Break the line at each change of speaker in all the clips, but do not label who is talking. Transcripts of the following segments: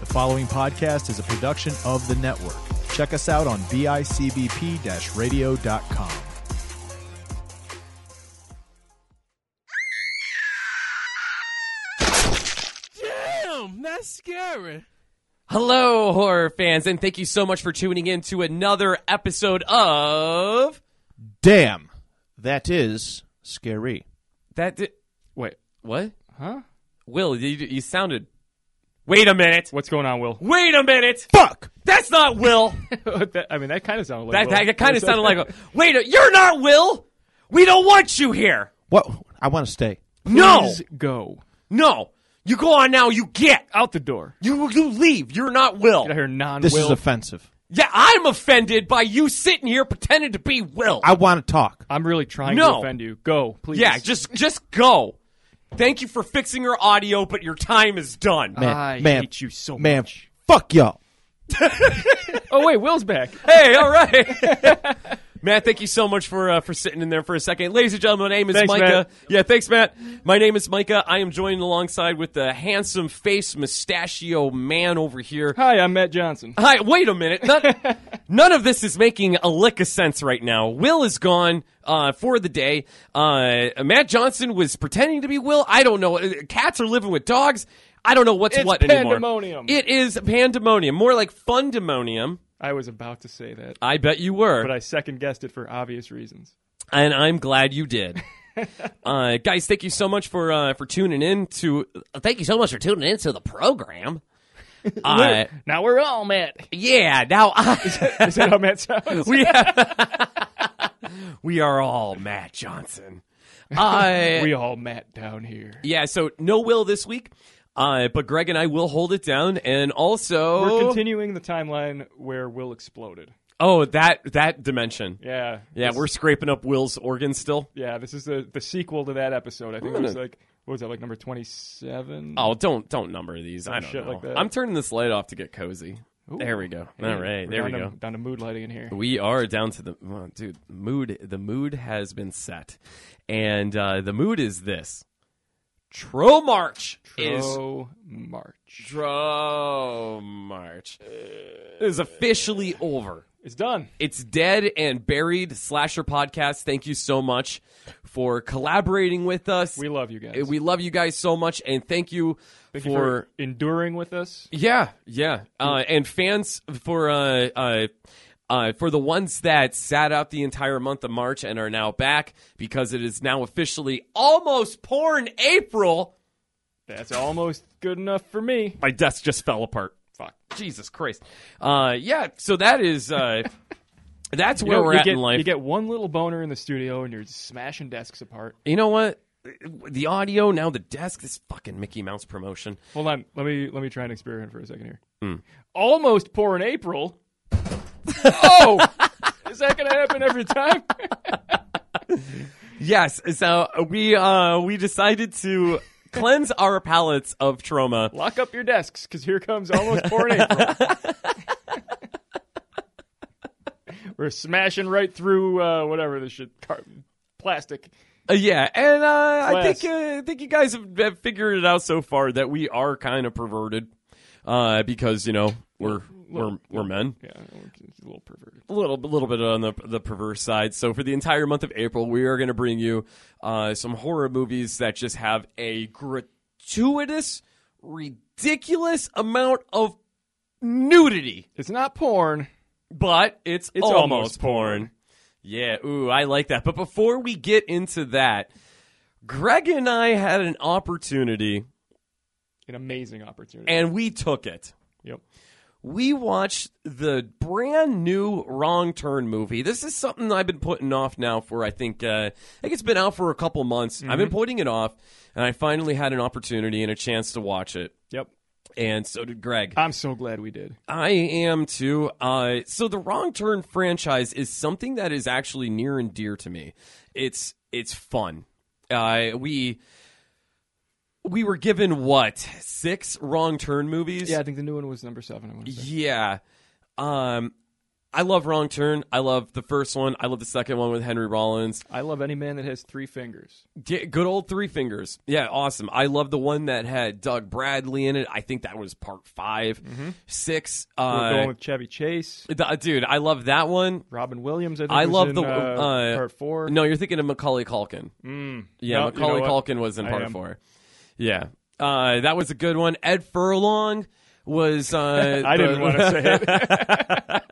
The following podcast is a production of the network. Check us out on bicbp radio.com.
Damn, that's scary.
Hello, horror fans, and thank you so much for tuning in to another episode of
Damn, that is scary.
that. Di- Wait, what?
Huh?
Will, you, you sounded. Wait a minute.
What's going on, Will?
Wait a minute.
Fuck!
That's not Will.
That- I mean, that kind of sounded like
That, that, kind of sounded like. a- Wait, a- you're not Will. We don't want you here.
What? I want to stay.
No,
go
no. You go on now. You get
out the door.
you you leave. You're not Will.
I hear non.
This
Will.
is offensive.
Yeah, I'm offended by you sitting here pretending to be Will.
I want to talk.
I'm really trying to
No.
offend you. Go, please.
Yeah, just just go. Thank you for fixing your audio, but your time is done. Ah,
Man,
I
man,
hate you so
man,
much.
fuck y'all.
Oh wait, Will's back.
Hey, all right. Matt, thank you so much for uh, for sitting in there for a second. Ladies and gentlemen, my name is
Thanks,
Micah.
Matt.
Yeah, thanks, Matt. My name is Micah. I am joined alongside with the handsome face mustachio man over here.
Hi, I'm Matt Johnson.
Hi, wait a minute. None, none of this is making a lick of sense right now. Will is gone uh, for the day. Uh, Matt Johnson was pretending to be Will. I don't know. Uh, Cats are living with dogs. I don't know what's
It's
what
pandemonium.
anymore. It is pandemonium. More like fundemonium.
I was about to say that,
I bet you were.
but I second guessed it for obvious reasons.
and I'm glad you did. uh, guys, thank you so much for uh, for tuning in to. Thank you so much for tuning in to the program. Uh,
Now we're all Matt.
yeah, now I,
Is that how Matt sounds?
we have, we are all Matt Johnson. Uh,
we all Matt down here.
yeah, so no will this week, uh, but Greg and I will hold it down, and also
We're continuing the timeline where Will exploded.
oh that that dimension.
Yeah.
Yeah,
This-
we're scraping up Will's organs still.
Yeah, this is the the sequel to that episode. I think it was
gonna-
like what was that like number twenty seven?
Oh, don't don't number these. I don't
shit
know.
like that.
I'm turning this light off to get cozy. there we go. All right, there we go.
down to mood lighting in here.
We are down to the oh, dude mood. The mood has been set, and uh, the mood is this: Tro March is
Pro March.
Tro March is officially over.
It's done.
It's dead and buried. Slasher podcast. Thank you so much for collaborating with us.
We love you guys.
We love you guys so much, and thank you
Thank
for.
you for enduring with us.
Yeah, yeah, uh, and fans for uh, uh, uh, for the ones that sat out the entire month of March and are now back because it is now officially almost porn April.
That's almost good enough for me.
My desk just fell apart.
Fuck.
Jesus Christ. Uh, yeah, so that is uh, that's
You
where
know,
we're
you
at
get,
in life.
You get one little boner in the studio and you're smashing desks apart.
you know what? The audio now, the desk. This fucking Mickey Mouse promotion.
Hold on. Let me let me try an experiment for a second here.
Hmm.
Almost pour in April. oh, is that gonna happen every time?
Yes, so we uh, we decided to cleanse our palates of trauma.
Lock up your desks because here comes almost pouring April. We're smashing right through uh, whatever this shit, car- plastic.
Uh, yeah, and uh, I
Class.
think uh, I think you guys have, have figured it out so far that we are kind of perverted, uh, because you know we're we're we're men
Yeah, it's a little perverted.
a little a little bit on the the perverse side. So for the entire month of April, we are going to bring you uh, some horror movies that just have a gratuitous, ridiculous amount of nudity,
It's not porn.
but it's
It's
almost,
almost
porn. Yeah, ooh, I like that. But before we get into that, Greg and I had an opportunity
An amazing opportunity.
and we took it.
yep.
We watched the brand new Wrong Turn movie. This is something I've been putting off now for I think uh, I think it's been out for a couple months. I've been putting it off, and I finally had an opportunity and a chance to watch it.
Yep.
And so did Greg.
I'm so glad we did.
I am too. Uh, so the Wrong Turn franchise is something that is actually near and dear to me. It's it's fun. Uh, we we were given what six Wrong Turn movies?
Yeah, I think the new one was number seven. I want to say.
yeah. Um, I love Wrong Turn. I love the first one. I love the second one with Henry Rollins.
I love any man that has three fingers.
G- good old Three Fingers. Yeah, awesome. I love the one that had Doug Bradley in it. I think that was part 5 six.
Mm-hmm. We're
Uh,
going with Chevy Chase,
th- uh, dude, I love that one.
Robin Williams. I, think
I
was
love
in,
the
uh,
uh,
part four.
No, you're thinking of Macaulay Culkin.
Mm.
Yeah,
No, you
Macaulay
know what?
Culkin was in
I
part
am.
four. Yeah, uh, that was a good one. Ed Furlong was. Uh,
I didn't
the-
want to say it.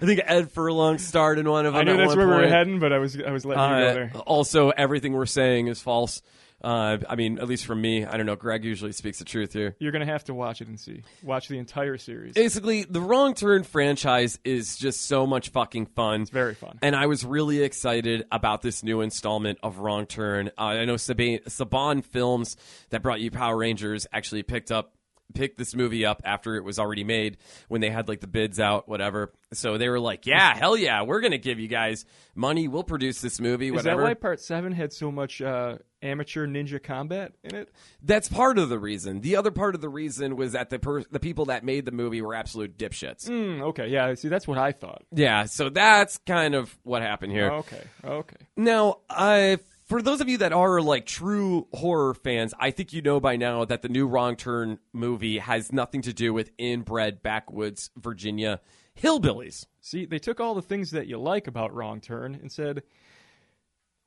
I think Ed Furlong starred in one of them.
I knew
at
that's
one
where we were
point.
heading, but I was I was letting you go there.
Uh, also, everything we're saying is false. Uh, I mean, at least from me. I don't know. Greg usually speaks the truth here.
You're gonna have to watch it and see. Watch the entire series.
Basically, the Wrong Turn franchise is just so much fucking fun. It's
very fun.
And I was really excited about this new installment of Wrong Turn. Uh, I know Saban, Saban Films that brought you Power Rangers actually picked up picked this movie up after it was already made when they had like the bids out whatever so they were like yeah hell yeah we're gonna give you guys money we'll produce this movie
Is
whatever
that why Part Seven had so much uh, amateur ninja combat in it?
That's part of the reason. The other part of the reason was that the per- the people that made the movie were absolute dipshits.
Hmm, okay, yeah. See, that's what I thought.
Yeah, so that's kind of what happened here.
Okay, okay.
Now, I for those of you that are like true horror fans, I think you know by now that the new Wrong Turn movie has nothing to do with inbred backwoods Virginia hillbillies.
See, they took all the things that you like about Wrong Turn and said,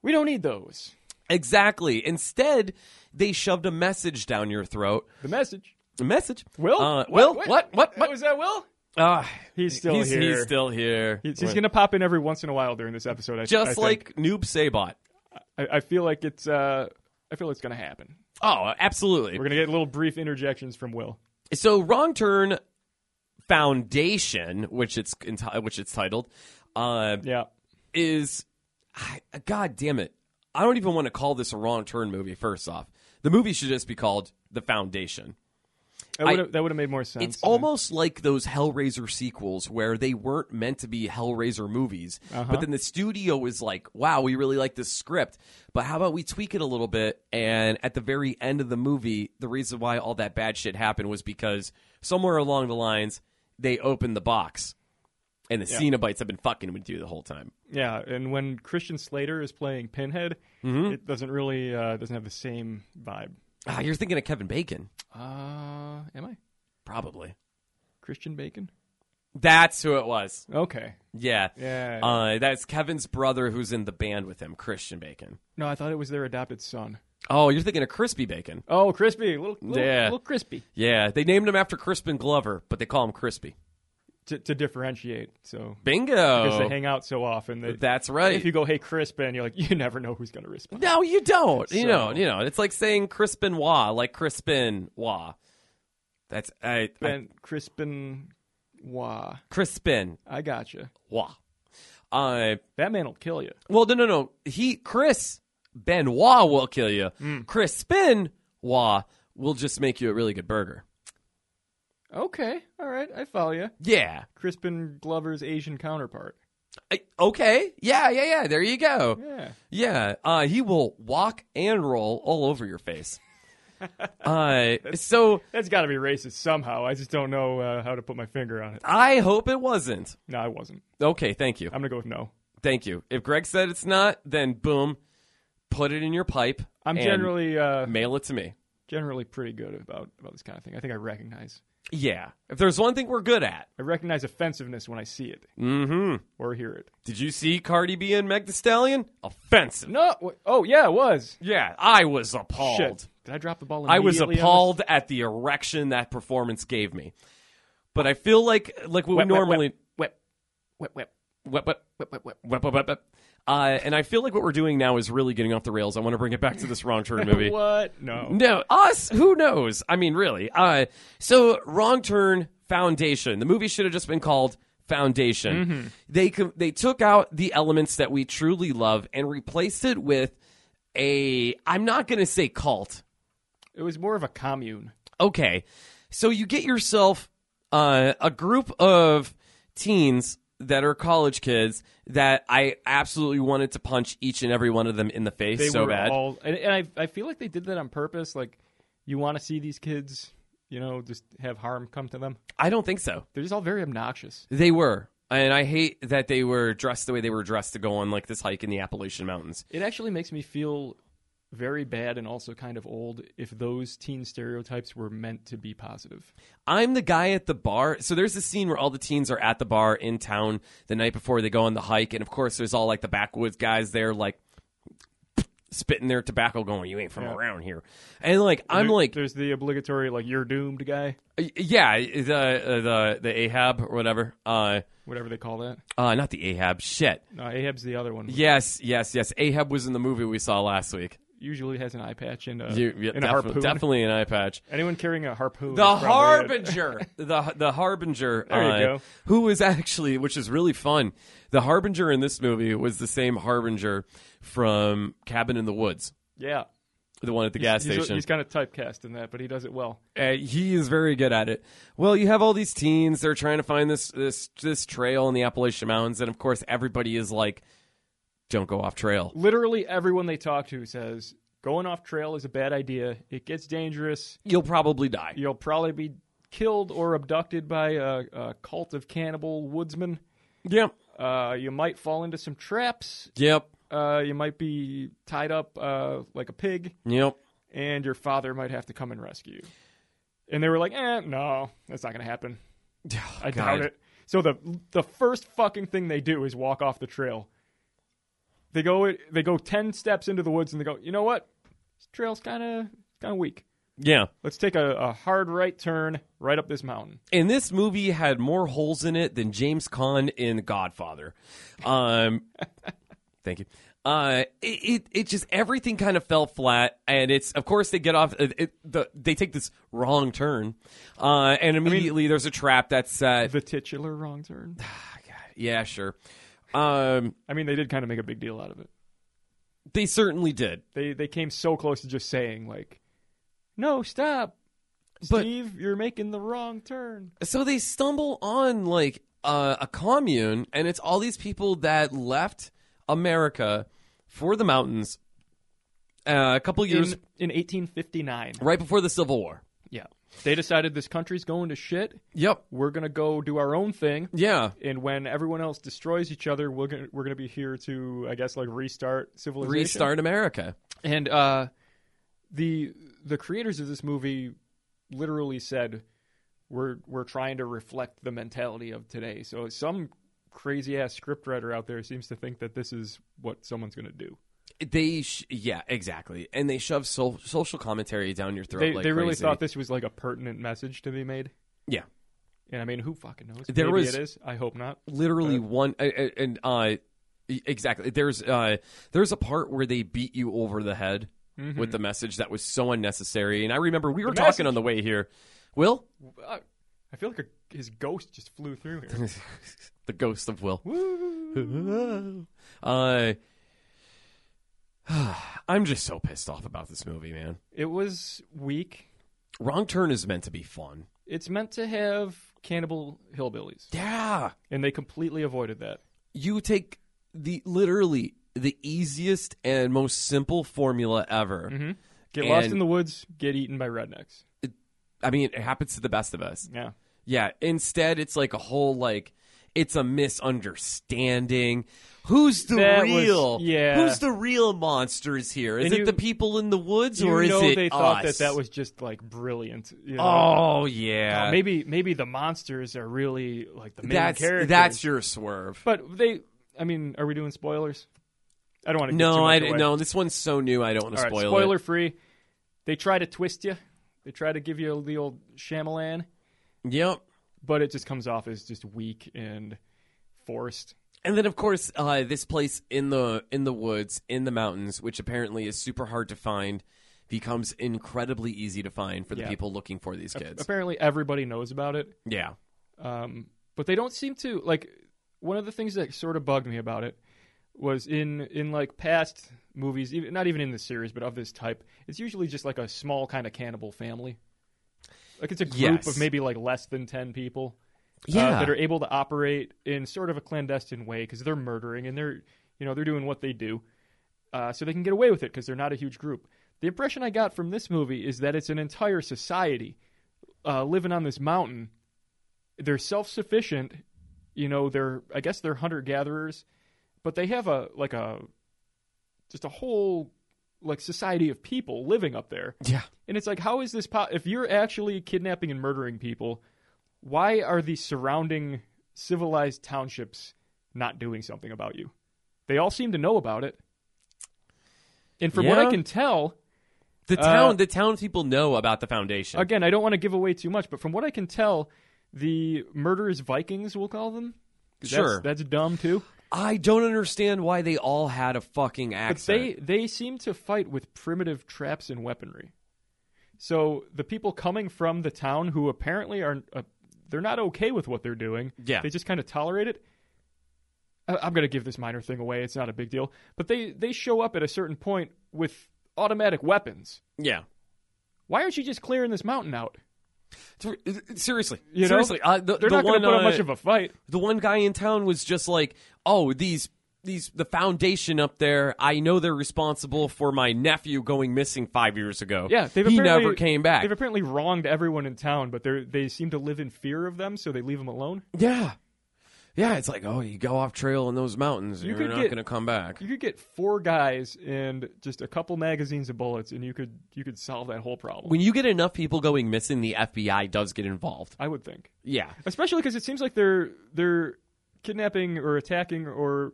"We don't need those."
Exactly. Instead, they shoved a message down your throat.
The message,
A message.
Will.
Uh, Will.
What?
What? What?
what was Oh, that? Will?
Ah,
He's still
he's,
here.
He's still here.
He's, he's gonna pop in every once in a while during this episode. I, I
just
think.
like Noob Sabot.
I, I feel like it's. Uh, I feel it's gonna happen.
Oh, absolutely.
We're gonna get little brief interjections from Will.
So, Wrong Turn Foundation, which it's enti- which it's titled, uh,
Yeah.
is I, God damn it! I don't even want to call this a Wrong Turn movie. First off, the movie should just be called The Foundation.
That
I-
would have that would have made more sense.
It's almost like those Hellraiser sequels where they weren't meant to be Hellraiser movies, but then the studio was like, "Wow, we really like this script, but how about we tweak it a little bit?" And at the very end of the movie, the reason why all that bad shit happened was because somewhere along the lines they opened the box, and the Cenobites have been fucking with you the whole time.
yeah. And when Christian Slater is playing Pinhead, it doesn't really uh, doesn't have the same vibe.
Ah, you're thinking of Kevin Bacon,
Uh, am I
probably.
Christian Bacon?
That's who it was.
Okay.
Yeah.
Yeah.
Uh, that's Kevin's brother who's in the band with him, Christian Bacon.
no, I thought it was their adopted son.
Oh, you're thinking of Crispy Bacon.
Oh, crispy, little little,
Yeah.
little crispy
Yeah, they named him after Crispin Glover, but they call him Crispy.
to, to differentiate. So because they
Bingo.
hang out so often that if
That's
you
right.
go, hey Crispin, you're like you never know who's gonna respond.
No, you don't. You
So-
know, you know. It's like saying Crispin Wah, like Crispin Wah. That's I, I
Ben Crispin, wah,
Crispin
I gotcha.
Wah. Uh,
That man will kill you.
well, no, no, no. He Chris Benoit will kill you.
Hmm.
Crispin Wah will just make you a really good burger.
Okay, all right, I follow you.
Yeah.
Crispin Glover's Asian counterpart.
I- okay. Yeah, yeah, yeah. There you go.
Yeah.
Yeah, uh, he will walk and roll all over your face. uh, so
That's got to be racist somehow. I just don't know uh, how to put my finger on it.
I hope it wasn't.
No, I wasn't.
Okay, thank you,
I'm gonna go with no.
thank you. If Greg said it's not, then boom, put it in your pipe.
I'm
and
generally uh,
mail it to me.
generally pretty good about about this kind of thing. I think I recognize
Yeah, if there's one thing we're good at.
I recognize offensiveness when I see it
Mm-hmm.
or hear it.
Did you see Cardi B and Meg The Stallion? Offensive.
No. wh- Oh yeah, it was.
Yeah, I was appalled.
Shit. Did I drop the ball?
I was
immediately on
appalled at the erection that performance gave me. But I feel like like what
Wet,
we
wet,
normally
Whip, whip, whip,
Wep, wep,
whip, whip, whip.
wep, wep, wep, wep. Uh, and I feel like what we're doing now is really getting off the rails. I want to bring it back to this wrong turn movie.
What? No.
No, us? Who knows? I mean, really. Uh, so, Wrong Turn Foundation. The movie should have just been called Foundation. They com- they took out the elements that we truly love and replaced it with a. I'm not going to say cult.
It was more of a commune.
Okay, so you get yourself uh, a group of teens that are college kids that I absolutely wanted to punch each and every one of them in the face
They
so
were
bad.
all, and, and I I feel like they did that on purpose. Like, you want to see these kids, you know, just have harm come to them.
I don't think so.
They're just all very obnoxious.
They were. And I hate that they were dressed the way they were dressed to go on like this hike in the Appalachian Mountains.
It actually makes me feel very bad and also kind of old if those teen stereotypes were meant to be positive.
I'm the guy at the bar. So there's this scene where all the teens are at the bar in town the night before they go on the hike, and of course there's all like the backwoods guys there, like spitting their tobacco, going, "You ain't from around here," and like I'm
There-
like,
there's the obligatory like you're doomed guy,
yeah, the uh, the the Ahab or whatever, uh,
whatever they call that.
uh, not the Ahab, shit.
No, Ahab's the other one.
Yes, yes, yes. Ahab was in the movie we saw last week.
Usually has an eye patch and a,
You, yeah,
and Uh, a
defi-
harpoon.
definitely an eye patch.
Anyone carrying a harpoon?
The
is probably it.
Harbinger, the the Harbinger,
There you
uh,
go.
who is actually, which is really fun. The Harbinger in this movie was the same Harbinger from Cabin in the Woods,
Yeah.
the one at the gas
He's- he's,
station.
He's kind of typecast in that, but he does it well.
Uh, he is very good at it. Well, you have all these teens; they're trying to find this this this trail in the Appalachian Mountains, and of course, everybody is like, "Don't go off trail."
Literally everyone they talk to says going off trail is a bad idea. It gets dangerous.
You'll probably die.
You'll probably be killed or abducted by a, a cult of cannibal woodsmen.
Yep.
Uh, you might fall into some traps.
Yep.
Uh, you might be tied up uh, like a pig,
Yep.
and your father might have to come and rescue you. And they were like, "Eh, no, that's not going to happen. I doubt
God.
it." So the the first fucking thing they do is walk off the trail. They go they go ten steps into the woods and they go, "You know what? This trail's kind of kind of weak.
Yeah.
Let's take a, a hard right turn right up this mountain."
And this movie had more holes in it than James Caan in Godfather. Um, thank you. Uh, it, it it just everything kind of fell flat, and it's of course they get off. It, it, the, they take this wrong turn, uh, and immediately there's a trap that's set.
The titular wrong turn.
yeah, sure. Um,
I mean, they did kind of make a big deal out of it.
they certainly did.
They they came so close to just saying like, "No, stop,
But-
Steve, you're making the wrong turn."
So they stumble on like uh, a commune, and it's all these people that left America for the mountains uh, a couple
In,
years
in 1859.
right before the Civil War.
Yeah. They decided this country's going to shit.
Yep.
We're going to go do our own thing.
Yeah.
And when everyone else destroys each other, we're going to we're going to be here to I guess like restart civilization.
Restart America.
And uh the the creators of this movie literally said we're we're trying to reflect the mentality of today. So some crazy ass scriptwriter out there seems to think that this is what someone's going to do.
They, sh- yeah, exactly. And they shove so- social commentary down your throat.
They
like
they really
crazy.
thought this was like a pertinent message to be made.
Yeah.
And I mean, who fucking knows?
There
Maybe
was-
it is. I hope not.
literally one a- a- and uh e- exactly there's uh there's a part where they beat you over the head
Mm-hmm.
with the message that was so unnecessary and i remember we were talking
message.
on Mm-hmm. the way here will
I I feel like a, his ghost just flew through here.
the ghost of will uh i'm just so pissed off about this movie man
it was weak.
wrong turn is meant to be fun
It's meant to have cannibal hillbillies,
yeah
and they completely avoided that.
you take the literally the easiest and most simple formula ever
Get lost
And-
in the woods, get eaten by rednecks.
i mean it happens to the best of us
Yeah.
Yeah. Instead, it's like a whole like it's a misunderstanding. Who's the
That was-
real?
yeah.
Who's the real monsters here? Is
And
it
you-
the people in the woods
you
or is
know
it
they thought
us?
that that was just like brilliant. you know?
Oh yeah.
Uh, maybe maybe the monsters are really like the main
that's
characters.
that's your swerve.
But they, I mean, are we doing spoilers? I don't want to.
No, I
away.
no. This one's so new. I don't want
All
to
right,
spoil
spoiler
it.
free. They try to twist you. They try to give you the old Shyamalan,
Yep.
but it just comes off as just weak and forced.
And then, of course, uh, this place in the in the woods, in the mountains, which apparently is super hard to find, becomes incredibly easy to find for the
Yeah.
people looking for these kids.
Apparently, everybody knows about it,
Yeah.
um, but they don't seem to like. One of the things that sort of bugged me about it was in in like past movies, even, not even in the series, but of this type, it's usually just like a small kind of cannibal family. Like it's a group
Yes.
of maybe like less than ten people. uh,
Yeah.
that are able to operate in sort of a clandestine way because they're murdering and they're you know they're doing what they do uh, so they can get away with it because they're not a huge group the impression i got from this movie is that it's an entire society uh, living on this mountain they're self-sufficient you know they're i guess they're hunter gatherers but they have a like a just a whole like society of people living up there
Yeah.
and it's like how is this po- if you're actually kidnapping and murdering people why are the surrounding civilized townships not doing something about you they all seem to know about it and from what
Yeah.
i can tell
The
Uh,
town, the town people know about the foundation.
again i don't want to give away too much but from what i can tell the murderous vikings we'll call them 'cause that's-
Sure.
that's dumb too
I don't understand why they all had a fucking
But
accent.
they they seem to fight with primitive traps and weaponry. So the people coming from the town who apparently are uh, they're not okay with what they're doing.
Yeah.
they just kind of tolerate it. I, I'm gonna give this minor thing away. It's not a big deal. But they they show up at a certain point with automatic weapons.
yeah.
Why aren't you just clearing this mountain out?
Seriously,
You know?
seriously, uh, the,
They're
the
not
one,
going to put up
uh,
much of a fight.
the one guy in town was just like, "Oh, these these the foundation up there. I know they're responsible for my nephew going missing five years ago.
Yeah, they've
he
apparently-
never came
They've
back.
apparently wronged everyone in town, but they they seem to live in fear of them, so they leave them alone.
yeah, yeah. It's like, oh, you go off trail in those mountains,
You
you
could
are not
get-
going to come back.
you could get four guys and just a couple magazines of bullets and you could you could solve that whole problem
When you get enough people going missing, the FBI does get involved.
i would think
Yeah,
especially because it seems like they're they're kidnapping or attacking or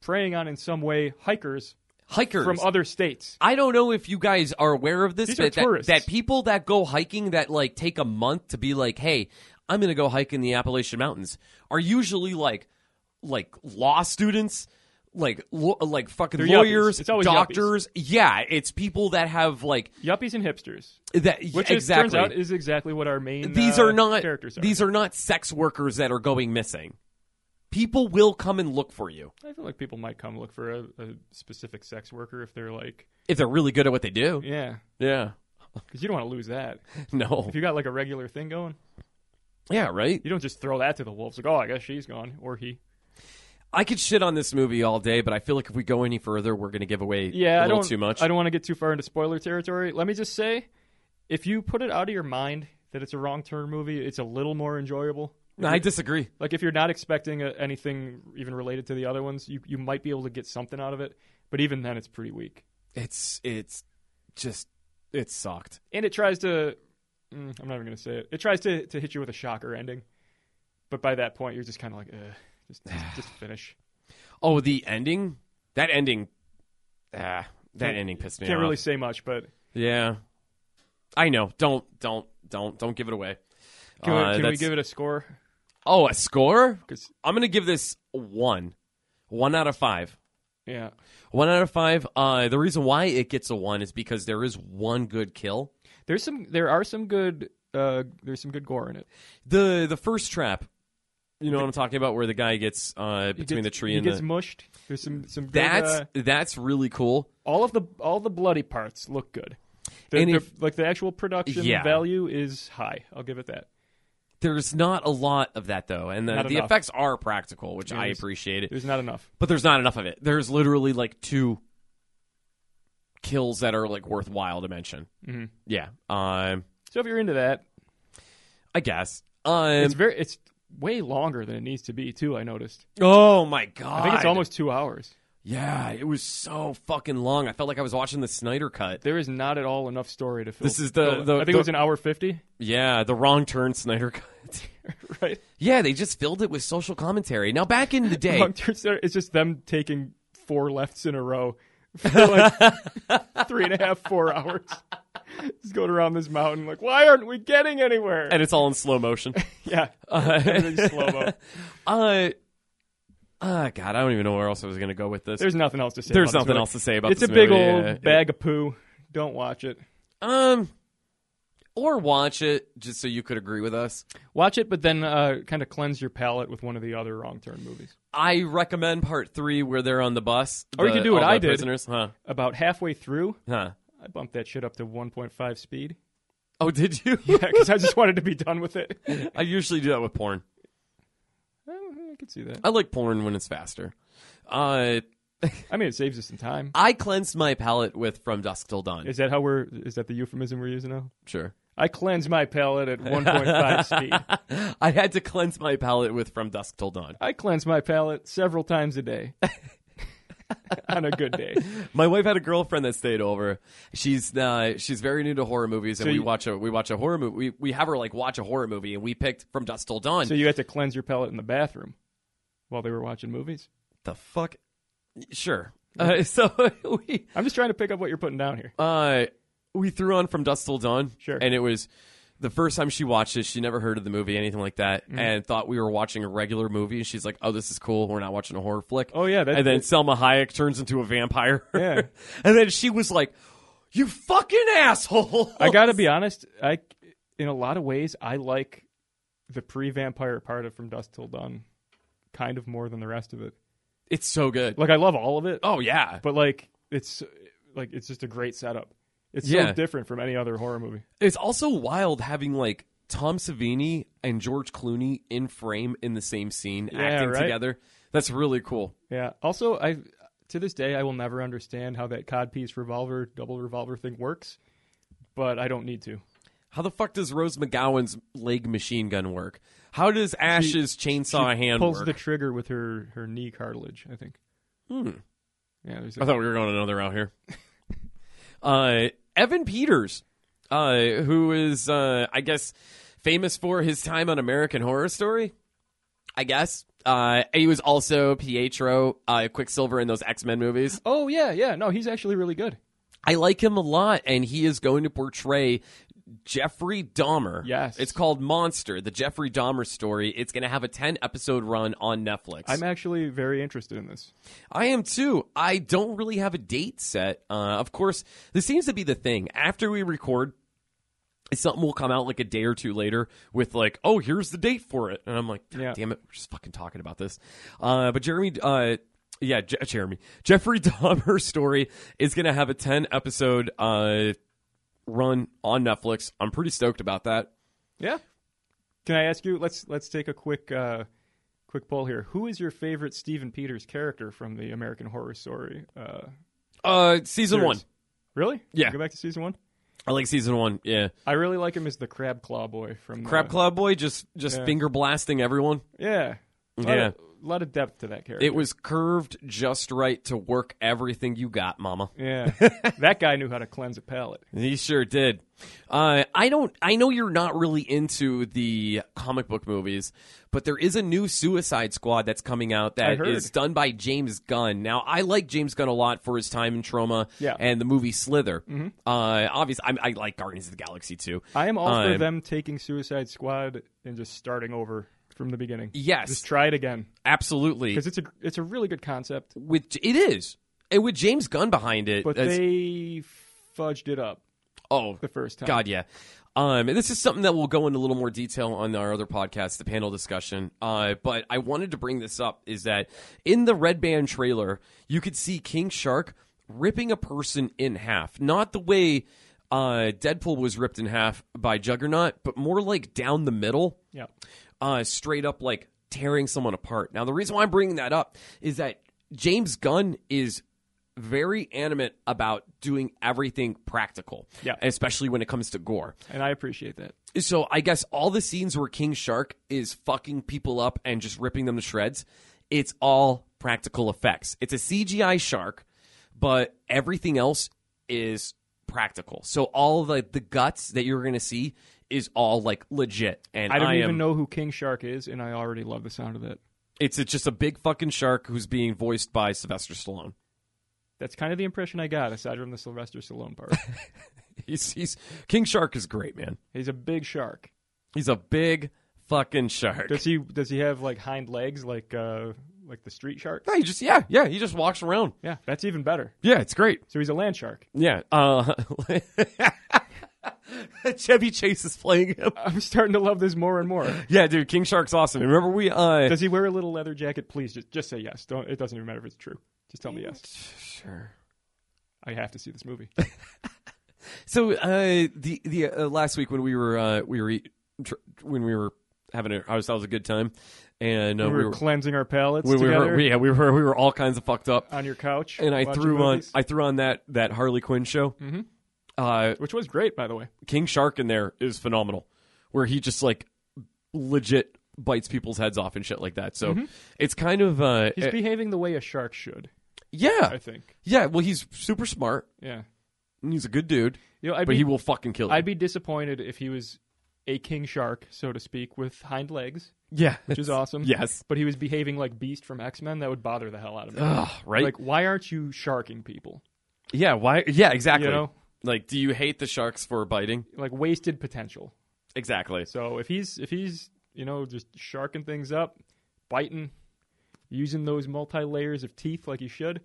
preying on in some way hikers
hikers
from other states
I don't know if you guys are aware of this,
These are
but that,
tourists.
that people that go hiking that like take a month to be like, hey, I'm gonna go hike in the Appalachian Mountains are usually like like law students, like lo- like fucking
They're yuppies.
lawyers,
It's always
doctors. Yeah, it's people that have like
yuppies and hipsters
that
which is-
exactly.
turns out is exactly what our main
these
uh,
are not
characters are.
these are not sex workers that are going missing. People will come and look for you
i feel like people might come look for a, a specific sex worker if they're like
if they're really good at what they do.
yeah
Yeah.
because you don't want to lose that
No.
if you got like a regular thing going
Yeah. Right.
you don't just throw that to the wolves like oh i guess she's gone or he
I could shit on this movie all day, but I feel like if we go any further, we're going to give away
yeah,
a
I
little
don't,
too much.
I don't want to get too far into spoiler territory. Let me just say, if you put it out of your mind that it's a wrong turn movie, it's a little more enjoyable.
No, I disagree.
Like if you're not expecting uh anything even related to the other ones, you you might be able to get something out of it. But even then, it's pretty weak,
It's it's just it sucked.
and it tries to. Mm, I'm not even gonna say it. It tries to to hit you with a shocker ending, but by that point, you're just kind of like, Ugh, just, just just finish.
Oh, the ending. That ending. Ah, that ending pissed me
Can't
off.
really say much, but
Yeah, I know. Don't don't don't don't give it away.
can,
Uh,
we, can we
that's-
give it a score?
Oh, a score?
Because
I'm going to give this one, one out of five.
yeah,
One out of five. Uh, the reason why it gets a one is because there is one good kill.
there's some there are some good uh there's some good gore in it.
The the first trap. You know what I'm talking about, where the guy gets uh,
He
between
gets-
the tree
he
and
gets
the.
mushed. There's some some good,
that's
uh,
that's really cool.
all of the all the bloody parts look good. The,
And
the-
if-
like the actual production
Yeah.
value is high. I'll give it that.
There's not a lot of that though, and the,
Not
the
enough.
effects are practical, which I
there's-
appreciate it.
There's not enough.
But there's not enough of it. There's literally like two kills that are like worthwhile to mention.
Mhm.
Yeah, um,
So if you're into that,
I guess. Um,
it's very it's way longer than it needs to be too. I noticed.
oh my god!
I think it's almost two hours.
yeah. It was so fucking long. I felt like I was watching the Snyder cut.
There is not at all enough story to fill.
This is the-
fill it.
the-
I think
the-
it was an hour fifty,
Yeah, the wrong turn Snyder cut.
right?
yeah, they just filled it with social commentary. Now back in the day,
Long term story. It's just them taking four lefts in a row for like three and a half, four hours. Just going around this mountain, like, why aren't we getting anywhere?
and it's all in slow motion.
Yeah. Everything's slow-mo.
Uh, uh, God, I don't even know where else I was going to go with this.
There's nothing else to say.
There's
about this
nothing
movie.
else to say about
It's
this
a big
movie,
old
yeah.
bag of poo. Don't watch it.
um, or watch it just so you could agree with us.
Watch it, but then uh, kind of cleanse your palate with one of the other wrong turn movies.
I recommend part three where they're on the bus.
Or you
the-
could do what
all the
I did.
Prisoners, huh?
About halfway through,
Huh?
I bumped that shit up to 1.5 speed
Oh, did you?
because I just wanted to be done with it. Eh,
I usually do that with porn.
I could see that.
I like porn when it's faster. Uh,
I mean, it saves us some time.
I cleansed my palate with From Dusk Till Dawn.
Is that how we're? Is that the euphemism we're using now?
sure.
I cleanse my palate at 1.5 speed.
I had to cleanse my palate with From Dusk Till Dawn.
I cleanse my palate several times a day. On a good day.
My wife had a girlfriend that stayed over. She's uh, she's very new to horror movies, and
So
we
you-
watch a we watch a horror movie. We, we have her like watch a horror movie, and we picked From Dusk Till Dawn.
So you had to cleanse your palate in the bathroom while they were watching movies.
the fuck? Sure. Uh, so we
I'm just trying to pick up what you're putting down here.
uh, we threw on From Dusk Till Dawn.
Sure.
And it was the first time she watched it. She never heard of the movie, anything like that,
Mm-hmm.
and thought we were watching a regular movie. And she's like, "Oh, this is cool. We're not watching a horror flick."
Oh, yeah, that-
and then Selma Hayek turns into a vampire.
Yeah.
and then she was like, "You fucking asshole!"
I gotta be honest. I, in a lot of ways, I like the pre-vampire part of From Dusk Till Dawn, kind of more than the rest of it.
It's so good.
Like I love all of it,
Oh yeah,
but like it's like it's just a great setup. It's
Yeah.
so different from any other horror movie.
it's also wild having like Tom Savini and George Clooney in frame in the same scene,
Yeah,
acting
right?
together. That's really cool.
Yeah. Also, I to this day I will never understand how that codpiece revolver, double revolver thing works, but I don't need to.
How the fuck does Rose McGowan's leg machine gun work? How does Ash's chainsaw hand
Pulls
work?
the trigger with her her knee cartilage. I think.
Hmm.
Yeah. There's a,
I thought we were going another route here. uh, Evan Peters, uh, who is, uh, I guess, famous for his time on American Horror Story. I guess uh, he was also Pietro, uh, Quicksilver in those X Men movies.
oh yeah, yeah. No, he's actually really good.
I like him a lot, and he is going to portray Jeffrey Dahmer.
Yes.
It's called Monster, the Jeffrey Dahmer story. It's going to have a 10 episode run on Netflix.
I'm actually very interested in this.
I am too. I don't really have a date set. Uh, of course, this seems to be the thing. After we record, something will come out like a day or two later with like, oh, here's the date for it, and I'm like, God
Yeah.
damn it, we're just fucking talking about this. Uh, but Jeremy, uh, yeah, Je- Jeremy Jeffrey Dahmer story is gonna have a ten episode uh, run on Netflix. I'm pretty stoked about that.
Yeah. Can I ask you? Let's let's take a quick uh, quick poll here. Who is your favorite Steven Peters character from the American Horror Story? Uh,
Uh, season
series?
one,
Really?
Yeah.
Go back to season one.
I like season one. Yeah,
I really like him as the Crab Claw Boy from
Crab
uh,
Claw Boy just just
Yeah.
finger blasting everyone.
Yeah. Lot
Yeah.
Of, lot of depth to that character.
It was curved just right to work everything you got, Mama.
Yeah. that guy knew how to cleanse a palate.
He sure did. Uh, I don't. I know you're not really into the comic book movies, but there is a new Suicide Squad that's coming out that
heard.
is done by James Gunn. Now, I like James Gunn a lot for his time in Trauma
Yeah. Mm-hmm.
and the movie Slither. Uh, obviously, I'm, I like Guardians of the Galaxy too.
I am all for
Um,
them taking Suicide Squad and just starting over from the beginning.
Yes.
Just try it again
Absolutely,
because it's a it's a really good concept,
with it is, and with James Gunn behind it.
but
that's-
they fudged it up
oh,
the first time.
God, yeah. Um, and this is something that we'll go into a little more detail on our other podcast, the panel discussion. Uh, but I wanted to bring this up is that in the Red Band trailer, you could see King Shark ripping a person in half. Not the way uh, Deadpool was ripped in half by Juggernaut, but more like down the middle
Yeah.
uh, straight up like tearing someone apart. Now, the reason why I'm bringing that up is that James Gunn is very animate about doing everything practical,
Yeah.
especially when it comes to gore.
And I appreciate that.
So I guess all the scenes where King Shark is fucking people up and just ripping them to shreds, it's all practical effects. It's a CGI shark, but everything else is practical. So all the the guts that you're going to see is all like legit. And
I don't
am,
even know who King Shark is, and I already love the sound of that.
It's a, just a big fucking shark who's being voiced by Sylvester Stallone.
That's kind of the impression I got, aside from the Sylvester Stallone part.
He's, he's King Shark is great, man.
He's a big shark.
He's a big fucking shark.
Does he does he have like hind legs like uh like the street shark?
No, he just yeah, yeah. He just walks around.
Yeah, that's even better.
Yeah, it's great.
So he's a land shark.
Yeah. Uh, Chevy Chase is playing him.
I'm starting to love this more and more.
Yeah, dude. King Shark's awesome. Remember we uh
Does he wear a little leather jacket? Please just just say yes. Don't it doesn't even matter if it's true. Just tell me yes.
sure.
I have to see this movie.
So uh, the the uh, last week when we were uh, we were eat, tr- when we were having a, I was that was a good time, and uh,
we were cleansing our palates
we
together
were yeah we were we were all kinds of fucked up.
on your couch.
and I
watching
threw
movies.
on I threw on that that Harley Quinn show. Mm-hmm. Uh,
which was great, by the way.
King Shark in there is phenomenal, where he just like legit bites people's heads off and shit like that. So it's kind of uh,
Mm-hmm. He's
eh,
behaving the way a shark should, I
yeah,
think.
yeah. Well, he's super smart.
Yeah.
And he's a good dude,
You know, I'd
but
be,
he will fucking kill you.
I'd be disappointed if he was a king shark, so to speak, with hind legs,
yeah,
which is awesome.
Yes.
But he was behaving like Beast from X Men. That would bother the hell out of me.
Ugh, right?
Like, why aren't you sharking people?
yeah. Why? Yeah. Exactly.
You know?
Like, do you hate the sharks for biting?
Like wasted potential.
Exactly.
So if he's if he's you know just sharking things up, biting, using those multi layers of teeth like he should,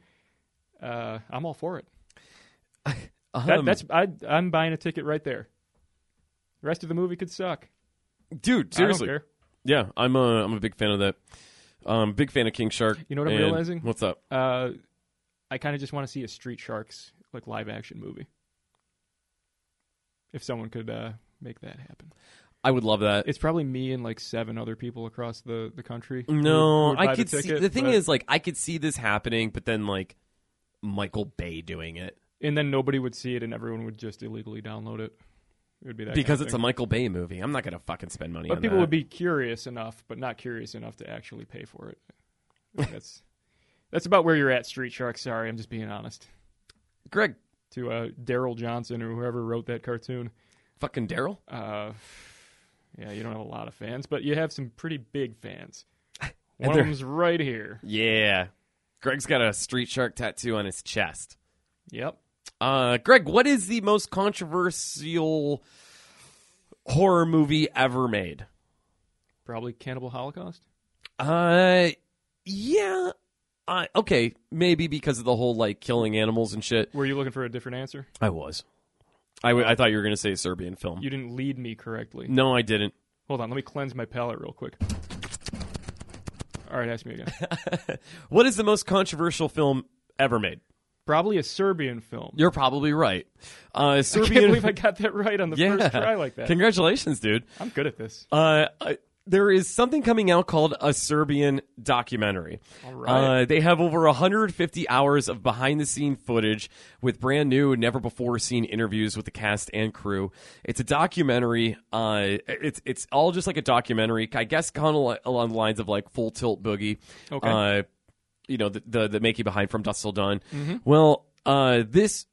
uh, I'm all for it. That,
Um,
that's I, I'm buying a ticket right there. The rest of the movie could suck.
dude. Seriously.
I don't care.
Yeah, I'm a I'm a big fan of that. Um, big fan of King Shark.
You know what I'm
and-
realizing?
What's up?
Uh, I kind of just want to see a Street Sharks like live action movie. If someone could uh, make that happen,
I would love that.
it's probably me and like seven other people across the the country. who would- who
No,
would
I
buy
could
the
see
ticket,
the thing
but-
is like I could see this happening, but then like Michael Bay doing it
and then nobody would see it, and everyone would just illegally download it. It would be that
because
kind
it's
of
a Michael Bay movie. I'm not gonna fucking spend money.
thing.
on
but people
that.
would be curious enough, but not curious enough to actually pay for it. That's that's about where you're at, Street Shark. Sorry, I'm just being honest.
Greg
To uh, Daryl Johnson or whoever wrote that cartoon,
fucking Daryl.
uh, yeah, you don't have a lot of fans, but you have some pretty big fans.
And
One
they're-
of them's right here.
Yeah, Greg's got a Street Shark tattoo on his chest.
Yep.
Uh, Greg, what is the most controversial horror movie ever made?
Probably Cannibal Holocaust.
Uh, yeah. I okay, maybe because of the whole like killing animals and shit.
Were you looking for a different answer?
I was. I, w- I thought you were gonna say a Serbian film.
You didn't lead me correctly.
no, I didn't.
Hold on, let me cleanse my palate real quick. All right, ask me again.
What is the most controversial film ever made?
Probably a Serbian film.
You're probably right. Uh,
I
Serbian.
can't believe I got that right on the
yeah.
first try like that.
Congratulations, dude.
I'm good at this.
Uh, I, there is something coming out called a Serbian documentary.
All right.
Uh, they have over 150 hours of behind the scene footage with brand new, never before seen interviews with the cast and crew. It's a documentary. Uh, it's it's all just like a documentary, I guess, kind of along the lines of like Full Tilt Boogie.
Okay. Mm-hmm.
Uh, you know the the, the Makey behind from Dust Till Dawn. Well, uh, this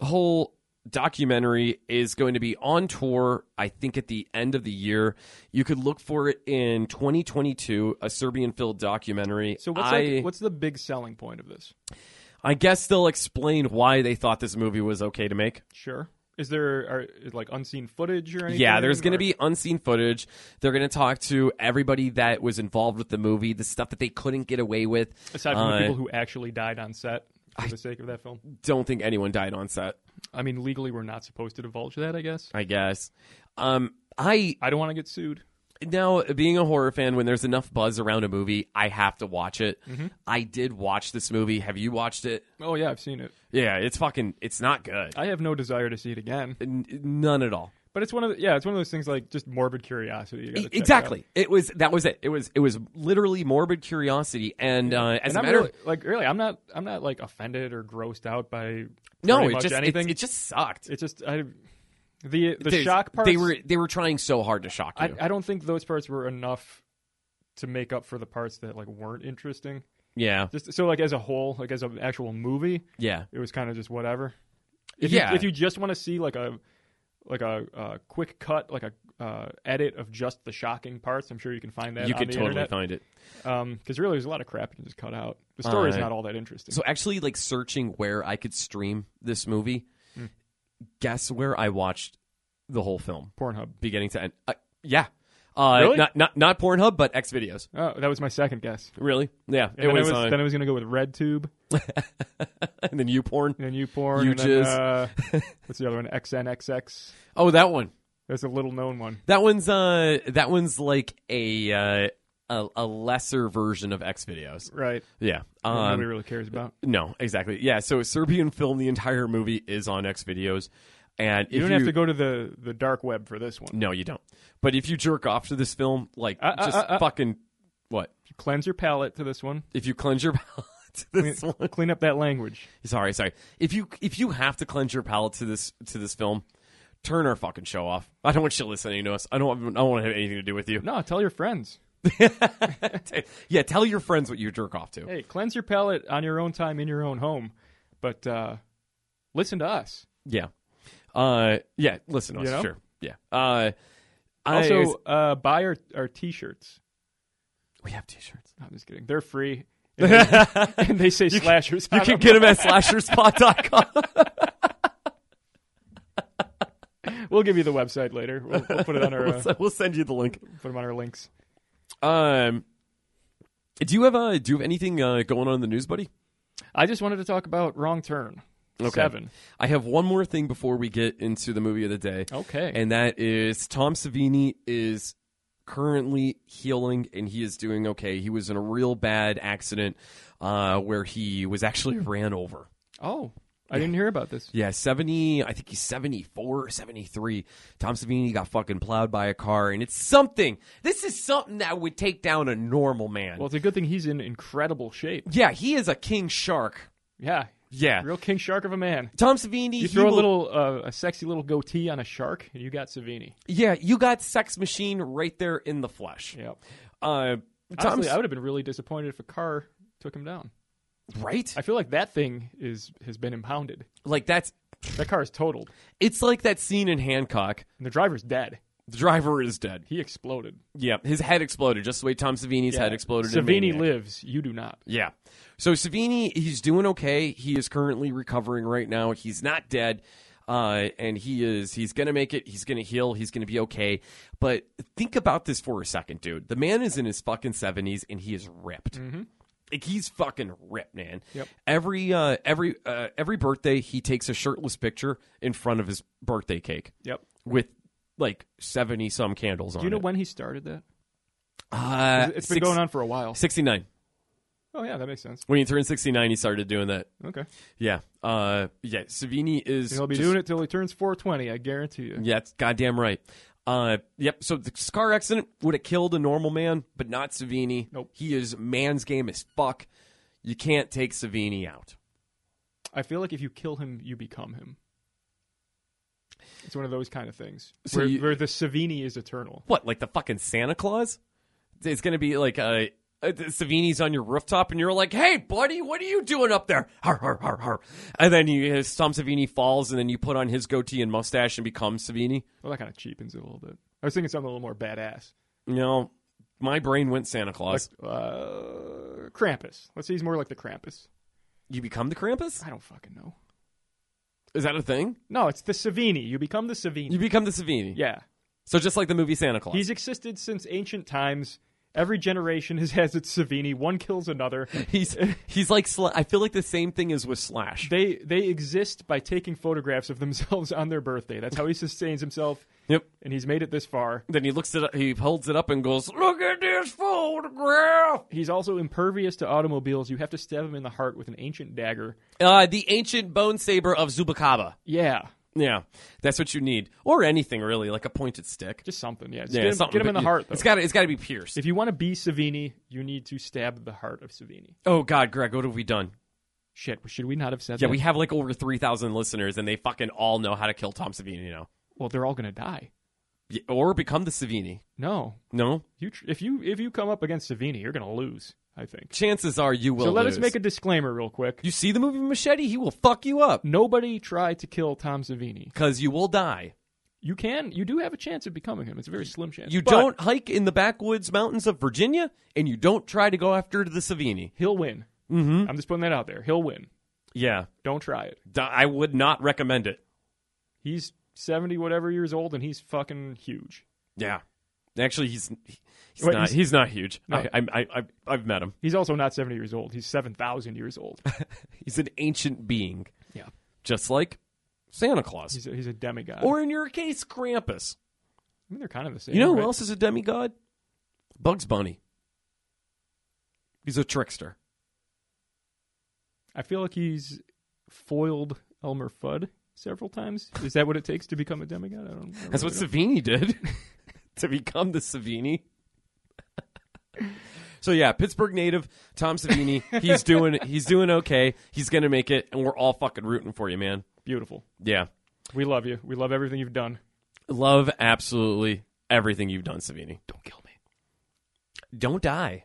whole documentary is going to be on tour i think at the end of the year you could look for it in 2022 a serbian filled documentary
So what's
I,
like, what's the big selling point of this?
I guess they'll explain why they thought this movie was okay to make
Sure. Is there are, is like unseen footage or anything?
yeah there's going
or-
to be unseen footage they're going to talk to everybody that was involved with the movie the stuff that they couldn't get away with
aside from
Uh,
the people who actually died on set for the sake of that film.
don't think anyone died on set
I mean, legally, we're not supposed to divulge that. I guess
i guess um i
I don't want to get sued.
now being a horror fan when there's enough buzz around a movie i have to watch it
Mm-hmm.
i did watch this movie have you watched it
Oh yeah, I've seen it.
yeah it's fucking it's not good
I have no desire to see it again.
N- none at all
But it's one of the, yeah, it's one of those things like just morbid curiosity. You gotta check it out.
E, exactly it, was that was it it was it was literally morbid curiosity and uh,
And
as a
I'm
matter
really,
of
like really, I'm not I'm not like offended or grossed out by
no
pretty
it
much
just it,
anything.
it just sucked
It's just I the the
There's-
shock parts.
they were they were trying so hard to shock you
I, I don't think those parts were enough to make up for the parts that like weren't interesting.
yeah
Just so like as a whole, like as an actual movie,
yeah
it was kind of just whatever. If
Yeah.
You, if you just want to see like a like a uh, quick cut, like a uh, edit of just the shocking parts, I'm sure you can find that.
you
on
could
the
totally
internet.
find it
because really there's a lot of crap you can just cut out. The story's
Alright.
not all that interesting.
so actually like searching where i could stream this movie
Hmm.
guess where i watched the whole film
Pornhub.
beginning to end. Uh, yeah. Uh,
Really?
Not not not Pornhub, but X videos.
Oh, that was my second guess.
Really? Yeah.
And then, I was,
on-
then I was gonna go with RedTube
and then you porn.
and then you porn.
You
and then,
jizz.
uh, what's the other one? XNXX.
Oh, that one.
That's a little known one.
That one's uh that one's like a uh, a, a lesser version of X videos.
Right.
Yeah.
Nobody
Um,
really cares about.
no, exactly. Yeah. So Serbian film. The entire movie is on X videos, and if
You don't have to go to the, the dark web for this one.
No, you don't. But if you jerk off to this film, like
Uh, uh,
just
uh, uh.
fucking what?
Cleanse your palate to this one.
If you cleanse your palate to this one.
Clean up that language.
Sorry, sorry. If you if you have to cleanse your palate to this to this film, turn our fucking show off. I don't want you listening to us. I don't. I don't want to have anything to do with you.
No, tell your friends.
yeah, tell your friends what you jerk off to.
Hey, cleanse your palate on your own time in your own home, but uh, listen to us.
Yeah, uh, yeah. Listen to us.
You know?
Sure. Yeah. Uh, I-
Also, uh, buy our, our t-shirts.
we have t-shirts.
No, I'm just kidding. They're free. And they, and they say slashers.
You
on
can
them.
get them at slasherspot.com.
We'll give you the website later. We'll, we'll put it on our uh,
we'll, se- we'll send you the link.
put them on our links.
Um, do you have uh, do you have anything uh, going on in the news, buddy?
I just wanted to talk about Wrong Turn. Seven.
I have one more thing before we get into the movie of the day.
Okay.
And that is Tom Savini is currently healing and he is doing okay. He was in a real bad accident uh, where he was actually ran over.
oh, I didn't hear about this.
Yeah, 70, I think he's 74 or 73. Tom Savini got fucking plowed by a car and it's something. This is something that would take down a normal man.
Well, it's a good thing he's in incredible shape.
yeah, he is a king shark.
Yeah,
Yeah.
real king shark of a man.
Tom Savini,
You
he
throw a
will-
little, uh, a sexy little goatee on a shark, and you got Savini.
Yeah, you got Sex Machine right there in the flesh.
Yep.
Uh, Tom,
Honestly, I would have been really disappointed if a car took him down.
right?
I feel like that thing is has been impounded.
Like that's
That car is totaled,
it's like that scene in Hancock.
and the driver's dead.
The driver is dead.
He exploded.
Yeah, his head exploded just the way Tom Savini's head exploded. in
Savini
Maniac.
lives. You do not.
Yeah. So Savini, he's doing okay. He is currently recovering right now. He's not dead. Uh, and he is he's gonna make it he's gonna heal he's gonna be okay but think about this for a second dude the man is in his fucking 70s and he is ripped like he's fucking ripped man
Mm-hmm. Yep.
every uh every uh, every birthday he takes a shirtless picture in front of his birthday cake
Yep.
with like 70 some candles on
Do you know
it.
when he started that?
Uh,
It's been going on for a while.
69.
Oh yeah, that makes sense.
When he turned 69, he started doing that.
Okay.
Yeah. Uh, yeah. Savini is.
He'll be
just- Mm.
doing it till he turns 420. I guarantee you.
Yeah, it's goddamn right. Uh, yep. So the car accident would have killed a normal man, but not Savini.
Nope.
He is man's game as fuck. You can't take Savini out.
I feel like if you kill him, you become him. It's one of those kind of things
So
where,
you-
where the Savini is eternal.
What, like the fucking Santa Claus? It's going to be like uh uh, Savini's on your rooftop, and you're like, "Hey, buddy, what are you doing up there?" Har har har har. And then you, his Tom Savini falls, and then you put on his goatee and mustache and become Savini.
Well, that kind of cheapens it a little bit. I was thinking something a little more badass,
You know, my brain went Santa
like
Claus.
uh, Krampus. Let's say he's more like the Krampus.
you become the Krampus?
I don't fucking know.
Is that a thing?
No, it's the Savini. You become the Savini.
You become the Savini.
yeah,
So just like the movie Santa Claus.
he's existed since ancient times. Every generation has, has its Savini. One kills another.
He's he's like Sla- I feel like the same thing is with Slash.
They they exist by taking photographs of themselves on their birthday. That's how he sustains himself,
Yep.
and he's made it this far.
Then he looks it up, he holds it up and goes, "Look at this photograph."
He's also impervious to automobiles. You have to stab him in the heart with an ancient dagger.
Uh, the ancient bone saber of Zubacaba.
Yeah,
Yeah, that's what you need, or anything really, like a pointed stick.
just something. Yeah, just
yeah,
get, him,
something,
get him
but
in the
you-
heart. Though.
It's got to it's got to be pierced.
if you want to be Savini, you need to stab the heart of Savini.
oh God, Greg, what have we done?
Shit, should we not have said
Yeah,
that?
we have like over three thousand listeners, and they fucking all know how to kill Tom Savini now,
well, they're all gonna die.
Y- or become the Savini.
No,
No,
you tr- if you if you come up against Savini, you're gonna lose. I think.
chances are you will.
so let
lose.
us make a disclaimer real quick.
You see the movie Machete? He will fuck you up
Nobody try to kill Tom Savini.
because you will die.
You can, you do have a chance of becoming him. It's a very slim chance.
You
But
don't hike in the backwoods mountains of Virginia, and you don't try to go after the Savini.
He'll win. Mm-hmm. I'm just putting that out there. He'll win.
Yeah,
Don't try it.
D- I would not recommend it.
He's seventy whatever years old, and he's fucking huge.
Yeah, actually, he's he's
Wait,
not he's,
he's-
not huge.
No.
I, I, I I I've met him.
He's also not 70 years old. He's 7,000 years old.
He's an ancient being,
yeah.
just like Santa Claus,
He's a, he's a demigod.
or in your case, Krampus.
I mean, they're kind of the same.
You know who
right?
else is a demigod? Bugs Bunny. He's a trickster.
I feel like he's foiled Elmer Fudd several times. Is that what it takes to become a demigod? I don't know.
That's what Savini did to become the Savini. So yeah, Pittsburgh native Tom Savini. he's doing he's doing okay. He's gonna make it, and we're all fucking rooting for you, man.
Beautiful.
Yeah,
We love you. We love everything you've done.
love absolutely everything you've done, Savini. Don't kill me. Don't die.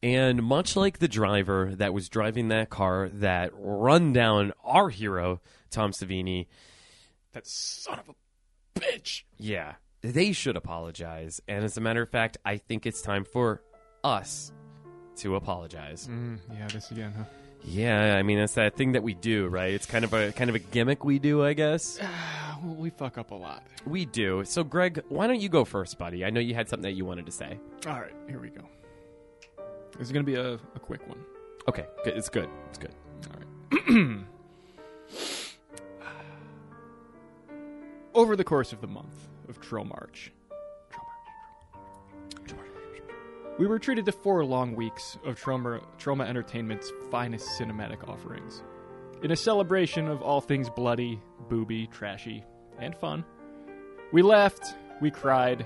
And much like the driver that was driving that car that run down our hero Tom Savini,
That son of a bitch.
Yeah, they should apologize. And as a matter of fact, I think it's time for us to apologize.
yeah, this again, huh?
Yeah, I mean that's that thing that we do, right? It's kind of a kind of a gimmick we do, I guess.
well, Oh, we fuck up a lot.
We do. So, Greg, why don't you go first, buddy? I know you had something that you wanted to say.
All right, here we go. This is going to be a, a quick one.
Okay, good. it's good. It's good.
All right. Over the course of the month of Troll March, Troll March, Troll March, we were treated to four long weeks of Trauma, Trauma Entertainment's finest cinematic offerings. In a celebration of all things bloody, booby, trashy, and fun, we laughed, we cried,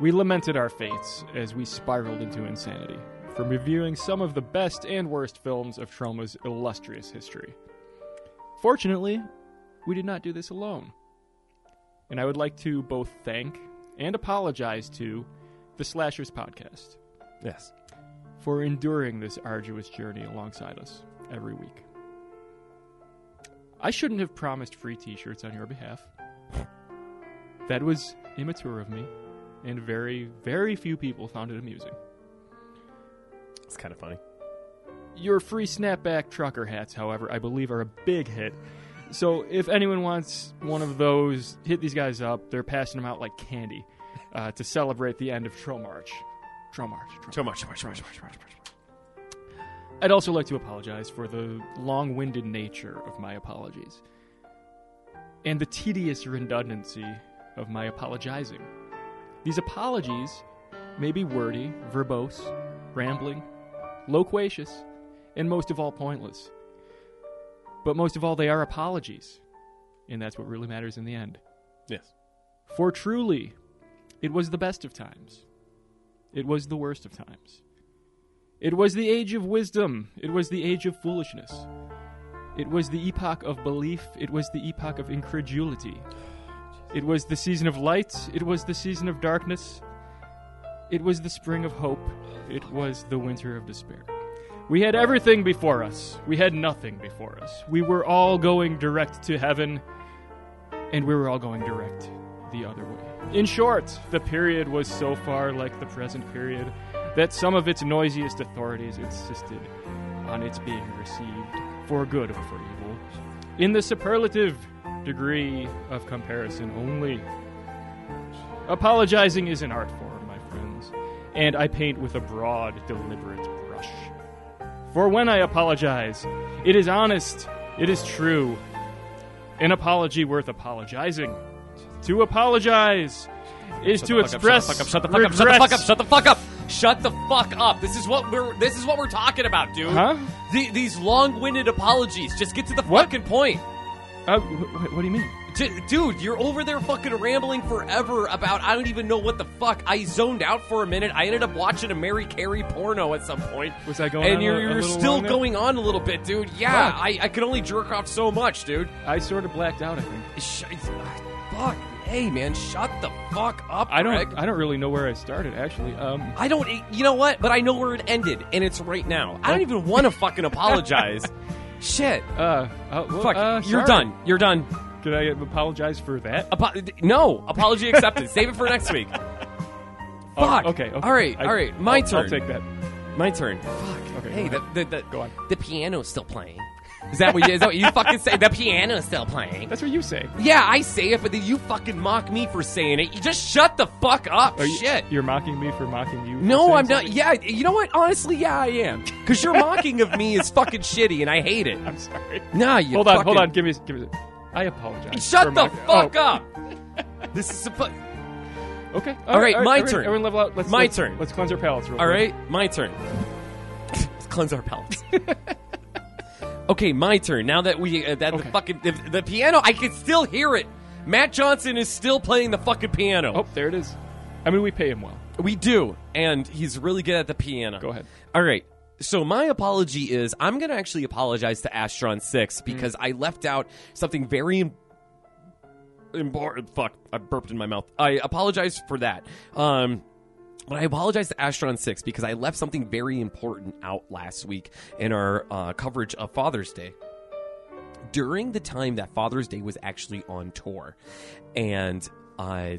we lamented our fates as we spiraled into insanity from reviewing some of the best and worst films of Troma's illustrious history. Fortunately, we did not do this alone. And I would like to both thank and apologize to the Slashers podcast
Yes.
for enduring this arduous journey alongside us every week. I shouldn't have promised free t shirts on your behalf. That was immature of me, and very, very few people found it amusing.
It's kind of funny.
Your free snapback trucker hats, however, I believe are a big hit. So if anyone wants one of those, hit these guys up. They're passing them out like candy uh, to celebrate the end of Troll March. Troll March. Troll
So much, so much, so much, so much, so much.
I'd also like to apologize for the long winded nature of my apologies and the tedious redundancy of my apologizing. These apologies may be wordy, verbose, rambling, loquacious, and most of all, pointless. But most of all, they are apologies, and that's what really matters in the end.
Yes.
For truly, it was the best of times. It was the worst of times. It was the age of wisdom. It was the age of foolishness. It was the epoch of belief. It was the epoch of incredulity. It was the season of light. It was the season of darkness. It was the spring of hope. It was the winter of despair. We had everything before us. We had nothing before us. We were all going direct to heaven, and we were all going direct the other way. In short, the period was so far like the present period that some of its noisiest authorities insisted on its being received for good or for evil. In the superlative degree of comparison only. Apologizing is an art form, my friends, and I paint with a broad, deliberate brush. For when I apologize, it is honest, it is true, an apology worth apologizing. To apologize is to express
Shut the fuck up. Shut the fuck up.
regrets.
Shut the fuck up. Shut the fuck up. This is what we're this is what we're talking about, dude.
Huh?
The, these long-winded apologies. Just get to the
What?
fucking point.
Uh, wh- wh- what do you mean?
D- dude, you're over there fucking rambling forever about I don't even know what the fuck. I zoned out for a minute. I ended up watching a Mary Carey porno at some point.
Was I going
And
on
you're,
a- a
you're
little
still
long there?
going on a little bit, dude. Yeah,
Fuck.
I, I could only jerk off so much, dude.
I sort of blacked out, I think.
Sh- fuck. Hey, man, shut the fuck up.
I don't.
Greg.
I don't really know where I started actually. Um,
I don't. e, You know what? But I know where it ended, and it's right now. I don't even want to fucking apologize. Shit.
uh, uh, well,
Fuck.
uh, sorry.
you're done. Oh, You're done.
Can I apologize for that?
Apo- no apology accepted. Save it for next week.
Oh,
Fuck.
okay, okay.
All right.
I-
all right. My
I'll-
turn.
I'll take that.
My turn. Fuck.
Okay,
Hey,
go
the, the, the,
Go on.
The piano's still playing. Is that what you, is that what you fucking say? The piano's still playing.
That's what you say.
Yeah, I say it, but then you fucking mock me for saying it. You just shut the fuck up.
Are you-
Shit.
You're mocking me for mocking you. for
No,
saying
I'm not.
something?
Yeah, you know what? Honestly, yeah, I am. Because your mocking of me is fucking shitty, and I hate it.
I'm sorry.
Nah, you.
hold on.
fucking-
Hold on. Give me. Give me. I apologize.
Shut
for
the
mocking-
fuck
oh,
up. This is supposed.
Okay.
All right, my turn.
Everyone level out. Let's,
My
let's-
turn.
Let's cleanse our palates. Real
All
quick.
right, my turn. Let's cleanse our palates. okay, my turn. Now that we uh, that the
Okay.
fucking the, the piano, I can still hear it. Matt Johnson is still playing the fucking piano.
Oh, there it is. I mean, we pay him well.
We do, and he's really good at the piano.
Go ahead.
All right. So my apology is I'm going to actually apologize to Astron 6 because I left out something very im- important. Fuck, I burped in my mouth. I apologize for that. Um but I apologize to Astron 6 because I left something very important out last week in our uh, coverage of Father's Day during the time that Father's Day was actually on tour, and uh,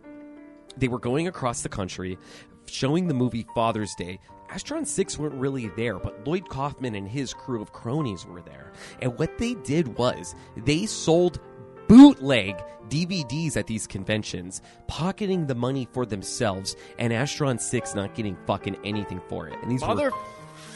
they were going across the country showing the movie Father's Day. Astron 6 weren't really there, but Lloyd Kaufman and his crew of cronies were there. And what they did was they sold bootleg DVDs at these conventions, pocketing the money for themselves, and Astron 6 not getting fucking anything for it. And these were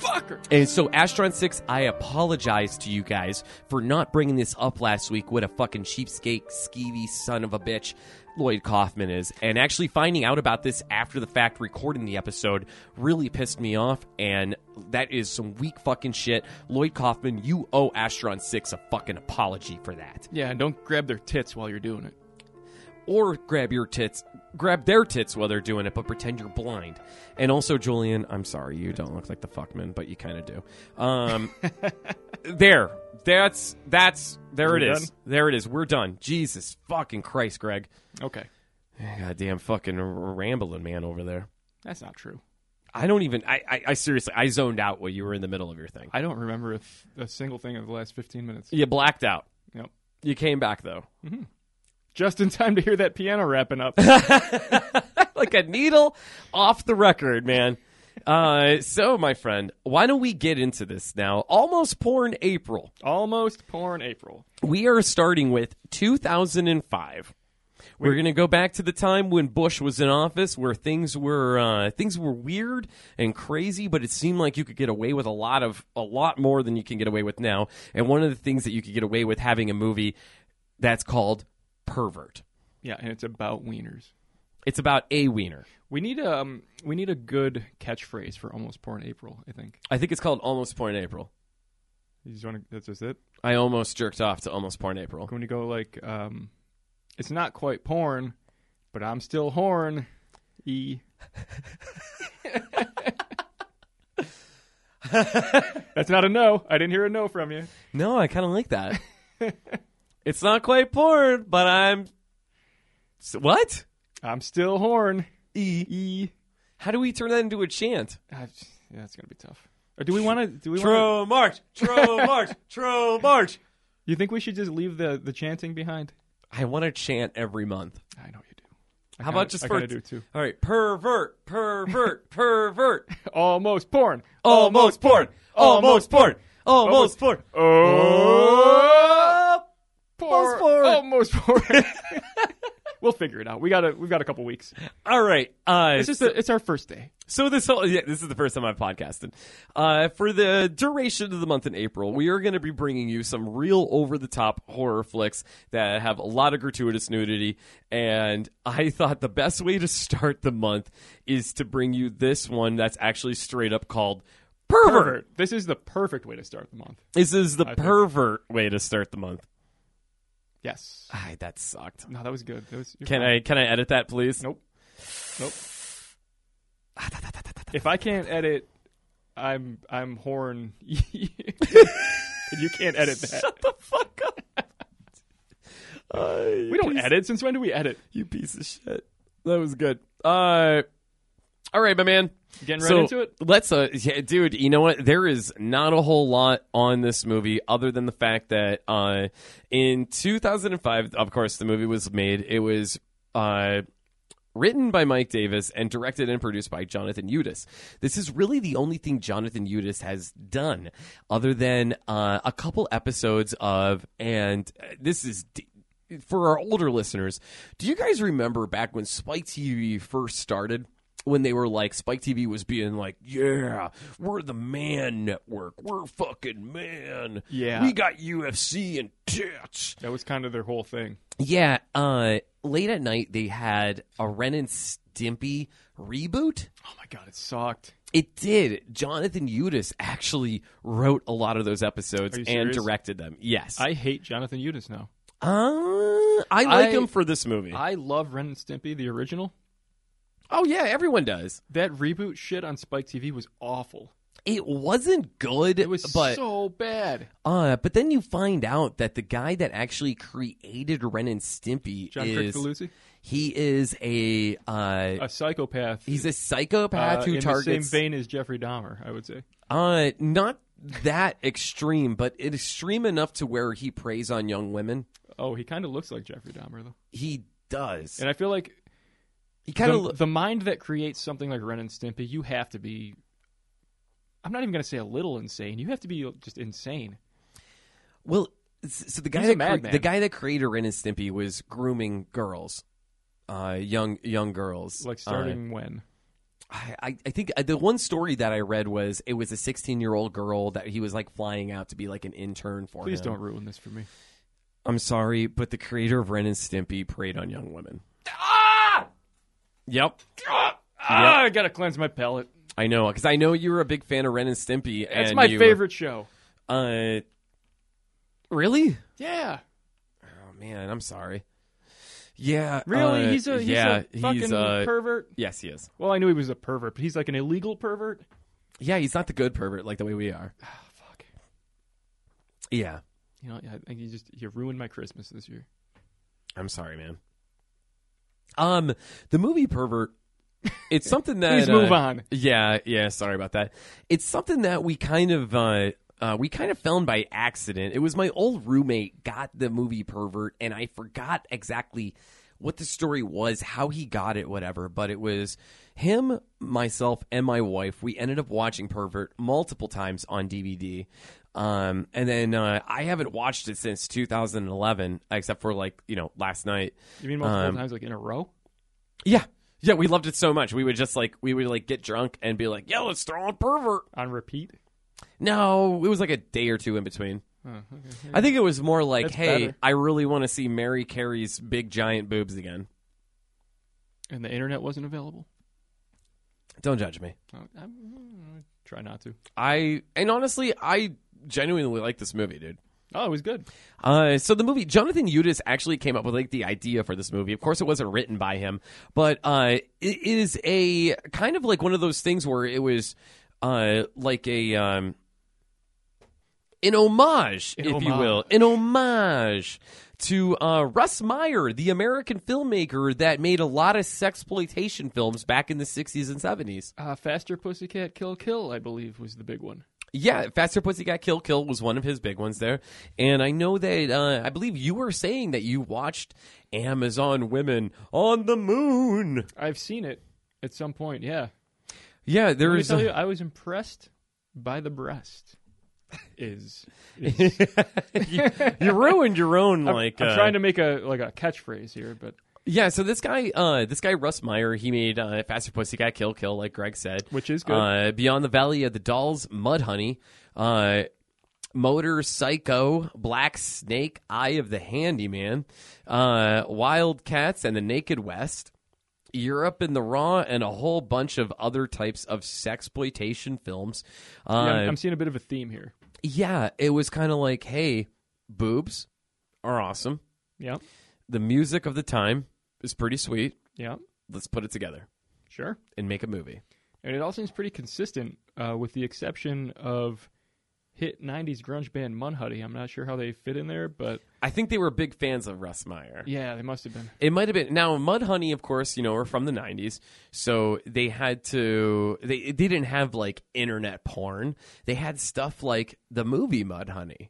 Motherfucker.
and so, Astron 6, I apologize to you guys for not bringing this up last week. What a fucking cheapskate, skeevy son of a bitch Lloyd Kaufman is. And actually finding out about this after the fact, recording the episode, really pissed me off. And that is some weak fucking shit. Lloyd Kaufman, you owe Astron 6 a fucking apology for that.
Yeah, and don't grab their tits while you're doing it.
Or grab your tits, grab their tits while they're doing it, but pretend you're blind. And also, Julian, I'm sorry, you don't look like the fuckman, but you kind of do. Um. there. That's that's there it
We
is.
done?
There it is. We're done. Jesus fucking Christ, Greg.
Okay,
Goddamn fucking r- rambling man over there.
that's not true.
I don't even I, I I seriously I zoned out while you were in the middle of your thing.
I don't remember a, th- a single thing of the last 15 minutes.
You blacked out.
Yep.
You came back though.
Just in time to hear that piano wrapping up.
like a needle off the record, man. Uh so my friend, why don't we get into this now? Almost porn April.
Almost porn April.
We are starting with 2005. We're going to go back to the time when Bush was in office, where things were uh, things were weird and crazy, but it seemed like you could get away with a lot of a lot more than you can get away with now. And one of the things that you could get away with having a movie that's called Pervert.
Yeah, and it's about wieners.
It's about a wiener.
We need um we need a good catchphrase for almost porn April. I think
I think it's called Almost Porn April.
you just want to. That's just it.
I almost jerked off to Almost Porn April.
When you go like um, it's not quite porn, but I'm still horn. E. that's not a no. I didn't hear a no from you.
No, I kind of like that. it's not quite porn, but I'm. S- What?
I'm still horn. E. E.
How do we turn that into a chant?
Ah, yeah, that's gonna be tough. Or do we want to? Do we? Wanna,
True march, true march, true march.
you think we should just leave the the chanting behind?
I want to chant every month.
I know you do. I
How
kinda-
about just
I
for
kinda do too.
All right, pervert, pervert, pervert.
Almost porn.
Almost porn, almost porn, almost porn.
Oh,
Almost porn.
Almost porn. we'll figure it out. We got a we've got a couple weeks.
All right, uh,
It's just a, it's our first day.
So this whole yeah, this is the first time I've podcasted. Uh, for the duration of the month in April, we are going to be bringing you some real over the top horror flicks that have a lot of gratuitous nudity. And I thought the best way to start the month is to bring you this one that's actually straight up called pervert.
This is the perfect way to start the month.
This is the
I think-
pervert way to start the month.
Yes.
Ah, that sucked.
No, that was good. That was, you're
Can
fine.
I can I edit that, please?
Nope. Nope. if I can't edit, I'm I'm horn. you can't edit that.
Shut the fuck up. Uh,
we don't
please.
edit. Since when do we edit?
You piece of shit. That was good. Uh, all right, my man.
Getting right
so
into it.
let's, uh, yeah, dude. You know what? There is not a whole lot on this movie other than the fact that uh, in 2005, of course, the movie was made. It was. Uh, written by Mike Davis and directed and produced by Jonathan Udis. This is really the only thing Jonathan Udis has done, other than uh, a couple episodes of, and uh, this is. D- for our older listeners, do you guys remember back when Spike TV first started? When they were like, Spike TV was being like, yeah, we're the man network. We're fucking man.
Yeah.
We got UFC and tits.
That was kind of their whole thing.
Yeah, uh, late at night they had a Ren and Stimpy reboot.
Oh my god, it sucked.
It did. Jonathan Udis actually wrote a lot of those episodes
Are you
and
serious?
directed them. Yes,
I hate Jonathan Udis now.
uh, I like
I-
him for this movie.
I love Ren and Stimpy, the original.
Oh yeah, everyone does.
That reboot shit on Spike TV was awful.
It wasn't good.
It was
but
so bad.
uh, but then you find out that the guy that actually created Ren and Stimpy
John
is
Crick
he is a uh,
a psychopath.
he's a
uh,
psychopath
in
who
the
targets
same vein as Jeffrey Dahmer, I would say.
uh not that extreme, but it extreme enough to where he preys on young women.
Oh, he kind of looks like Jeffrey Dahmer though,
He does.
and I feel like
He kind
the,
of
the mind that creates something like Ren and Stimpy, you have to be. I'm not even going to say a little insane. You have to be just insane.
Well, s- so the guy
He's a
that cre-
madman.
the guy that created Ren and Stimpy was grooming girls, uh, young young girls.
Like
Uh,
starting when
I- I, I think uh, the one story that I read was it was a 16 year old girl that he was like flying out to be like an intern for.
Please
him.
don't ruin this for me.
I'm sorry, but the creator of Ren and Stimpy preyed on young women. Yep,
Ah, I gotta cleanse my palate.
I know because I know you were a big fan of Ren and Stimpy.
That's
and
my
you-
favorite show.
Uh, really?
Yeah,
Oh man, I'm sorry. Yeah,
really.
uh,
he's a he's
yeah,
a fucking
he's, uh,
pervert.
Yes, he is.
Well, I knew he was a pervert, but he's like an illegal pervert.
Yeah, he's not the good pervert like the way we are.
Oh, fuck.
Yeah.
You know, I think you just you ruined my Christmas this year.
I'm sorry, man. Um, the movie pervert. It's something that
Please move
uh,
on.
Yeah, yeah. Sorry about that. It's something that we kind of uh, uh, we kind of found by accident. It was my old roommate got the movie pervert, and I forgot exactly what the story was, how he got it, whatever. But it was him, myself, and my wife. We ended up watching pervert multiple times on DVD. Um, and then uh, I haven't watched it since 2011, except for like you know last night.
You mean multiple
Um,
times, like in a row?
Yeah. Yeah, we loved it so much. We would just like we would like get drunk and be like, "Yo, let's throw on pervert."
On repeat?
No, it was like a day or two in between.
Oh, okay.
I think it was more like,
That's
"Hey,
better.
I really want to see Mary Carey's big giant boobs again."
And the internet wasn't available?
Don't judge me.
Oh, I, I try not to.
I and honestly, I genuinely like this movie, dude.
Oh, it was good.
Uh, so the movie Jonathan Udis actually came up with like the idea for this movie. Of course, it wasn't written by him, but uh, it is a kind of like one of those things where it was uh, like a um, an homage,
An
if you will, an homage to uh, Russ Meyer, the American filmmaker that made a lot of sexploitation films back in the '60s and '70s.
Uh, Faster Pussycat Kill Kill, I believe, was the big one.
Yeah, Faster Pussycat Kill Kill was one of his big ones there. And I know that, uh, I believe you were saying that you watched Amazon Women on the Moon.
I've seen it at some point, yeah.
Yeah,
Let
there
me
is.
tell you,
a-
I was impressed by the breast. Is,
you, you ruined your own,
I'm,
like.
I'm
uh,
trying to make a like a catchphrase here, but
Yeah, so this guy, uh, this guy, Russ Meyer, he made uh, Faster Pussycat Kill Kill, like Greg said.
which is good.
Uh, Beyond the Valley of the Dolls, Mud Honey, uh, Motor Psycho, Black Snake, Eye of the Handyman, uh, Wildcats and the Naked West, Europe in the Raw, and a whole bunch of other types of sexploitation films.
Yeah,
Uh,
I'm, I'm seeing a bit of a theme here.
yeah, it was kind of like, hey, boobs are awesome.
Yeah,
The music of the time is pretty sweet.
yeah,
Let's put it together
sure.
and make a movie.
And it all seems pretty consistent, uh, with the exception of hit '90s grunge band Munhuddy. I'm not sure how they fit in there, but
I think they were big fans of Russ Meyer.
yeah, they must have been.
It might have been now Mudhoney, of course, you know, are from the '90s, so they had to. They, they didn't have like internet porn. They had stuff like the movie Mudhoney.
Do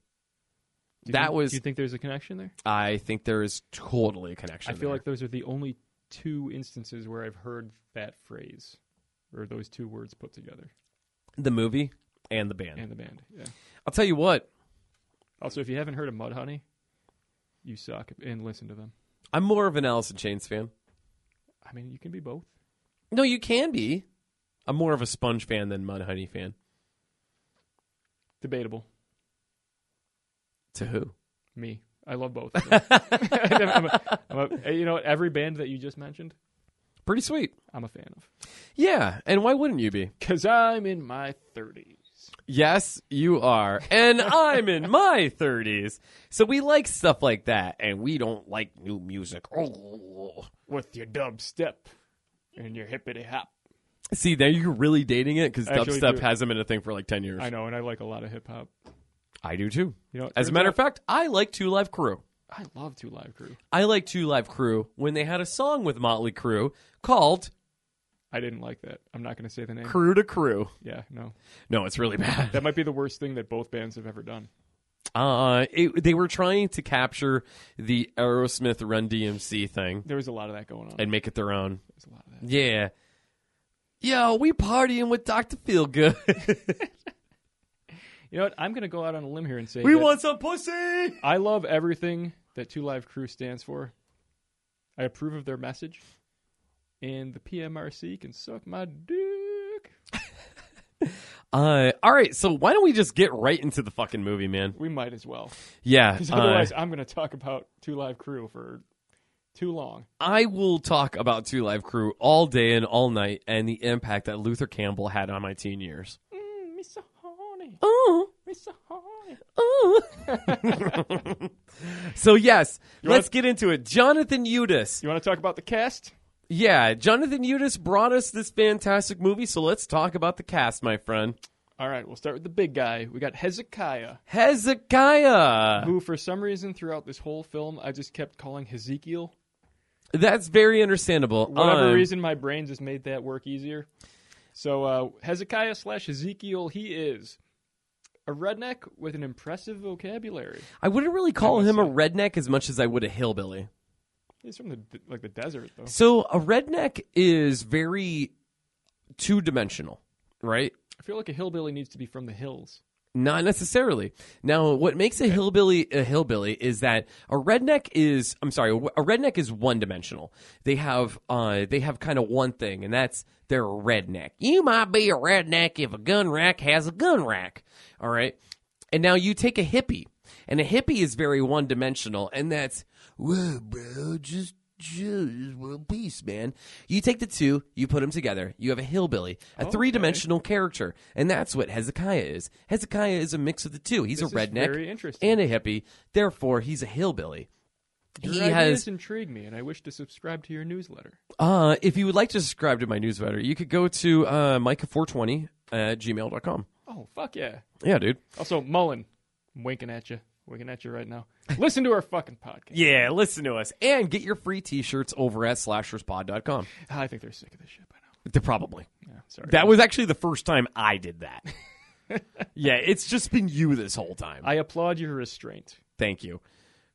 you
That
think-
was-
Do you think there's a connection there?
I think there is totally a connection.
I feel
there.
like those are the only two instances where I've heard that phrase or those two words put together
the movie and the band.
and the band. Yeah.
I'll tell you what,
Also, if you haven't heard of Mudhoney, you suck and listen to them.
I'm more of an Alice in Chains fan.
I mean, you can be both.
No, you can be. I'm more of a Sponge fan than Mudhoney fan.
Debatable.
To who?
Me. I love both. of them. I'm a- I'm a- you know, what? every band that you just mentioned,
Pretty sweet.
I'm a fan of.
Yeah, and why wouldn't you be?
Because I'm in my 30s.
Yes, you are. And I'm in my 30s. So we like stuff like that, and we don't like new music. Oh.
With your dubstep. and your hippity hop.
See, now you're really dating it because
Actually
dubstep
do.
hasn't been a thing for like 10 years.
I know, and I like a lot of hip hop.
I do too.
You know, it
As a
turns
matter
out-
of fact, I like Two Live Crew.
I love Two Live Crew.
I like Two Live Crew when they had a song with Motley Crue called
I didn't like that. I'm not going to say the name.
Crew to Crew.
Yeah, no.
No, it's really bad.
That might be the worst thing that both bands have ever done.
Uh, it, they were trying to capture the Aerosmith Run DMC thing
There was a lot of that going on. There
and make it their own.
was a lot of that.
Yeah. Yo, we partying with Dr. Feelgood.
You know what? I'm going to go out on a limb here and say
we
that
want some pussy.
I love everything that Two Live Crew stands for. I approve of their message, and the PMRC can suck my dick.
Uh, all right, so why don't we just get right into the fucking movie, man?
We might as well,
Yeah.
because
uh,
otherwise I'm going to talk about Two Live Crew for too long.
I will talk about Two Live Crew all day and all night and the impact that Luther Campbell had on my teen years.
Mm, me so horny,
Oh,
me so horny.
oh. so, yes,
wanna-
let's get into it. Jonathan Udis.
You want to talk about the cast?
Yeah, Jonathan Udis brought us this fantastic movie, so let's talk about the cast, my friend.
All right, we'll start with the big guy. We got Hezekiah,
Hezekiah.
who for some reason throughout this whole film I just kept calling Hezekiel.
That's very understandable.
whatever
Um,
reason my brain just made that work easier so uh, hezekiah slash ezekiel he is a redneck with an impressive vocabulary
I wouldn't really call
I
him a
see.
redneck as much as I would a hillbilly.
he's from the like the desert though
So a redneck is very two dimensional, right?
i feel like a hillbilly needs to be from the hills
Not necessarily. Now, what makes a hillbilly a hillbilly is that a redneck is I'm sorry, a redneck is one dimensional. They have uh they have kind of one thing and that's they're a redneck. You might be a redneck if a gun rack has a gun rack. All right? And now you take a hippie. And a hippie is very one dimensional and that's whoa, bro, just just one piece, man. You take the two, you put them together. You have a hillbilly, a three dimensional character, and that's what Hezekiah is. Hezekiah is a mix of the two. He's
This is
a redneck
very interesting.
and a hippie. Therefore, he's a hillbilly.
your
he
ideas
has.
intrigue me and i wish to subscribe to your newsletter
Uh, if you would like to subscribe to my newsletter, you could go to uh, micah420 at gmail.com.
oh fuck yeah
Yeah, dude.
also mullen i'm winking at you winking at you right now listen to our fucking podcast
Yeah, listen to us. And get your free t shirts over at slasherspod.com.
i think they're sick of this shit by now
They're probably.
yeah sorry
That was actually the first time I did that. yeah, it's just been you this whole time.
i applaud your restraint
Thank you.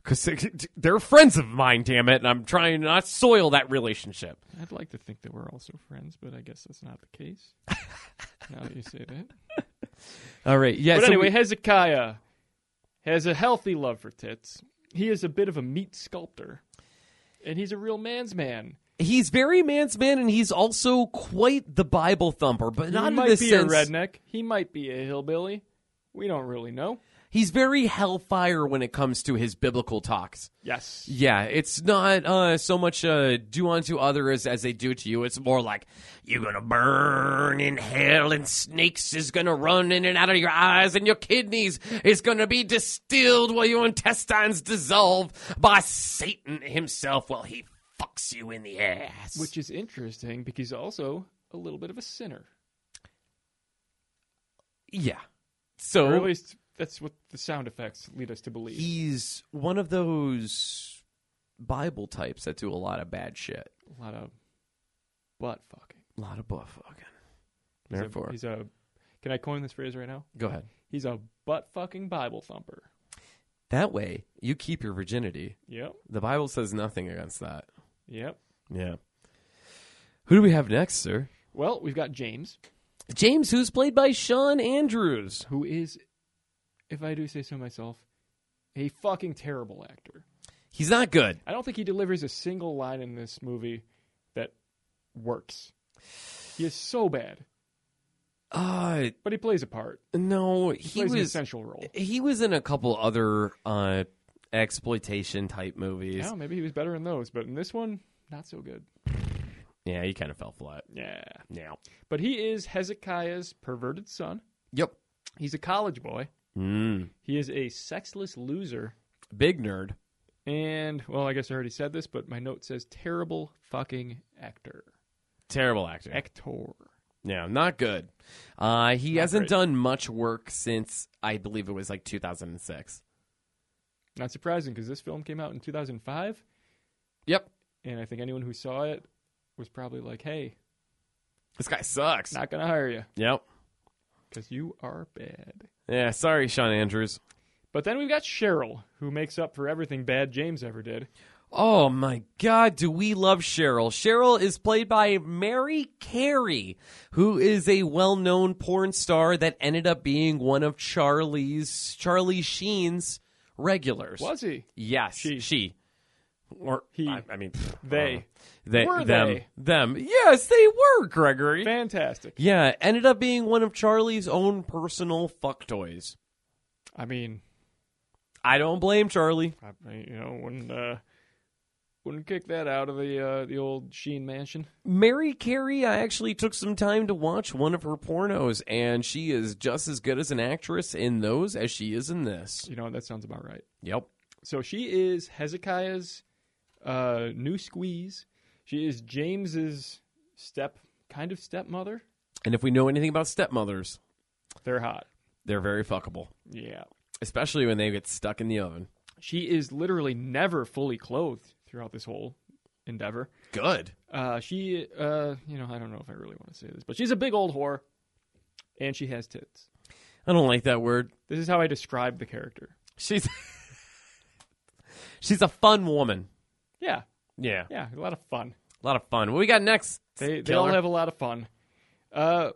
Because they're friends of mine, damn it, and I'm trying to not soil that relationship.
I'd like to think that we're also friends, but I guess that's not the case. now that you say that.
All right. Yeah.
But
so
anyway,
we-
Hezekiah has a healthy love for tits. He is a bit of a meat sculptor, and he's a real man's man.
he's very man's man, and he's also quite the Bible thumper, but not
he
in
might
the
be
sense
a redneck. He might be a hillbilly. We don't really know.
he's very hellfire when it comes to his biblical talks.
Yes.
Yeah, it's not uh, so much uh, do unto others as they do to you. It's more like you're gonna burn in hell, and snakes is gonna run in and out of your eyes, and your kidneys is gonna be distilled while your intestines dissolve by Satan himself while he fucks you in the ass.
Which is interesting because he's also a little bit of a sinner.
yeah, so
Or at least that's what the sound effects lead us to believe.
he's one of those Bible types that do a lot of bad shit,
a lot of butt fucking.
a lot of buff fucking.
He's a-
Therefore,
he's a. Can I coin this phrase right now?
go ahead.
He's a butt fucking Bible thumper.
That way, you keep your virginity.
Yep.
The Bible says nothing against that.
Yep.
Yeah. Who do we have next, sir?
Well, we've got James,
James, who's played by Sean Andrews.
who is, if I do say so myself, a fucking terrible actor.
He's not good.
I don't think he delivers a single line in this movie that works. He is so bad,
Uh,
but he plays a part.
no,
He,
he
plays an
was
essential role.
he was in a couple other uh exploitation type movies.
Yeah, maybe he was better in those, but in this one, not so good.
Yeah, he kind of fell flat.
Yeah.
Yeah.
But he is Hezekiah's perverted son.
Yep.
He's a college boy.
Mm.
He is a sexless loser
Big nerd.
And well, I guess I already said this, but my note says terrible fucking actor.
Terrible actor.
Actor.
Yeah, not good. Uh, he hasn't
great.
done much work since I believe it was like 2006.
Not surprising because this film came out in 2005,
Yep,
and I think anyone who saw it was probably like, "Hey,
this guy sucks.
not gonna hire you
yep.
because you are bad."
Yeah, sorry, Sean Andrews.
But then we've got Cheryl, who makes up for everything bad James ever did.
Oh my God, do we love Cheryl? Cheryl is played by Mary Carey, who is a well known porn star that ended up being one of Charlie's, Charlie Sheen's regulars.
Was he?
Yes,
She.
she. Or
He.
I, I mean, pfft,
They.
uh, they,
Were
them,
they?
them. Yes, they were, Gregory.
Fantastic.
yeah, ended up being one of Charlie's own personal fuck toys.
I mean,
I don't blame Charlie.
I, I, you know, wouldn't uh, wouldn't kick that out of the uh, the old Sheen mansion.
Mary Carey, I actually took some time to watch one of her pornos, and she is just as good as an actress in those as she is in this.
You know, that sounds about right.
Yep.
So she is Hezekiah's uh, new squeeze. She is James's step, kind of stepmother.
And if we know anything about stepmothers,
They're hot.
they're very fuckable,
Yeah.
especially when they get stuck in the oven.
She is literally never fully clothed throughout this whole endeavor.
Good.
Uh, she, uh, you know, I don't know if I really want to say this, but she's a big old whore, and she has tits.
I don't like that word.
This is how I describe the character.
She's she's a fun woman.
Yeah,
Yeah,
yeah, a lot of fun.
a lot of fun. What we got next?
They they all
Killer?
have a lot of fun. Uh,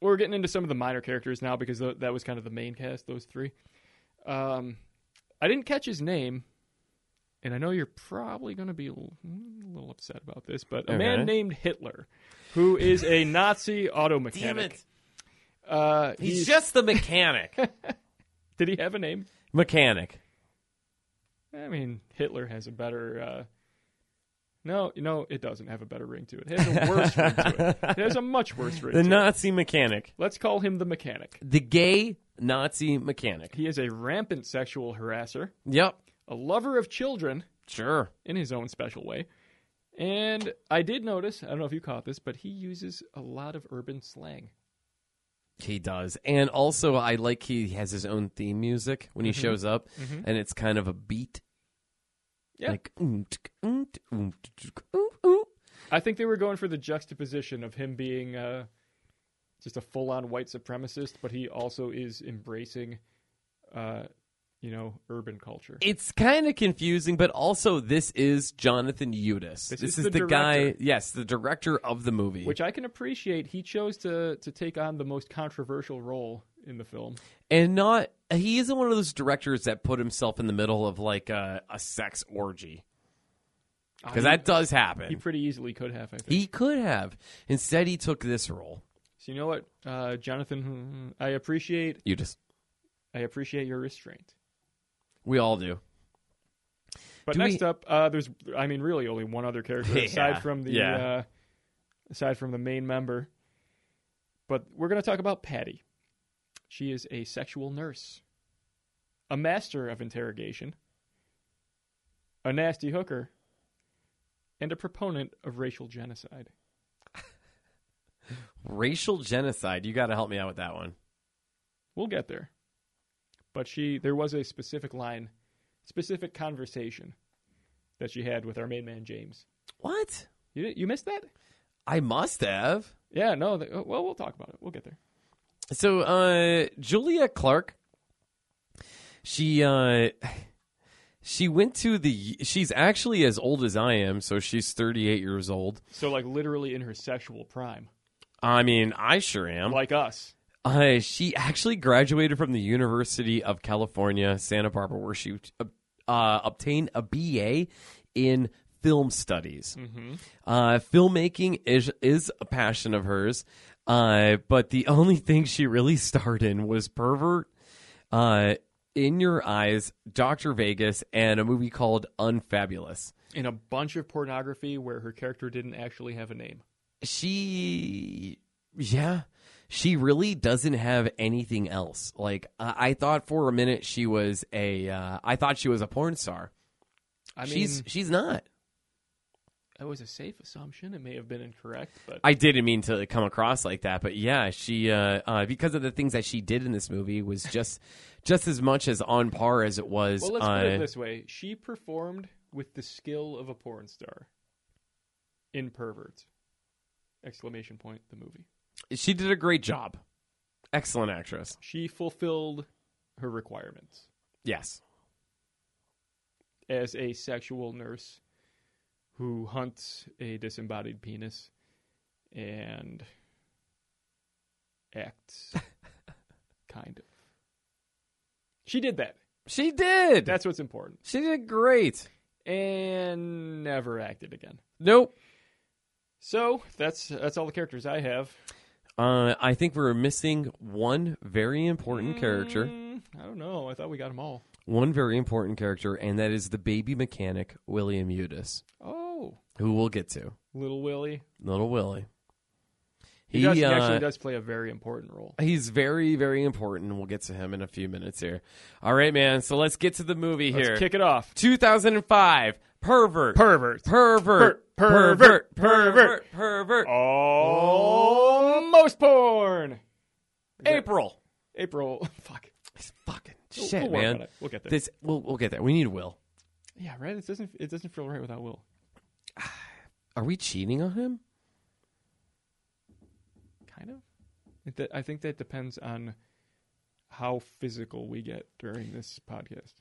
we're getting into some of the minor characters now because tho- that was kind of the main cast. Those three. Um, I didn't catch his name, and I know you're probably going to be a l- a little upset about this, but a man
Okay.
named Hitler, who is a Nazi auto mechanic.
Damn it!
Uh,
He's, just the mechanic.
Did he have a name?
mechanic.
I mean, Hitler has a better. Uh, no, no, it doesn't have a better ring to it. It has a worse ring to it. It has a much worse ring.
The
to it.
Nazi mechanic.
Let's call him the mechanic.
The gay Nazi mechanic.
He is a rampant sexual harasser,
Yep.
a lover of children
Sure.
in his own special way. And I did notice, I don't know if you caught this, but he uses a lot of urban slang.
He does. And also I like he has his own theme music when
Mm-hmm.
he shows up and it's kind of a beat.
Yeah.
Like "Oom, tsk, oom, t- oom, t- tsk, oom, oom."
I think they were going for the juxtaposition of him being uh, just a full on white supremacist, but he also is embracing, uh, you know, urban culture.
It's kind of confusing, but also this is Jonathan Udis.
This is
is,
the
the, guy,
director.
yes, the director of the movie.
Which I can appreciate. He chose to, to take on the most controversial role in the film.
and not he isn't one of those directors that put himself in the middle of like a, a sex orgy because that does happen.
He pretty easily could have, I think.
He could have. Instead, he took this role.
So you know what, uh, Jonathan, hmm, I appreciate
You just,
I appreciate your restraint.
we all do.
But
Do
next
we-
up, uh, there's I mean really only one other character
Yeah,
aside from the
yeah.
uh, aside from the main member. But we're going to talk about Patty. She is a sexual nurse, a master of interrogation, a nasty hooker, and a proponent of racial genocide.
Racial genocide. You got to help me out with that one.
We'll get there. But she, there was a specific line, specific conversation that she had with our main man James.
What?
You you missed that?
I must have.
Yeah, no. th- oh, well, we'll talk about it. We'll get there.
So, uh, Julia Clark, she, uh, she went to the, she's actually as old as I am, so she's 38 years old.
So, like, literally in her sexual prime,
I mean, I sure am.
like us.
Uh, she actually graduated from the University of California, Santa Barbara, where she uh, uh, obtained a BA in film studies. Uh, filmmaking is is a passion of hers, uh, but the only thing she really starred in was Pervert, uh, In Your Eyes, Doctor Vegas, and a movie called Unfabulous.
In a bunch of pornography where her character didn't actually have a name.
she yeah she really doesn't have anything else like i, I thought for a minute she was a uh, i thought she was a porn star
I mean,
she's she's not
That was a safe assumption. It may have been incorrect, but
I didn't mean to come across like that, but yeah, she uh, uh, because of the things that she did in this movie was just just as much as on par as it was.
well, let's put
uh,
it this way: she performed with the skill of a porn star. In perverts! Exclamation point! The movie.
she did a great job. Excellent actress.
She fulfilled her requirements
Yes.
as a sexual nurse who hunts a disembodied penis and acts kind of. She did that.
She did.
That's what's important.
she did great.
And never acted again.
Nope.
So that's that's all the characters I have.
Uh, I think we're missing one very important character.
Mm, I don't know. I thought we got them all.
One very important character, and that is the baby mechanic William Udis,
Oh,
who we'll get to.
little Willie.
Little Willie.
He, does, he
uh,
actually does play a very important role.
He's very, very important. We'll get to him in a few minutes here. All right, man. So let's get to the movie here.
Let's kick it off.
2005. Pervert.
Pervert.
pervert.
Per- pervert. Oh,
Pervert. Pervert.
Almost porn.
April.
April. Fuck.
It's fucking
We'll-
shit,
we'll work on
man.
it. We'll get there.
This we'll we'll get there. We need Will.
yeah, right. It doesn't. It doesn't feel right without Will.
Are we cheating on him?
Kind of. It, that, I think that depends on how physical we get during this podcast.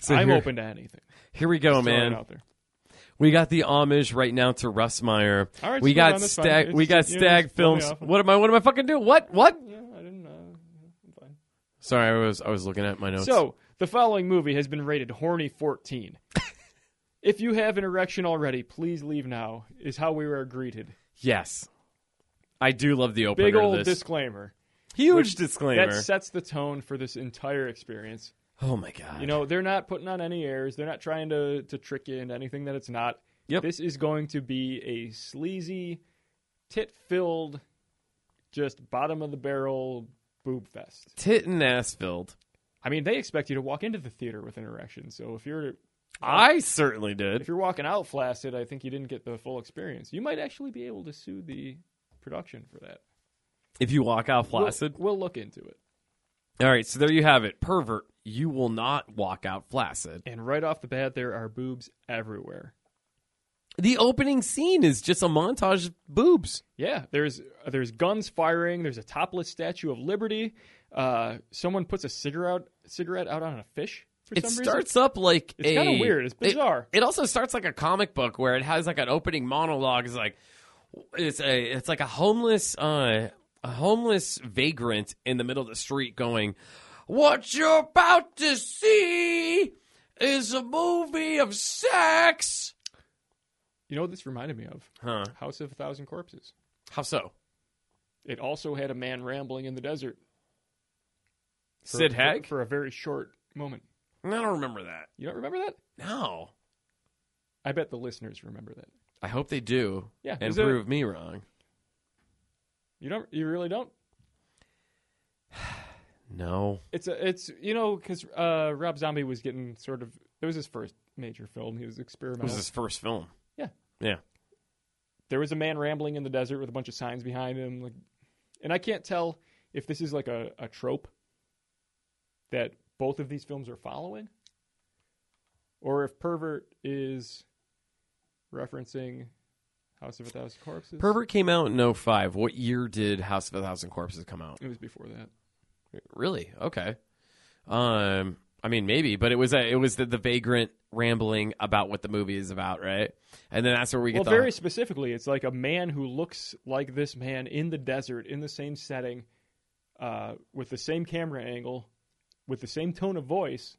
So
I'm
here,
open to anything.
Here we go,
Just throwing it
Oh, man.
out there.
We got the Amish right now to Russ Meyer.
All right,
we
just put it
got
on, that's fine.
Stag.
It's
We got
just- you know,
Stag
just throw me
Films.
off.
What am I? What am I fucking doing? What? What?
Yeah, I didn't. Uh, I'm fine.
Sorry, I was I was looking at my notes.
So, the following movie has been rated horny 14. if you have an erection already, please leave now. Is how we were greeted.
yes, I do love the opener.
Big
to
old
this.
disclaimer.
huge
which-
disclaimer.
That sets the tone for this entire experience.
oh my god!
You know, they're not putting on any airs. They're not trying to, to trick you into anything that it's not.
Yep.
This is going to be a sleazy, tit filled, just bottom of the barrel boob fest.
tit and ass filled.
I mean, they expect you to walk into the theater with an erection. So if you're Ah.
I certainly
if
did.
you're walking out flaccid, I think you didn't get the full experience. You might actually be able to sue the production for that.
If you walk out
We'll-
flaccid,
We'll, look into it.
all right. So there you have it, pervert. You will not walk out flaccid.
And right off the bat, there are boobs everywhere.
The opening scene is just a montage of boobs.
Yeah, there's uh, there's guns firing. There's a topless Statue of Liberty. Uh, someone puts a cigarette cigarette out on a fish for
It
some
starts up like
It's
a-
kinda weird. It's
it-
bizarre.
It, also starts like a comic book where it has like an opening monologue. It's like it's a it's like a homeless uh, a homeless vagrant in the middle of the street going, "What you're about to see is a movie of
reason.
sex."
You know what this reminded me of?
Huh?
House of a Thousand Corpses.
How so?
It also had a man rambling in the desert. for-
Sid
for-
Haig?
for a very short moment.
I don't remember that.
You don't remember that?
No.
I bet the listeners remember that.
I hope they do.
Yeah,
and
is it-
prove me wrong.
You don't. You really don't.
No.
It's a. It's you know because uh, Rob Zombie was getting sort of. It was his first major film. He was
It
experimental.
was his first film.
Yeah.
Yeah.
there was a man rambling in the desert with a bunch of signs behind him. Like, and I can't tell if this is like a, a trope that both of these films are following, or if Pervert is referencing House of a Thousand Corpses.
Pervert came out in 05. What year did House of a Thousand Corpses come out?
It was before that.
Really? Okay. Um, I mean, maybe, but it was a, it was the, the vagrant rambling about what the movie is about, right? And then that's where we get
Well,
the
very specifically, it's like a man who looks like this man in the desert, in the same setting, uh, with the same camera angle, with the same tone of voice,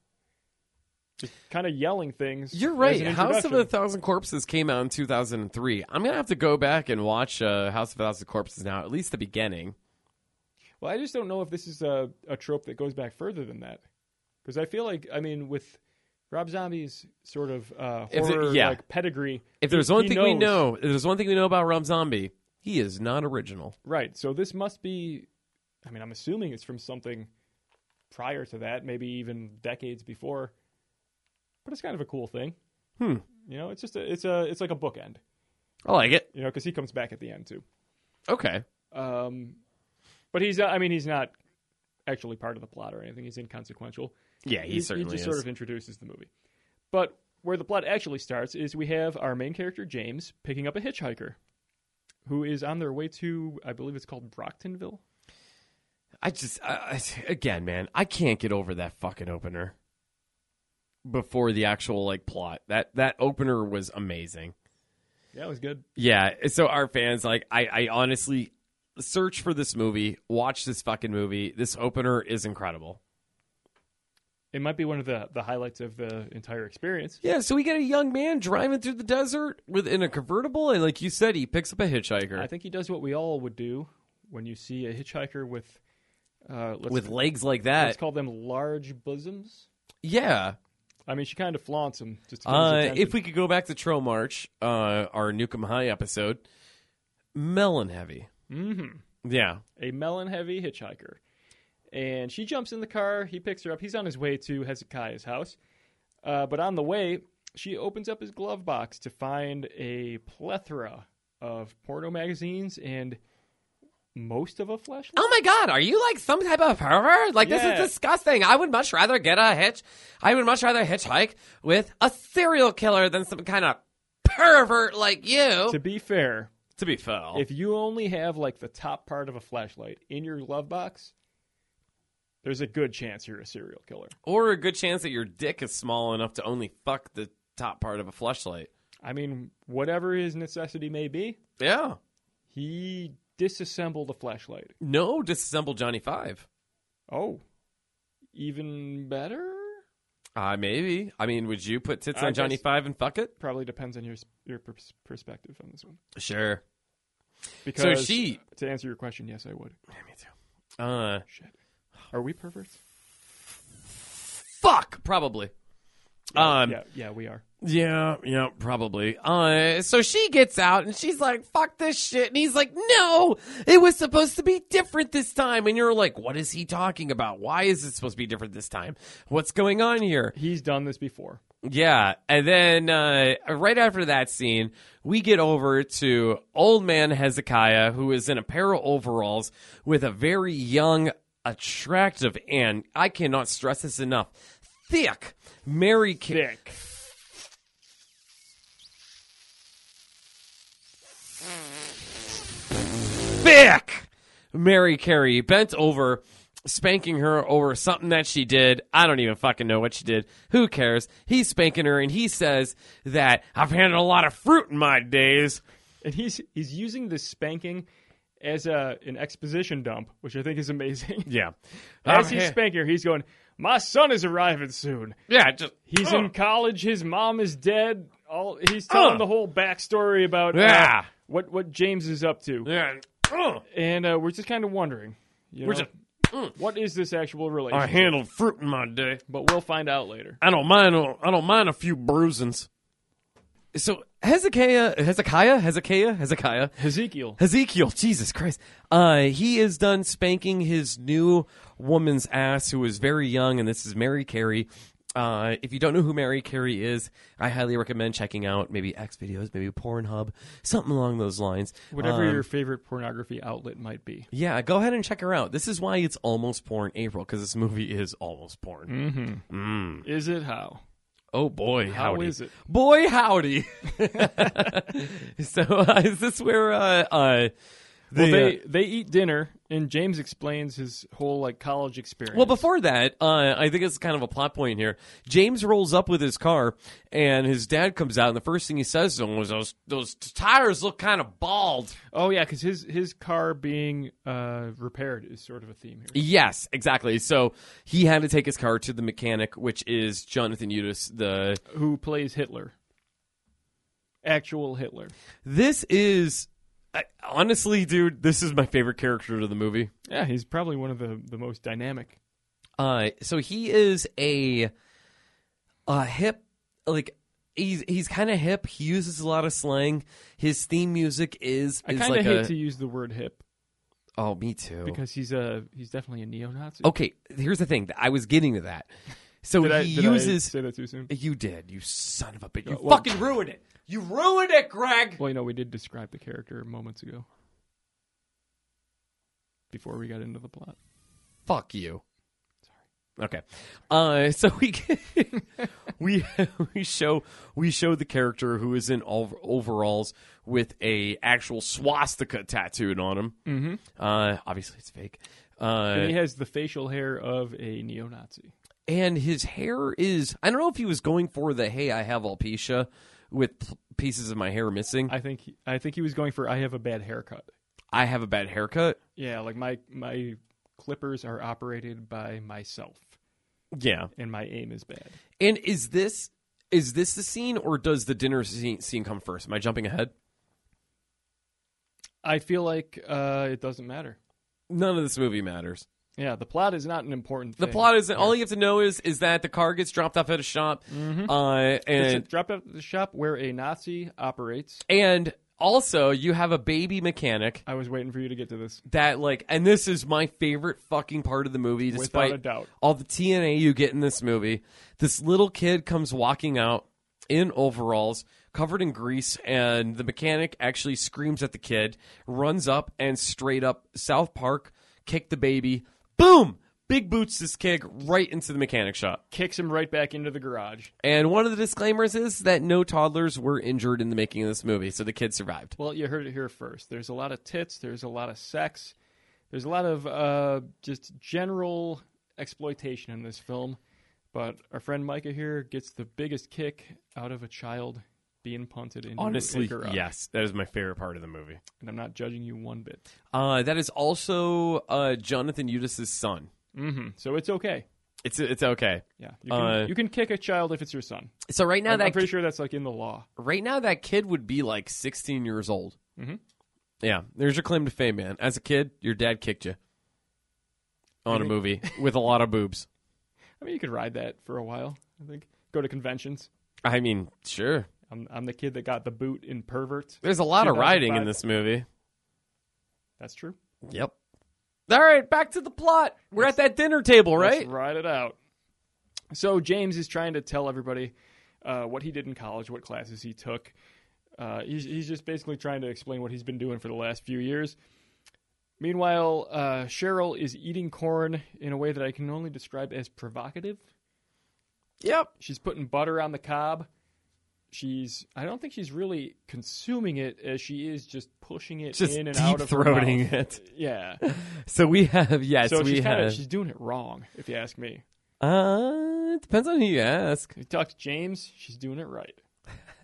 just kind of yelling things.
You're
as
right.
an
House of a
introduction.
Thousand Corpses came out in 2003. I'm gonna have to go back and watch uh, House of a Thousand Corpses now, at least the beginning.
Well, I just don't know if this is a, a trope that goes back further than that, because I feel like I mean with. Rob Zombie's sort of uh,
If it-
horror
yeah.
like pedigree.
If
he-
there's one
he
thing we
knows-
know, if there's one thing we know about Rob Zombie, he is not original.
Right. So this must be, I mean, I'm assuming it's from something prior to that, maybe even decades before. But it's kind of a cool thing.
Hmm.
You know, it's just a, it's a it's like a bookend.
I like it.
You know, because he comes back at the end too.
Okay.
Um, but he's I mean he's not actually part of the plot or anything. He's inconsequential.
Yeah, he, certainly
just
is.
sort of introduces the movie. But where the plot actually starts is we have our main character James picking up a hitchhiker who is on their way to I believe it's called Brocktonville.
I just I, I, again, man, I can't get over that fucking opener. Before the actual like plot, that that opener was amazing.
Yeah, it was good.
Yeah, so our fans like I, I honestly search for this movie, watch this fucking movie. This opener is incredible.
It might be one of the the highlights of the entire experience.
Yeah, so we get a young man driving through the desert with in a convertible, and like you said, he picks up a hitchhiker
I think he does what we all would do when you see a hitchhiker with uh, let's,
with legs like
let's
that.
call them large bosoms.
yeah.
I mean, she kind of flaunts him just to get his
Uh,
attention.
if we could go back to Trail March, uh, our Nukem High episode, melon heavy.
Mhm.
Yeah,
a melon heavy hitchhiker. And she jumps in the car. He picks her up. He's on his way to Hezekiah's house. Uh, but on the way, she opens up his glove box to find a plethora of porno magazines and most of a flashlight.
Oh my god, are you like some type of pervert? Like
Yeah.
this is disgusting. I would much rather get a hitch. I would much rather hitchhike with a serial killer than some kind of pervert like you.
To be fair,
To be fair,
if you only have like the top part of a flashlight in your glove box, there's a good chance you're a serial killer.
or a good chance that your dick is small enough to only fuck the top part of a flashlight.
I mean, whatever his necessity may be,
Yeah.
he disassembled a flashlight.
No, disassemble Johnny Five.
Oh, even better.
Uh, maybe. I mean, would you put tits
I
on Johnny
guess-
Five and fuck it?
Probably depends on your s- your pers- perspective on this one.
Sure.
Because
So she.
to answer your question, yes, I would.
Yeah, me too. Uh,
Shit, are we perverts?
fuck, probably. Um,
yeah, yeah, we are.
Yeah, yeah, probably. Uh, so she gets out and she's like, fuck this shit. And he's like, no, it was supposed to be different this time. And you're like, what is he talking about? Why is it supposed to be different this time? What's going on here?
He's done this before.
Yeah. And then, uh, right after that scene, we get over to old man Hezekiah, who is in a pair of overalls with a very young, attractive, and I cannot stress this enough, thick Mary Kay.
Dick.
thick Mary Carey bent over, spanking her over something that she did. I don't even fucking know what she did. Who cares? He's spanking her and he says that I've handled a lot of fruit in my days.
and he's he's using this spanking as a an exposition dump, which I think is amazing.
Yeah.
as
I've
he's
ha-
spanking, her, he's going, "My son is arriving soon.
yeah, just oh,
He's
Ugh.
in college. His mom is dead. All he's telling
Ugh.
the whole backstory about uh,
Yeah.
what what James is up to.
Yeah. Ugh.
and uh, we're just kind of wondering, you
We're
know,
just- mm.
what is this actual
I
relationship?
handled fruit in my day.
But we'll find out later.
I don't mind. I don't mind a few bruisings. So Hezekiah, Hezekiah, Hezekiah, Hezekiah.
Ezekiel,
Ezekiel, Jesus Christ. Uh, he is done spanking his new woman's ass, who is very young, and this is Mary Carey. Uh, if you don't know who Mary Carey is, I highly recommend checking out maybe X videos, maybe Pornhub, something along those lines.
whatever
Um,
your favorite pornography outlet might be.
yeah, go ahead and check her out. This is why it's almost porn April because this movie is almost porn.
Is it how?
Oh boy,
How
howdy.
is it?
Boy, howdy. so uh, is this where uh, uh, the,
well,
uh,
they they eat dinner, and James explains his whole like college experience.
Well, before that, uh, I think it's kind of a plot point here. James rolls up with his car, and his dad comes out, and the first thing he says to him was, "Those those tires look kind of bald."
oh yeah, because his his car being uh, repaired is sort of a theme here.
Yes, exactly. So he had to take his car to the mechanic, which is Jonathan Udis. The
Who plays Hitler? Actual Hitler.
this is I, honestly, dude, this is my favorite character of the movie.
Yeah, he's probably one of the the most dynamic.
Uh, so he is a a hip like. He's, he's kind of hip. He uses a lot of slang. His theme music is
I
is
kind of
like
hate
a,
to use the word hip
Oh, me too.
because he's a he's definitely a neo-Nazi.
okay, here's the thing. I was getting to that. So
Did I,
he
did I
uses.
say that too soon?
You did, you son of a bitch. You
Yeah, well-
fucking ruined it. You ruined it, Greg.
Well, you know, we did describe the character moments ago. Before we got into the plot.
Fuck you. Okay. Uh, so we we we show we show the character who is in ov- overalls with a actual swastika tattooed on him.
Mm-hmm.
Uh, obviously, it's fake. Uh,
And he has the facial hair of a neo-Nazi.
and his hair is I don't know if he was going for the hey I have alopecia with p- pieces of my hair missing. I,
I think he, I think he was going for I have a bad haircut.
have a bad haircut.
Yeah, like my my clippers are operated by myself,
Yeah.
and my aim is bad.
And is this is this the scene or does the dinner scene, scene come first? Am I jumping ahead?
I feel like uh, it doesn't matter.
None of this movie matters.
Yeah, the plot is not an important.
The
thing.
plot is that all you have to know is is that the car gets dropped off at a shop, uh,
Mm-hmm. It's a
and
drop out of the shop where a Nazi operates.
and also you have a baby mechanic
I was waiting for you to get to this.
that like, and this is my favorite fucking part of the movie, despite
Without a doubt.
all the TNA you get in this movie. This little kid comes walking out in overalls, covered in grease, and the mechanic actually screams at the kid, runs up and straight up South Park, kick the baby, boom, big boots this kid right into the mechanic shop.
Kicks him right back into the garage.
And one of the disclaimers is that no toddlers were injured in the making of this movie, so the kid survived.
Well, you heard it here first. There's a lot of tits. There's a lot of sex. There's a lot of uh, just general exploitation in this film. But our friend Micah here gets the biggest kick out of a child being punted into a
Honestly,
garage.
yes, that is my favorite part of the movie.
And I'm not judging you one bit.
Uh, that is also uh, Jonathan Eustace's son.
hmm So it's okay.
It's it's okay.
Yeah, you can,
Mm-hmm. Uh,
you can kick a child if it's your son.
So right now
I'm,
that
I'm pretty sure that's like in the law.
right now that kid would be like 16 years old.
Mhm.
Yeah, there's your claim to fame, man. As a kid, your dad kicked you on a
Mhm.
movie with a lot of boobs.
I mean, you could ride that for a while. I think go to conventions.
I mean, sure.
I'm, I'm the kid that got the boot in pervert.
There's a lot of riding in
2005.
this movie.
That's true.
Yep. All right, back to the plot. We're at that dinner table, right?
Let's ride it out. So James is trying to tell everybody uh, what he did in college, what classes he took. Uh, he's, he's just basically trying to explain what he's been doing for the last few years. Meanwhile, uh, Cheryl is eating corn in a way that I can only describe as provocative.
Yep.
She's putting butter on the cob. She's I don't think she's really consuming it as she is just pushing it
Just
in and
deep
out of her
throating
mouth.
it.
Yeah.
So we have yes,
so
we
she's kind
have.
of she's doing it wrong, if you ask me.
Uh, it depends on who you ask.
If you talk to James, she's doing it right.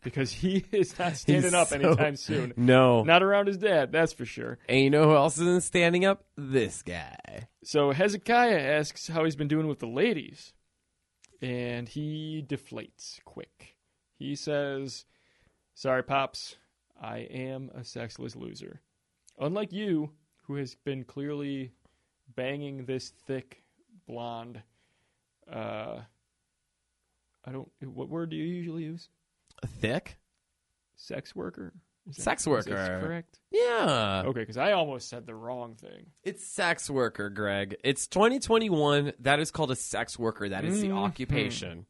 Because he is not standing
He's
up
so-
anytime soon.
No.
Not around his dad, that's for sure.
and you know who else isn't standing up? This guy.
So Hezekiah asks how he's been doing with the ladies, and he deflates quick. He says, Sorry, Pops, I am a sexless loser. Unlike you, who has been clearly banging this thick blonde. Uh, I don't. What word do you usually use?
Thick.
Sex worker? Is
Sex
is
worker.
correct?
Yeah.
Okay, because I almost said the wrong thing.
It's sex worker, Greg. It's 2021. That is called a sex worker. That is the
Mhm.
occupation.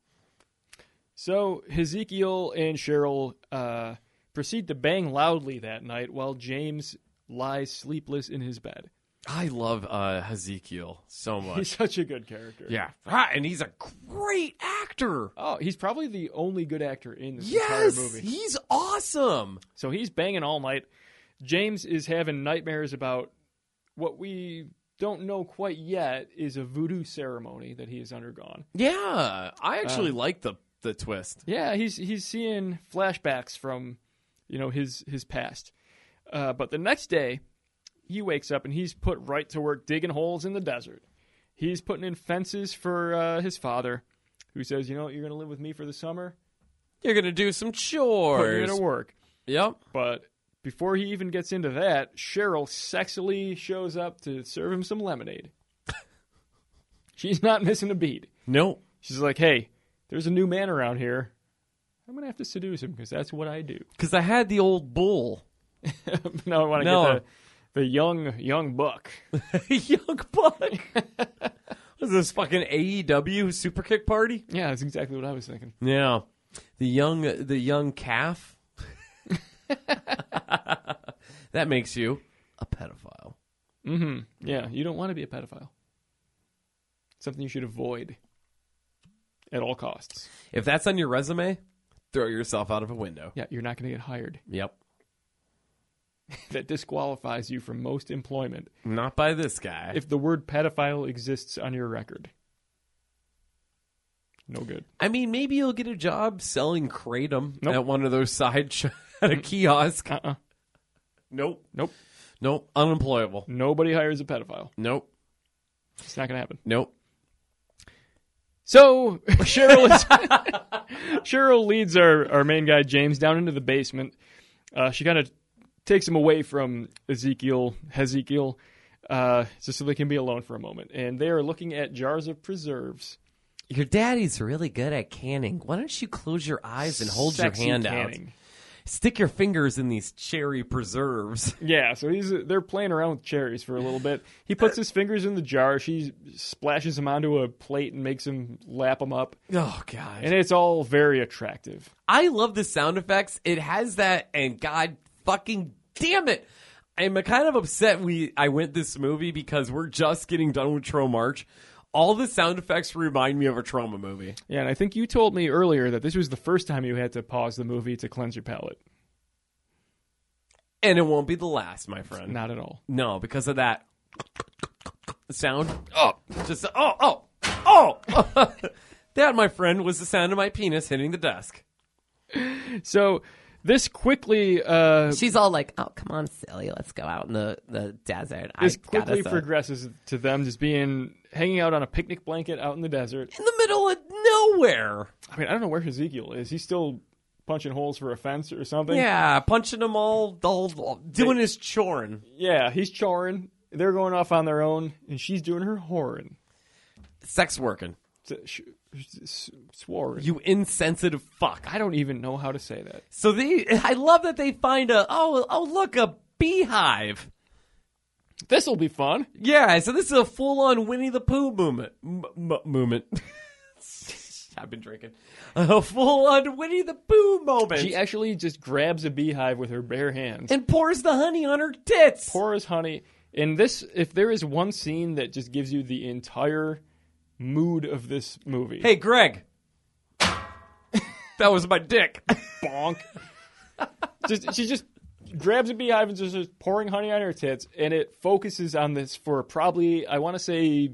So Ezekiel and Cheryl uh, proceed to bang loudly that night while James lies sleepless in his bed.
I love uh, Ezekiel so
He's
much.
such a good character.
yeah. Ah, and he's a great actor.
Oh, he's probably the only good actor in this
Yes.
entire movie.
He's awesome.
So he's banging all night. James is having nightmares about what we don't know quite yet is a voodoo ceremony that he has undergone.
Yeah. I actually
Um,
like the, the twist.
Yeah, he's he's seeing flashbacks from, you know, his his past. Uh, but the next day, he wakes up and he's put right to work digging holes in the desert. He's putting in fences for uh, his father, who says, "You know, what, you're going to live with me for the summer.
You're going to do some
Put you
chores.
to work."
Yep.
But before he even gets into that, Cheryl sexily shows up to serve him some lemonade. She's not missing a beat.
No.
She's like, "Hey, there's a new man around here. I'm going to have to seduce him because that's what I do."
Because I had the old bull.
no, I want to
No.
get the, the young young buck.
Young Buck. Is this fucking AEW super kick party?
Yeah, that's exactly what I was thinking.
Yeah, the young the young calf. that makes you a pedophile.
Mm-hmm. Yeah, you don't want to be a pedophile. Something you should avoid at all costs.
If that's on your resume, throw yourself out of a window.
Yeah, you're not going to get hired.
Yep.
that disqualifies you from most employment
Not by this guy.
if the word pedophile exists on your record. No good.
I mean, maybe you'll get a job selling kratom
Nope.
at one of those side sh- at a kiosk.
Uh-uh.
Nope.
Nope.
Nope. Unemployable.
Nobody hires a pedophile.
Nope.
It's not going to happen.
Nope.
So Cheryl is, Cheryl leads our, our main guy James down into the basement. Uh, she kind of takes him away from Ezekiel Hezekiel, uh, just so they can be alone for a moment. And they are looking at jars of preserves.
Your daddy's really good at canning. Why don't you close your eyes and hold
Sexy
your hand out?
canning.
Stick your fingers in these cherry preserves.
Yeah, so he's they're playing around with cherries for a little bit. He puts his fingers in the jar. She splashes him onto a plate and makes him lap him up,
Oh god.
and it's all very attractive.
I love the sound effects. It has that and god fucking damn it. I'm kind of upset we I went this movie because we're just getting done with Tro March. All the sound effects remind me of a trauma movie.
Yeah, and I think you told me earlier that this was the first time you had to pause the movie to cleanse your palate.
And it won't be the last, my friend.
Not at all.
No, because of that sound. Oh, just oh, oh, oh. that, my friend, was the sound of my penis hitting the desk.
So this quickly uh,
She's all like, "Oh, come on, silly, let's go out in the, the desert." I
this
got
quickly
us a-
progresses to them just being hanging out on a picnic blanket out in the desert.
In the middle of nowhere.
I mean, I don't know where Ezekiel is. He's still punching holes for a fence or something.
Yeah, punching them all, all doing his chorin.
Yeah, he's choring. They're going off on their own, and she's doing her whoring.
Sex working.
S- sh- s- s- Sworing.
You insensitive fuck.
I don't even know how to say that.
So they, I love that they find a, oh, oh, look, a beehive.
This will be fun.
Yeah, so this is a full on Winnie the Pooh movement. M- m- movement. I've been drinking. A full on Winnie the Pooh moment.
She actually just grabs a beehive with her bare hands.
and pours the honey on her tits.
poor as honey. And this, if there is one scene that just gives you the entire mood of this movie,
hey, Greg. that was my dick.
bonk. just she just grabs a beehive and just is pouring honey on her tits, and it focuses on this for probably I want to say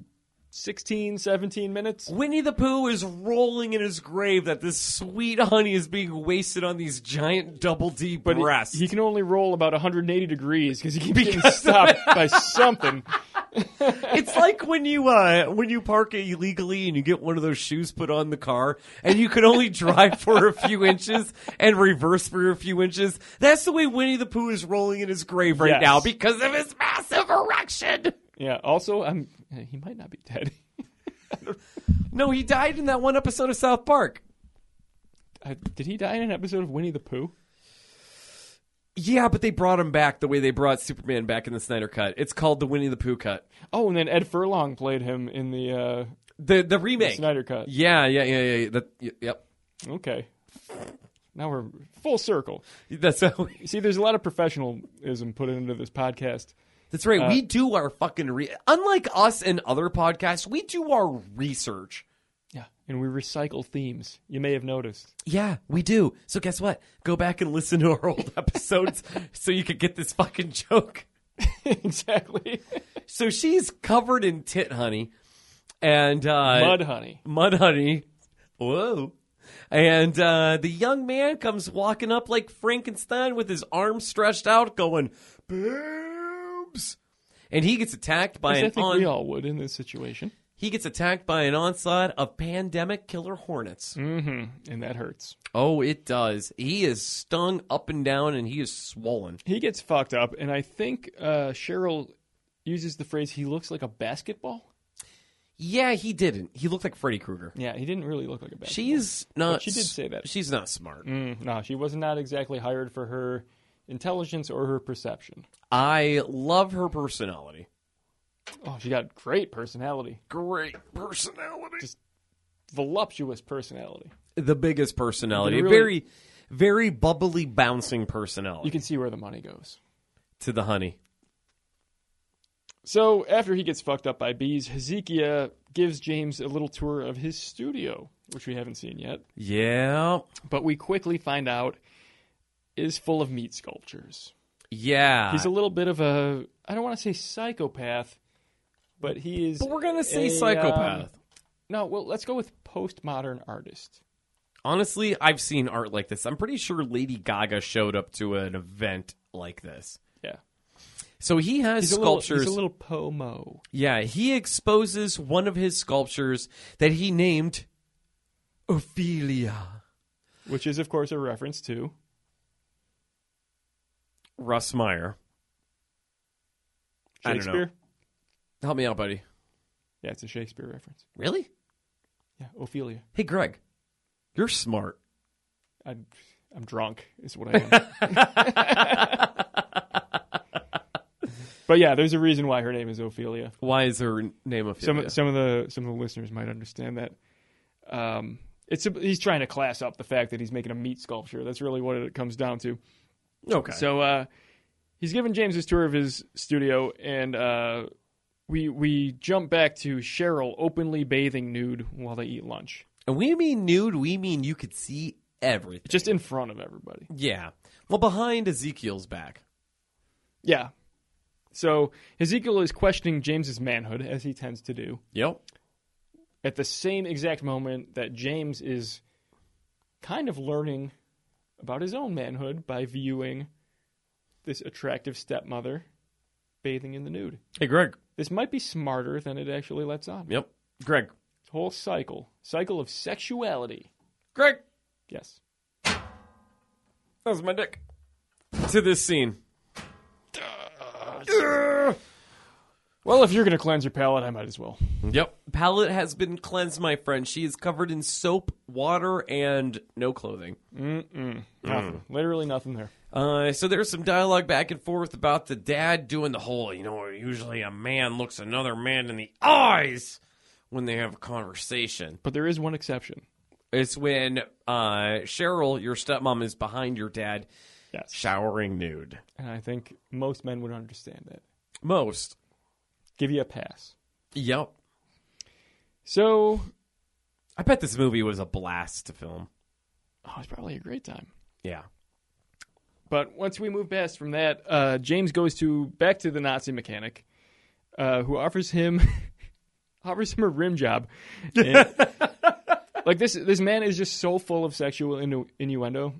16, 17 minutes.
Winnie the Pooh is rolling in his grave that this sweet honey is being wasted on these giant double D
But he-
breasts.
he can only roll about 180 degrees because he keeps getting
Because-
stopped by something.
it's like when you uh, when you park illegally and you get one of those shoes put on the car and you can only drive for a few inches and reverse for a few inches. That's the way Winnie the Pooh is rolling in his grave right
Yes.
now because of his massive erection.
Yeah. Also, I'm he might not be dead.
No, he died in that one episode of South Park.
Uh, did he die in an episode of Winnie the Pooh?
Yeah, but they brought him back the way they brought Superman back in the Snyder cut. It's called the Winnie the Pooh cut.
Oh, and then Ed Furlong played him in the uh,
The the remake.
Snyder Cut.
Yeah, yeah, yeah, yeah. yeah. That, y- yep.
Okay. Now we're full circle.
That's how we-
You see, there's a lot of professionalism put into this podcast.
That's right. we do our fucking re- unlike us and other podcasts. We do our research.
Yeah. And we recycle themes. You may have noticed.
Yeah, we do. So guess what? Go back and listen to our old episodes so you could get this fucking joke.
exactly.
So she's covered in tit honey and uh,
Mud honey.
mud honey. Whoa. And uh, the young man comes walking up like Frankenstein with his arms stretched out, going boobs, and he gets attacked by
As I
an
think
on-
we all would in this situation.
He gets attacked by an onslaught of pandemic killer hornets.
Mm-hmm. And that hurts.
Oh, it does. He is stung up and down and he is swollen.
He gets fucked up. And I think uh, Cheryl uses the phrase, he looks like a basketball.
Yeah, he didn't. He looked like Freddy Krueger.
Yeah, he didn't really look like a basketball.
She's not.
But she did say that.
She's not smart.
Mm, no, she was not exactly hired for her intelligence or her perception.
I love her personality.
Oh, she got great personality,
Great personality.
voluptuous personality.
the biggest personality,
You really-
very, very bubbly, bouncing personality
You can see where the money goes.
to the honey.
So after he gets fucked up by bees, Hezekiah gives James a little tour of his studio, which we haven't seen yet,
Yeah,
but we quickly find out is full of meat sculptures.
yeah.
He's a little bit of a I don't want to say psychopath, but he is
but we're gonna say
a,
psychopath.
um, no, well, let's go with postmodern artist.
Honestly, I've seen art like this. I'm pretty sure Lady Gaga showed up to an event like this.
Yeah.
So he has
He's a little,
sculptures.
he's a little pomo.
Yeah, he exposes one of his sculptures that he named Ophelia.
Which is of course a reference to
Russ Meyer. I don't know.
Shakespeare.
Help me out, buddy.
Yeah, it's a Shakespeare reference.
Really?
Yeah, Ophelia.
Hey, Greg. You're smart.
I'm I'm drunk is what I am. but yeah, there's a reason why her name is Ophelia.
Why is her name
Some
Ophelia?
some of the some of the listeners might understand that. Um, it's a, he's trying to class up the fact that he's making a meat sculpture. That's really what it comes down to.
okay.
So uh, he's given James his tour of his studio, and uh, we we jump back to Cheryl openly bathing nude while they eat lunch,
and we mean nude, we mean you could see everything.
just in front of everybody.
yeah. Well, behind Ezekiel's back.
Yeah. So Ezekiel is questioning James's manhood as he tends to do
Yep.
at the same exact moment that James is kind of learning about his own manhood by viewing this attractive stepmother bathing in the nude.
Hey, Greg.
This might be smarter than it actually lets on.
Yep. Greg.
Whole cycle, cycle of sexuality.
Greg.
Yes.
That was my dick. To this scene.
Well, if you're going to cleanse your palate, I might as well.
Yep. Palette has been cleansed, my friend. She is covered in soap, water, and no clothing.
Mm. Nothing. Literally nothing there.
Uh, so there's some dialogue back and forth about the dad doing the whole, you know, usually a man looks another man in the eyes when they have a conversation.
But there is one exception.
It's when uh, Cheryl, your stepmom, is behind your dad
Yes.
showering nude.
And I think most men would understand that.
Most.
Give you a pass.
Yep.
So,
I bet this movie was a blast to film.
oh, it's probably a great time.
Yeah.
But once we move past from that, uh, James goes to back to the Nazi mechanic, uh, who offers him offers him a rim job. And- like this, this man is just so full of sexual innu- innuendo.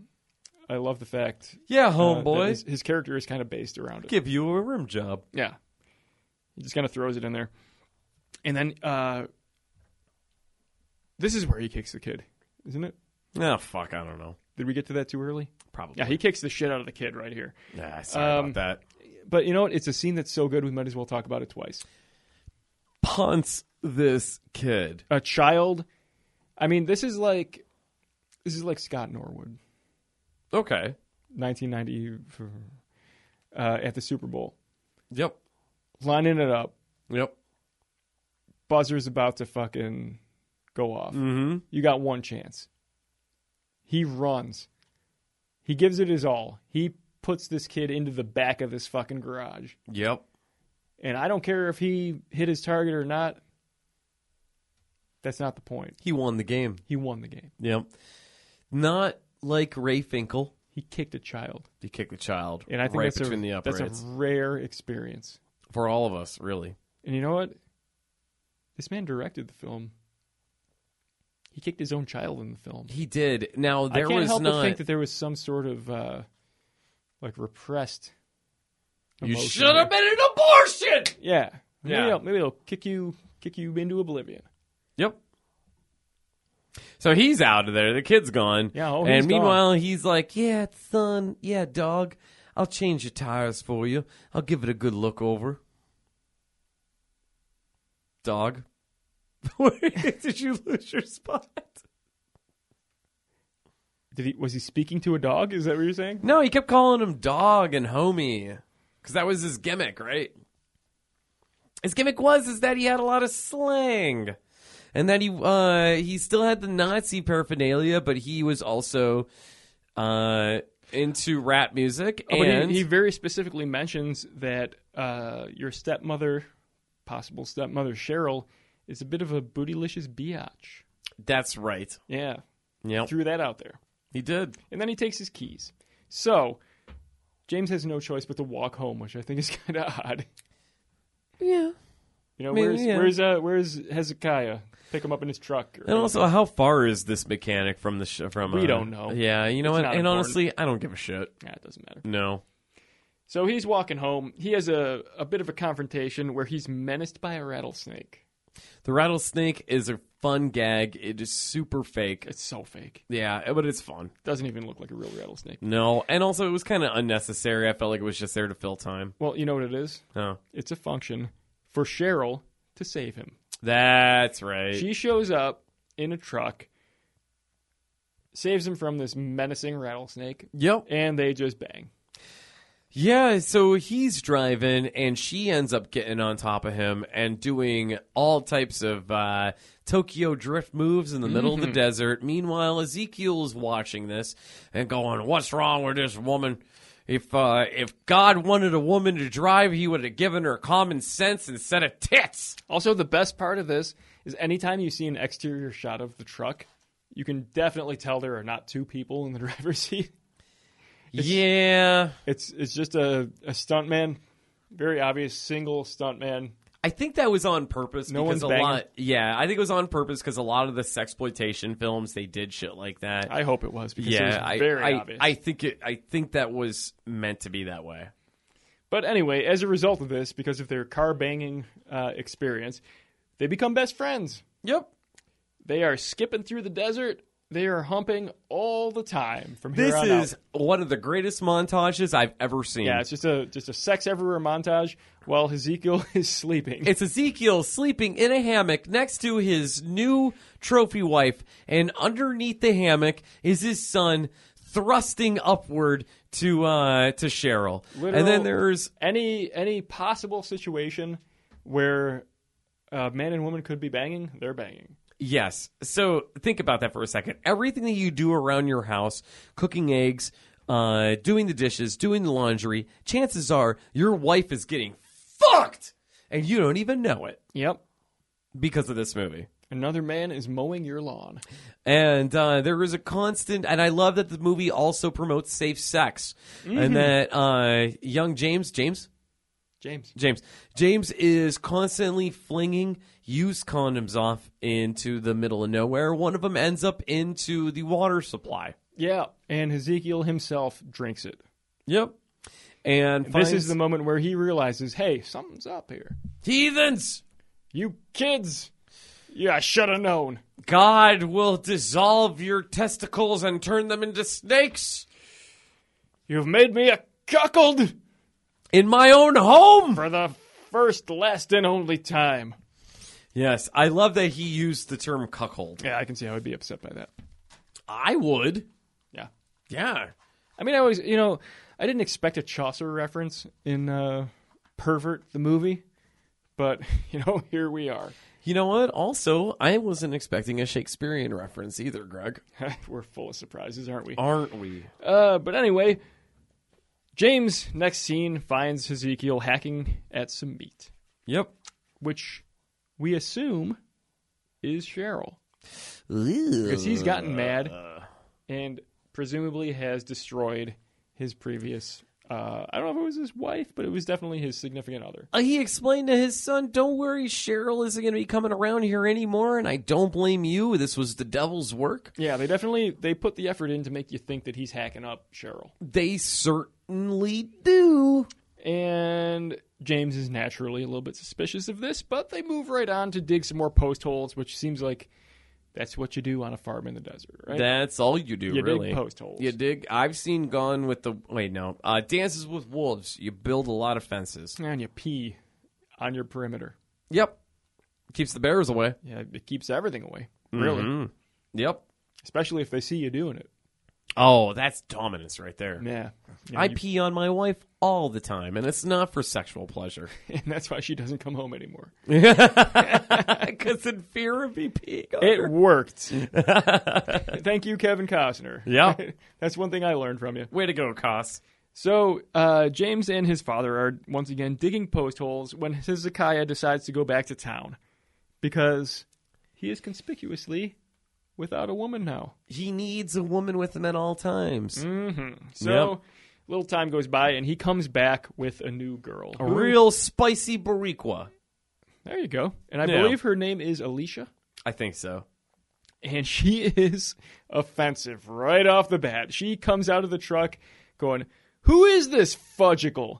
I love the fact,
Yeah,
uh, that
homeboy.
his, his character is kind of based around it.
give you a rim job.
Yeah, he just kind of throws it in there, and then uh, this is where he kicks the kid, isn't it?
Oh, fuck. I don't know.
Did we get to that too early?
Probably.
Yeah, he kicks the shit out of the kid right here.
Nah, sorry
Um,
about that.
But you know what? It's a scene that's so good we might as well talk about it twice.
Punts this kid.
A child. I mean, this is like this is like Scott Norwood,
Okay.
1990 uh, at the Super Bowl,
Yep.
lining it up.
Yep.
Buzzer's about to fucking go off.
Mm-hmm.
You got one chance. He runs. He gives it his all. He puts this kid into the back of this fucking garage.
Yep.
And I don't care if he hit his target or not. That's not the point.
He won the game.
He won the game.
Yep. Not like Ray Finkel.
He kicked a child.
He kicked the child
And I think
right
that's,
between
a,
the
that's
uprights.
a rare experience.
For all of us, really.
And you know what? This man directed the film. He kicked his own child in the film.
He did. Now there
I can't
was
help
not.
but think that there was some sort of uh, like repressed.
you
emotion
should have been an abortion.
there. Yeah, maybe
Yeah.
It'll, maybe it'll kick you, kick you into oblivion.
Yep. So he's out of there. The kid's gone.
Yeah, oh,
and
he's gone.
meanwhile, he's like, "Yeah, son. Yeah, dog. I'll change your tires for you. I'll give it a good look over." Dog. Did you lose your spot?
Did he? Was he speaking to a dog? Is that what you're saying?
No, he kept calling him dog and homie because that was his gimmick, right? his gimmick was is that he had a lot of slang and that he uh he still had the nazi paraphernalia but he was also uh into rap music
Oh, but
and
he, he very specifically mentions that uh, your stepmother, possible stepmother Cheryl, is a bit of a bootylicious biatch.
that's right
Yeah,
yeah
threw that out there.
he did
And then he takes his keys. So James has no choice but to walk home, which I think is kind of odd.
yeah
You know,
I mean,
where's
yeah.
where's uh, where's Hezekiah? Pick him up in his truck. Or,
and also how far is this mechanic from the sh- from
We
uh,
don't know.
yeah you know
It's
what
not
and
important.
honestly i don't give a shit
Nah, it doesn't matter.
no
So he's walking home. He has a, a bit of a confrontation where he's menaced by a rattlesnake.
the rattlesnake is a fun gag it is super fake
It's so fake.
yeah but it's fun
Doesn't even look like a real rattlesnake.
no and also it was kind of unnecessary i felt like it was just there to fill time
Well, you know what it is?
oh
It's a function for Cheryl to save him.
That's right.
She shows up in a truck, saves him from this menacing rattlesnake,
yep.
and they just bang.
Yeah, so he's driving and she ends up getting on top of him and doing all types of uh, Tokyo drift moves in the middle of the desert. Meanwhile, Ezekiel's watching this and going, What's wrong with this woman? If uh, if God wanted a woman to drive, he would have given her common sense instead of tits.
Also, the best part of this is anytime you see an exterior shot of the truck, you can definitely tell there are not two people in the driver's seat.
yeah.
It's it's just a, a stuntman, very obvious single stuntman.
I think that was on purpose
No
because
one's
a
banging.
lot Yeah, I think it was on purpose because a lot of the sexploitation films they did shit like that.
I hope it was because it was
yeah, I,
very
I,
obvious.
I think it. I think that was meant to be that way.
But anyway, as a result of this, because of their car banging uh, experience, they become best friends.
Yep.
They are skipping through the desert. They are humping all the time from here
This
on
is
out.
one of the greatest montages I've ever seen.
Yeah, it's just a just a sex everywhere montage while Ezekiel is sleeping.
It's Ezekiel sleeping in a hammock next to his new trophy wife, and underneath the hammock is his son thrusting upward to uh to Cheryl.
Literal-
And then there's
any any possible situation where a man and woman could be banging, they're banging.
Yes. So think about that for a second. Everything that you do around your house, cooking eggs, uh, doing the dishes, doing the laundry, chances are your wife is getting fucked and you don't even know it
Yep.
because of this movie.
Another man is mowing your lawn.
And uh, there is a constant, and I love that the movie also promotes safe sex, and that uh, young James, James,
James.
James. James is constantly flinging used condoms off into the middle of nowhere. One of them ends up into the water supply.
Yeah, and Ezekiel himself drinks it.
Yep. And
This is the moment where he realizes, hey, something's up here.
heathens.
You kids! Yeah, I should have known.
God will dissolve your testicles and turn them into snakes
You've made me a cuckold
in my own home.
for the first, last, and only time.
Yes, I love that he used the term cuckold.
Yeah, I can see how I'd be upset by that.
I would.
Yeah.
Yeah.
I mean, I always, you know, I didn't expect a Chaucer reference in uh, Pervert, the movie, but, you know, here we are.
You know what? Also, I wasn't expecting a Shakespearean reference either, Greg.
We're full of surprises, aren't we?
Aren't we?
Uh, but anyway, James, next scene, finds Ezekiel hacking at some meat,
Yep.
which we assume is Cheryl.
Ooh.
Because
Uh,
he's gotten mad and presumably has destroyed his previous. Uh, I don't know if it was his wife, but it was definitely his significant other.
Uh, he explained to his son, "Don't worry, Cheryl isn't going to be coming around here anymore, and I don't blame you. This was the devil's work."
Yeah, they definitely they put the effort in to make you think that he's hacking up Cheryl.
They certainly do.
And James is naturally a little bit suspicious of this, but they move right on to dig some more post holes, which seems like that's what you do on a farm in the desert, right?
That's all you do,
you
really.
dig post holes.
You dig. I've seen Gone with the wait, no, uh, Dances with Wolves. You build a lot of fences.
and you pee on your perimeter.
Yep, keeps the bears away.
Yeah, it keeps everything away. Really.
Mhm. Yep.
Especially if they see you doing it.
Oh, that's dominance right there.
Yeah. Yeah,
I
you-
pee on my wife all the time, and it's not for sexual pleasure.
and that's why she doesn't come home anymore.
Because in fear of me peeing on
It
her.
worked. Thank you, Kevin Costner.
Yeah.
that's one thing I learned from you.
Way to go, Koss.
So uh, James and his father are once again digging post holes when Hezekiah decides to go back to town because he is conspicuously without a woman now.
He needs a woman with him at all times.
So
Yep.
little time goes by and he comes back with a new girl.
A real spicy Boricua.
There you go. And I
Yeah.
believe her name is Alicia.
I think so.
and she is offensive right off the bat. She comes out of the truck going, Who is this fudgicle?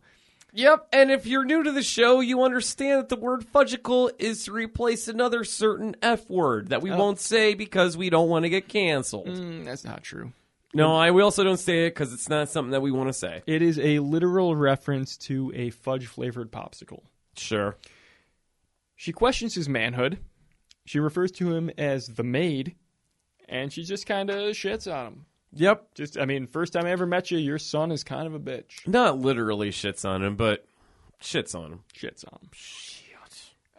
Yep, and if you're new to the show, you understand that the word fudgicle is to replace another certain F word that we won't say because we don't want to get canceled.
Mm, that's not true.
No, I we also don't say it because it's not something that we want to say.
It is a literal reference to a fudge flavored popsicle.
Sure.
She questions his manhood. She refers to him as the maid, and she just kind of shits on him.
Yep.
Just, I mean, first time I ever met you, your son is kind of a bitch.
Not literally shits on him, but shits on him.
shits on him.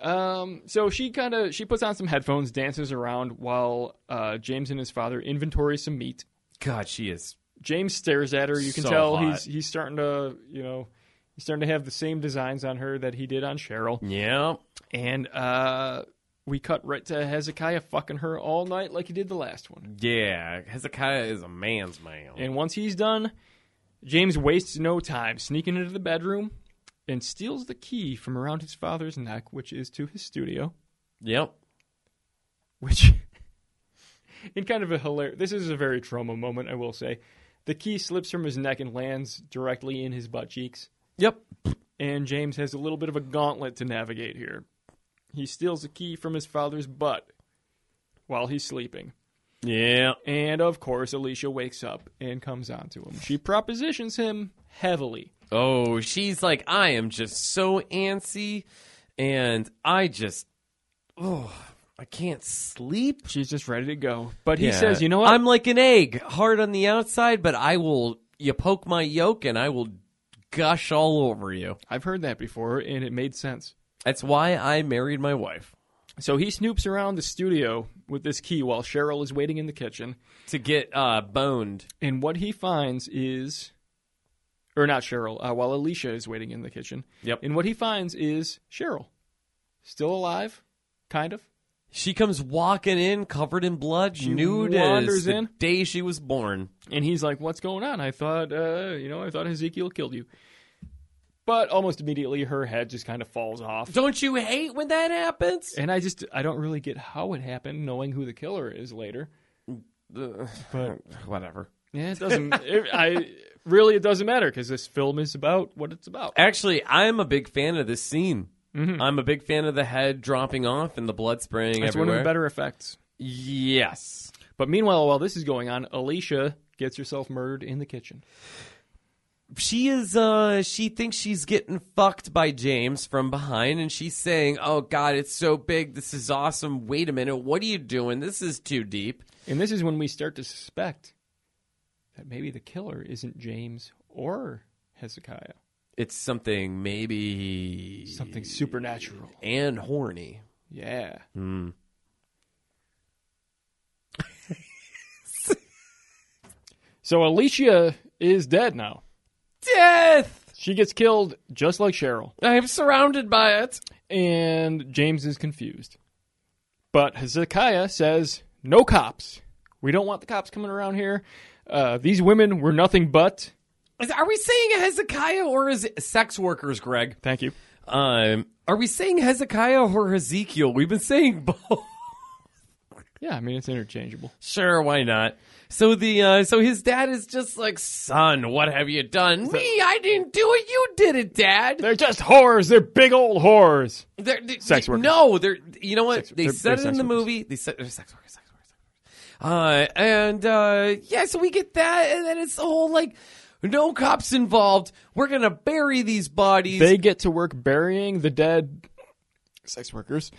Um, so she kind of she puts on some headphones, dances around while uh, James and his father inventory some meat.
God, she is.
James stares at her. You can
So
tell
hot.
he's he's starting to you know he's starting to have the same designs on her that he did on Cheryl.
Yeah.
And uh, we cut right to Hezekiah fucking her all night like he did the last
Mm-hmm.
one.
Yeah. Hezekiah is a man's man.
And once he's done, James wastes no time sneaking into the bedroom and steals the key from around his father's neck, which is to his studio.
yep.
which in kind of a hilarious this is a very trauma moment i will say the key slips from his neck and lands directly in his butt cheeks
Yep.
and james has a little bit of a gauntlet to navigate here he steals the key from his father's butt while he's sleeping
Yeah.
and of course alicia wakes up and comes onto him she propositions him heavily
Oh, she's like, I am just so antsy, and I just, oh, I can't sleep.
she's just ready to go but he
Yeah.
says you know what
I'm like an egg, hard on the outside, but I will. You poke my yolk, and I will gush all over you.
i've heard that before and it made sense
That's why I married my wife
so he snoops around the studio with this key while cheryl is waiting in the kitchen
to get uh, boned.
And what he finds is, or not Cheryl, uh, while Alicia is waiting in the kitchen.
Yep.
And what he finds is Cheryl, still alive, kind of.
She comes walking in, covered in blood, nude
wanders
as the
in.
day she was born.
And he's like, "What's going on? I thought, uh, you know, I thought Ezekiel killed you." But almost immediately, her head just kind of falls off.
Don't you hate when that happens?
And I just, I don't really get how it happened, knowing who the killer is later.
But whatever.
Yeah, it doesn't. it, I really, it doesn't matter because this film is about what it's about.
Actually, I'm a big fan of this scene.
Mm-hmm.
I'm a big fan of the head dropping off and the blood spraying
It's one
everywhere.
of the better effects.
yes.
But meanwhile, while this is going on, Alicia gets herself murdered in the kitchen.
She is uh she thinks she's getting fucked by James from behind and she's saying, "Oh god, it's so big. This is awesome. Wait a minute. What are you doing? This is too deep."
And this is when we start to suspect that maybe the killer isn't James or Hezekiah.
It's something maybe
Something supernatural.
and horny.
Yeah. so Alicia is dead now.
Death.
She gets killed just like Cheryl.
I'm surrounded by it.
and James is confused. But Hezekiah says, No cops. We don't want the cops coming around here. Uh, these women were nothing but.
Is- Are we saying Hezekiah or is it sex workers, Greg?
Thank you.
Um, are we saying Hezekiah or Ezekiel? We've been saying both.
Yeah, I mean, it's interchangeable.
sure, why not? So the uh, so his dad is just like, son, what have you done? Me, I didn't do it. You did it, Dad.
They're just whores. They're big old whores.
They're, they-
Sex
they-
workers.
No, they're. You know what?
Sex-
they
they're-
said
they're
it in
sex
the
workers.
movie. They said they're sex workers. Sex workers. Sex workers. Uh, and uh, yeah, so we get that, and then it's the whole like, no cops involved. We're gonna bury these bodies.
They get to work burying the dead sex workers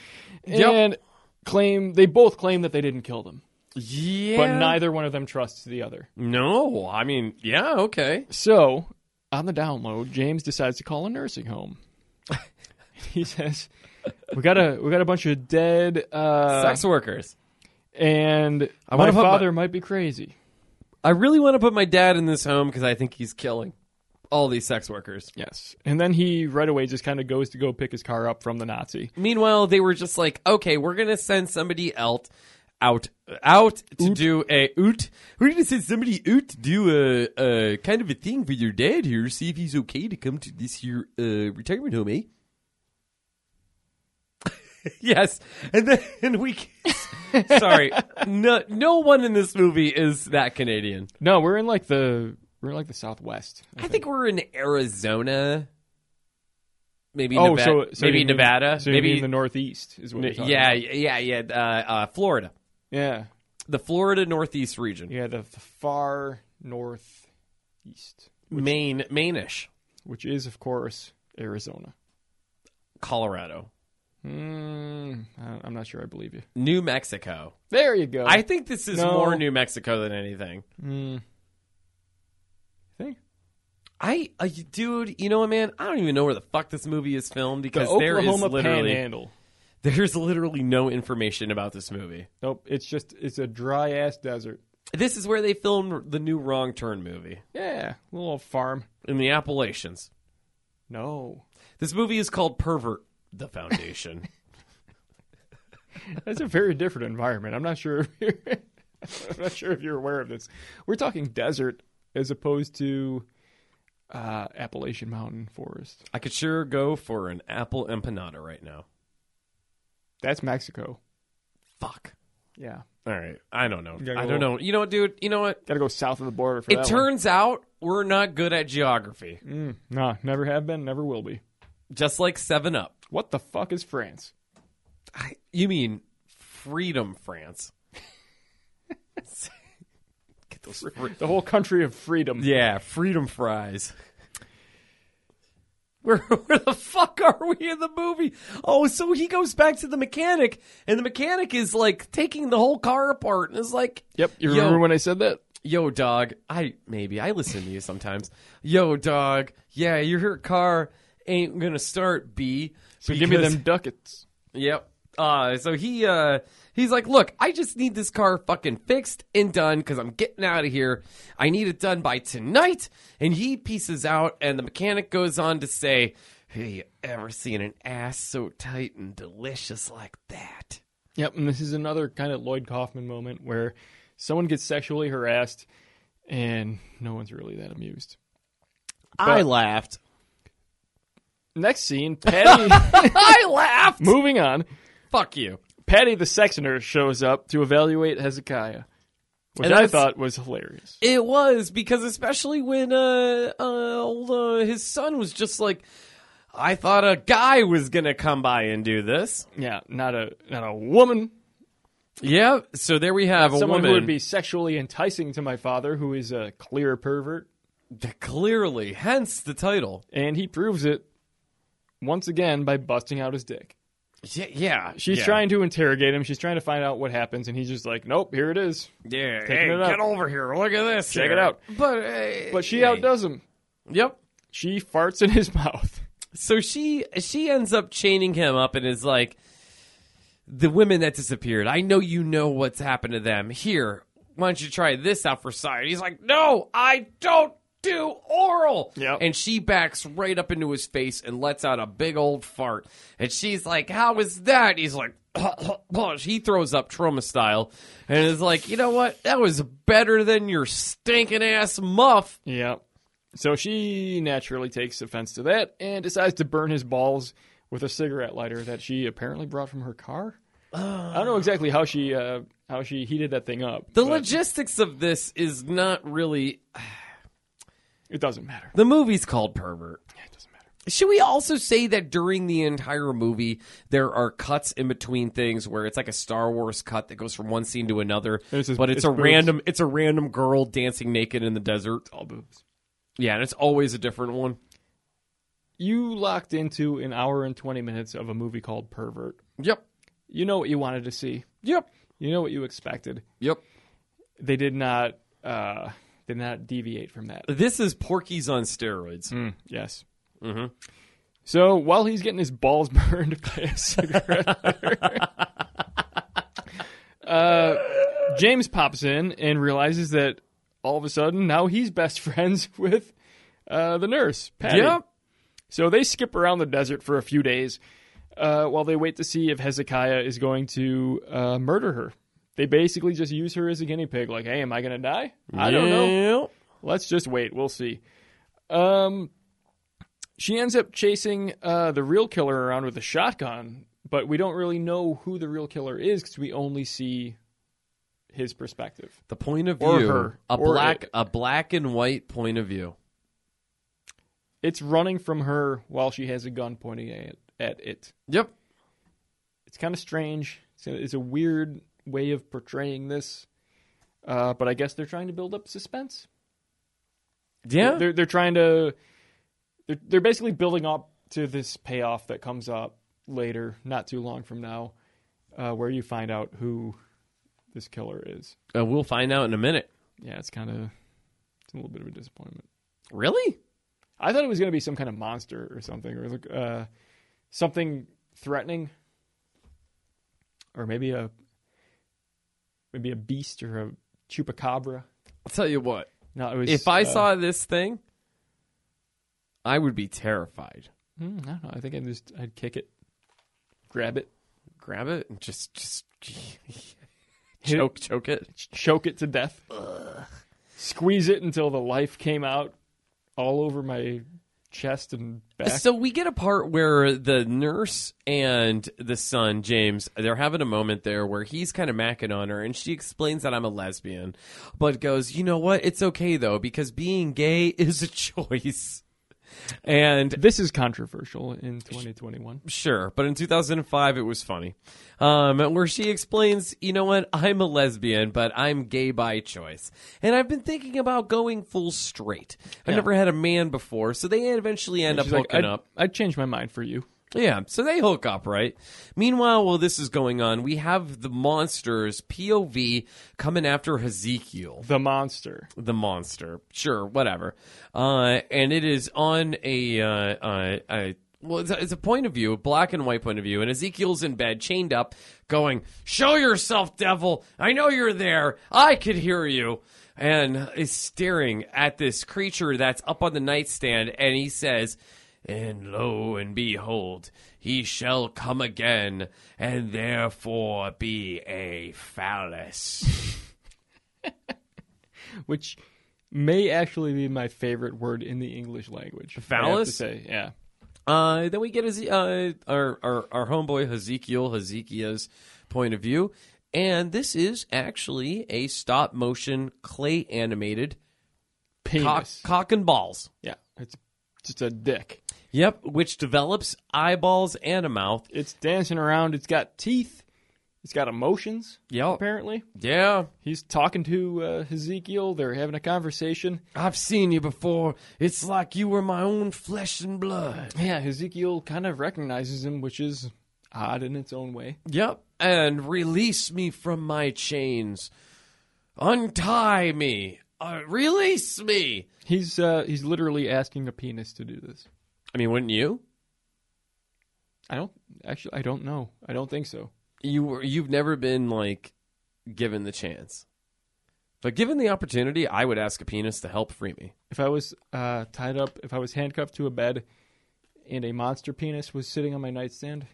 Yep.
and claim they both claim that they didn't kill them.
Yeah.
but neither one of them trusts the other.
No, I mean, yeah, okay.
So, on the download, James decides to call a nursing home. he says, "We got a we got a bunch of dead uh,
Sex workers.
and
I
my
wanna put my-
father might be crazy."
I really want to put my dad in this home because I think he's killing all these sex workers.
Yes, and then he right away just kind of goes to go pick his car up from the Nazi.
Meanwhile, they were just like, okay, we're gonna send somebody else out out to do a oot. We're gonna send somebody out to do a, a kind of a thing for your dad here, see if he's okay to come to this here uh, retirement home, eh? yes, and then and we. Sorry, no, no one in this movie is that Canadian.
No, we're in like the we're in like the Southwest.
I think we're in Arizona. Maybe
oh,
Nevada.
so, so
maybe
you mean-
Nevada.
so you
maybe
mean the Northeast is what. you're talking
yeah,
about.
yeah, yeah. Uh, uh, Florida,
yeah,
the Florida Northeast region,
yeah. The, the far northeast,
Maine, Maineish,
which is of course Arizona.
Colorado,
Mm, I- I'm not sure. I believe you.
New Mexico.
There you go.
I think this is
Oh. No.
more New Mexico than anything.
Mm. think
I, uh, you- dude, you know what, man? I don't even know where the fuck this movie is filmed
the
because there is
Oklahoma
literally
Panhandle.
there's literally no information about this movie.
Nope, it's just it's a dry ass desert.
This is where they filmed the new Wrong Turn movie
Yeah, little old farm.
in the Appalachians.
No,
This movie is called Pervert the Foundation.
that's a very different environment. I'm not sure. If you're, I'm not sure if you're aware of this. We're talking desert as opposed to uh, Appalachian Mountain Forest.
I could sure go for an apple empanada right now.
That's Mexico.
Fuck.
Yeah,
All right. I don't know.
gotta
I
go-
don't know. You know what, dude? You know what?
gotta go south of the border for
It
that.
turns out we're not good at geography.
one. Mm, nah, never have been, never will be.
Just like 7 Up.
What the fuck is France?
I, you mean freedom, France? Get those. Free-
The whole country of freedom.
yeah, freedom fries. Where, where the fuck are we in the movie? Oh, so he goes back to the mechanic, and the mechanic is like taking the whole car apart and is like,
Yep. You
Yo.
remember when I said that?
yo dog i maybe i listen to you sometimes yo dog yeah your car ain't gonna start b
So give me them ducats.
yep uh so he uh he's like look i just need this car fucking fixed and done because i'm getting out of here i need it done by tonight and he pieces out and the mechanic goes on to say hey you ever seen an ass so tight and delicious like that
Yep, and this is another kind of Lloyd Kaufman moment where someone gets sexually harassed and no one's really that amused.
I laughed.
Next scene, Patty
i laughed
moving on.
fuck you
Patty the sexner shows up to evaluate Hezekiah, which
And
I
that's-
thought was hilarious.
It was because especially when uh, uh old uh, his son was just like, I thought a guy was gonna come by and do this.
Yeah, not a not a woman,
Yeah. So there we have a
someone
woman
who would be sexually enticing to my father, who is a clear pervert,
clearly, hence the title.
and he proves it once again by busting out his dick.
Yeah. yeah
She's
yeah.
trying to interrogate him. She's trying to find out what happens, and he's just like, "Nope, here it is.
Yeah.
taking
hey,
it up.
get over here. Look at this.
Check it
here.
out.
But uh,
But she
hey.
outdoes him.
Yep.
She farts in his mouth.
So she she ends up chaining him up and is like, "The women that disappeared. I know you know what's happened to them. Here, why don't you try this out for sight?" He's like, "No, I don't do oral."
Yep.
And she backs right up into his face and lets out a big old fart. And she's like, "How is that?" He's like. He throws up trauma style and is like, you know what? That was better than your stinking ass muff.
Yeah. So she naturally takes offense to that and decides to burn his balls with a cigarette lighter that she apparently brought from her car. I don't know exactly how she uh, how she heated that thing up.
The
but
logistics of this is not really
it doesn't matter.
The movie's called Pervert.
It doesn't matter.
Should we also say that during the entire movie, there are cuts in between things where it's like a Star Wars cut that goes from one scene to another,
It's just-
but it's,
it's
a
boobs.
random, it's a random girl dancing naked in the desert.
All boobs.
Yeah, and it's always a different one.
You locked into an hour and twenty minutes of a movie called Pervert.
Yep,
You know what you wanted to see.
yep.
You know what you expected.
Yep.
They did not uh, did not deviate from that.
This is Porky's on steroids.
Yes. Mm-hmm. So while he's getting his balls burned by a cigarette, uh, James pops in and realizes that all of a sudden now he's best friends with uh, the nurse, Patty.
Yep.
So they skip around the desert for a few days uh, while they wait to see if Hezekiah is going to uh, murder her. They basically just use her as a guinea pig. Like, hey, am I going to die? I don't know.
Yep.
Let's just wait. We'll see. Um, she ends up chasing uh, the real killer around with a shotgun, but we don't really know who the real killer is because we only see his perspective.
The point of
Or
view,
her.
a
Or
black,
it.
a black and white point of view.
It's running from her while she has a gun pointing at, at it.
Yep.
It's kind of strange. It's a, it's a weird way of portraying this, uh, but I guess they're trying to build up suspense.
Yeah.
They're they're trying to they're they're basically building up to this payoff that comes up later, not too long from now, uh, where you find out who this killer is.
Uh, we'll find out in a minute.
Yeah, it's kind of it's a little bit of a disappointment.
Really?
I thought it was going to be some kind of monster or something, or like uh, something threatening, or maybe a maybe a beast or a chupacabra.
I'll tell you what.
No, it was.
If I
uh,
saw this thing, I would be terrified.
hmm, I don't know. I think I would just I'd kick it, grab it,
Grab it and just, just
hit it
choke, choke it.
choke it to death, squeeze it until the life came out all over my chest and back.
So we get a part where the nurse and the son, James, they're having a moment there where he's kind of macking on her and she explains that I'm a lesbian, but goes, you know what? It's okay though, because being gay is a choice. And
this is controversial in 2021.
sure, but in 2005, it was funny. Um, where she explains, you know what? I'm a lesbian, but I'm gay by choice. And I've been thinking about going full straight. I've never had a man before. So they eventually end up
She's like, I'd,
hooking up.
I'd change my mind for you.
Yeah, so they hook up, right? Meanwhile, while this is going on, we have the monsters POV coming after Ezekiel,
The monster.
the monster. Sure, whatever. Uh, and it is on a, uh, uh, a well, it's a, it's a point of view, a black and white point of view, and Ezekiel's in bed, chained up, going, "Show yourself, devil! I know you're there. I could hear you." And is staring at this creature that's up on the nightstand, and he says. And lo and behold, he shall come again, and therefore be a phallus.
which may actually be my favorite word in the English language. I have to
Phallus?
say, yeah.
Uh, then we get Eze- uh, our, our our homeboy Ezekiel Ezekiel's point of view, and this is actually a stop motion clay animated cock,
Penis.
cock and balls.
Yeah, it's just a dick.
Yep, which develops eyeballs and a mouth.
It's dancing around. It's got teeth. It's got emotions.
Yep.
Apparently,
Yeah,
he's talking to uh, Ezekiel. They're having a conversation.
I've seen you before. It's like you were my own flesh and blood.
Yeah, Ezekiel kind of recognizes him, which is odd in its own way.
Yep, and release me from my chains. Untie me. Uh, release me.
He's uh, he's literally asking a penis to do this.
I mean, wouldn't you?
I don't actually. I don't know. I don't think so.
you were you've never been like given the chance but given the opportunity i would ask a penis to help free me
if I was uh, tied up, if I was handcuffed to a bed, and a monster penis was sitting on my nightstand,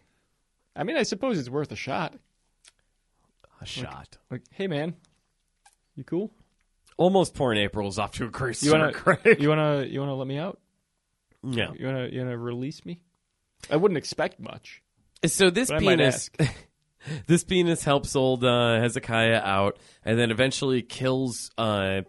I mean, I suppose it's worth a shot.
a shot
Like, hey man, you cool?
almost porn april's off to a great
You wanna,
start Craig.
you wanna, you wanna let me out?
yeah
You wanna, you wanna release me? I wouldn't expect much.
so this
But I might
penis this penis helps old uh, hezekiah out and then eventually kills uh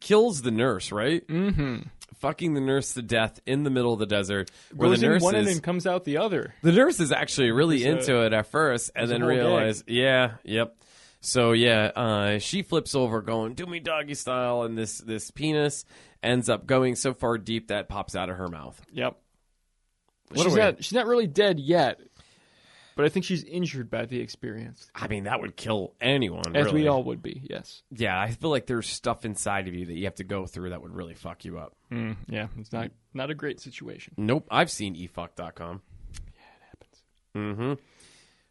kills the nurse right
Mm.
mm-hmm fucking the nurse to death in the middle of the desert where
Goes
the
in
nurse
one end
is-
and comes out the other.
The nurse is actually really
It's a-
into it at first, and
it's a
then
whole gig.
realize, yeah, yep. So yeah, uh, she flips over, going "do me doggy style," and this this penis ends up going so far deep that it pops out of her mouth.
Yep.
a
she's
way-
not, she's not really dead yet. But I think she's injured by the experience,
I mean, that would kill anyone.
as
really.
we all would be. Yes.
Yeah, I feel like there's stuff inside of you that you have to go through that would really fuck you up.
Hmm, yeah, it's not not a great situation.
Nope, I've seen e efuck.com. Yeah, it happens. Mm-hmm.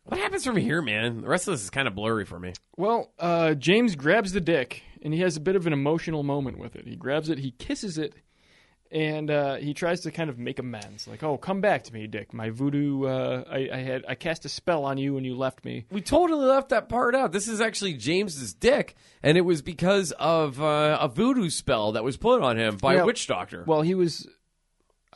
What happens from here, man? The rest of this is kind of blurry for me.
Well, uh, James grabs the dick and he has a bit of an emotional moment with it. He grabs it, he kisses it, and uh, he tries to kind of make amends. Like, oh, come back to me, dick. My voodoo, uh, I, I had, I cast a spell on you and you left me.
We totally left that part out. This is actually James's dick, and it was because of uh, a voodoo spell that was put on him by
Yeah.
a witch doctor.
Well, he was,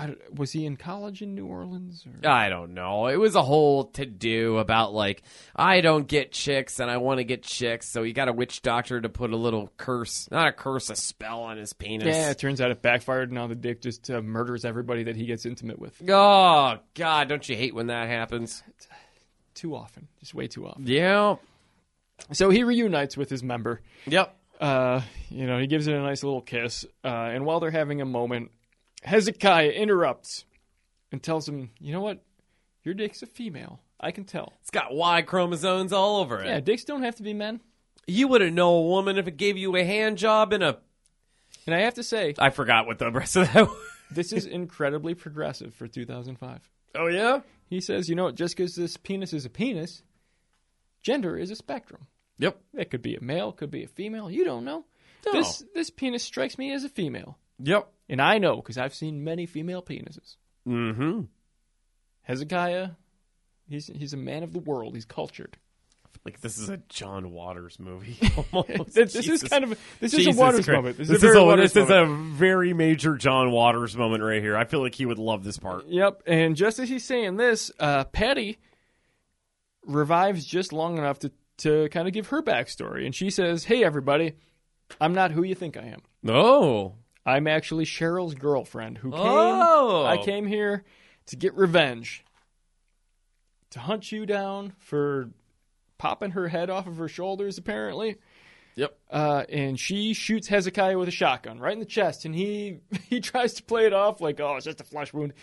I don't- was he in college in New Orleans? Or?
I don't know. It was a whole to do about like I don't get chicks and I want to get chicks, so he got a witch doctor to put a little curse, not a curse, a spell on his penis.
Yeah, it turns out it backfired. Now the dick just uh, murders everybody that he gets intimate with.
Oh God, don't you hate when that happens?
Too often, just way too often.
Yeah.
So he reunites with his member.
Yep.
uh, you know, he gives it a nice little kiss. Uh, and while they're having a moment, Hezekiah interrupts and tells him, "You know what? Your dick's a female. I can tell.
It's got Y chromosomes all over it.
Yeah, dicks don't have to be men."
You wouldn't know a woman if it gave you a hand job and a
And I have to say,
I forgot what the rest of that was.
this is incredibly progressive for 2005.
Oh yeah?
He says, "You know, what? just because this penis is a penis, gender is a spectrum.
Yep.
It could be a male, could be a female. You don't know. This this penis strikes me as a female,
Yep.
and I know because I've seen many female penises."
Mm-hmm.
Hezekiah, he's he's a man of the world. He's cultured.
Like this is a John Waters movie. Almost.
This, this is
Oh, Jesus
kind of this is
Jesus
a Waters
Christ.
moment. This, is a very Waters
this
moment.
is a very major John Waters moment right here. I feel like he would love this part.
Yep. And just as he's saying this, uh, Patty revives just long enough to to kind of give her backstory, and she says, "Hey, everybody, I'm not who you think I am.
Oh,
I'm actually Cheryl's girlfriend who came.
Oh.
I came here to get revenge, to hunt you down for." Popping her head off of her shoulders, apparently.
yep.
uh, and she shoots Hezekiah with a shotgun right in the chest, and he he tries to play it off like, oh, it's just a flesh wound,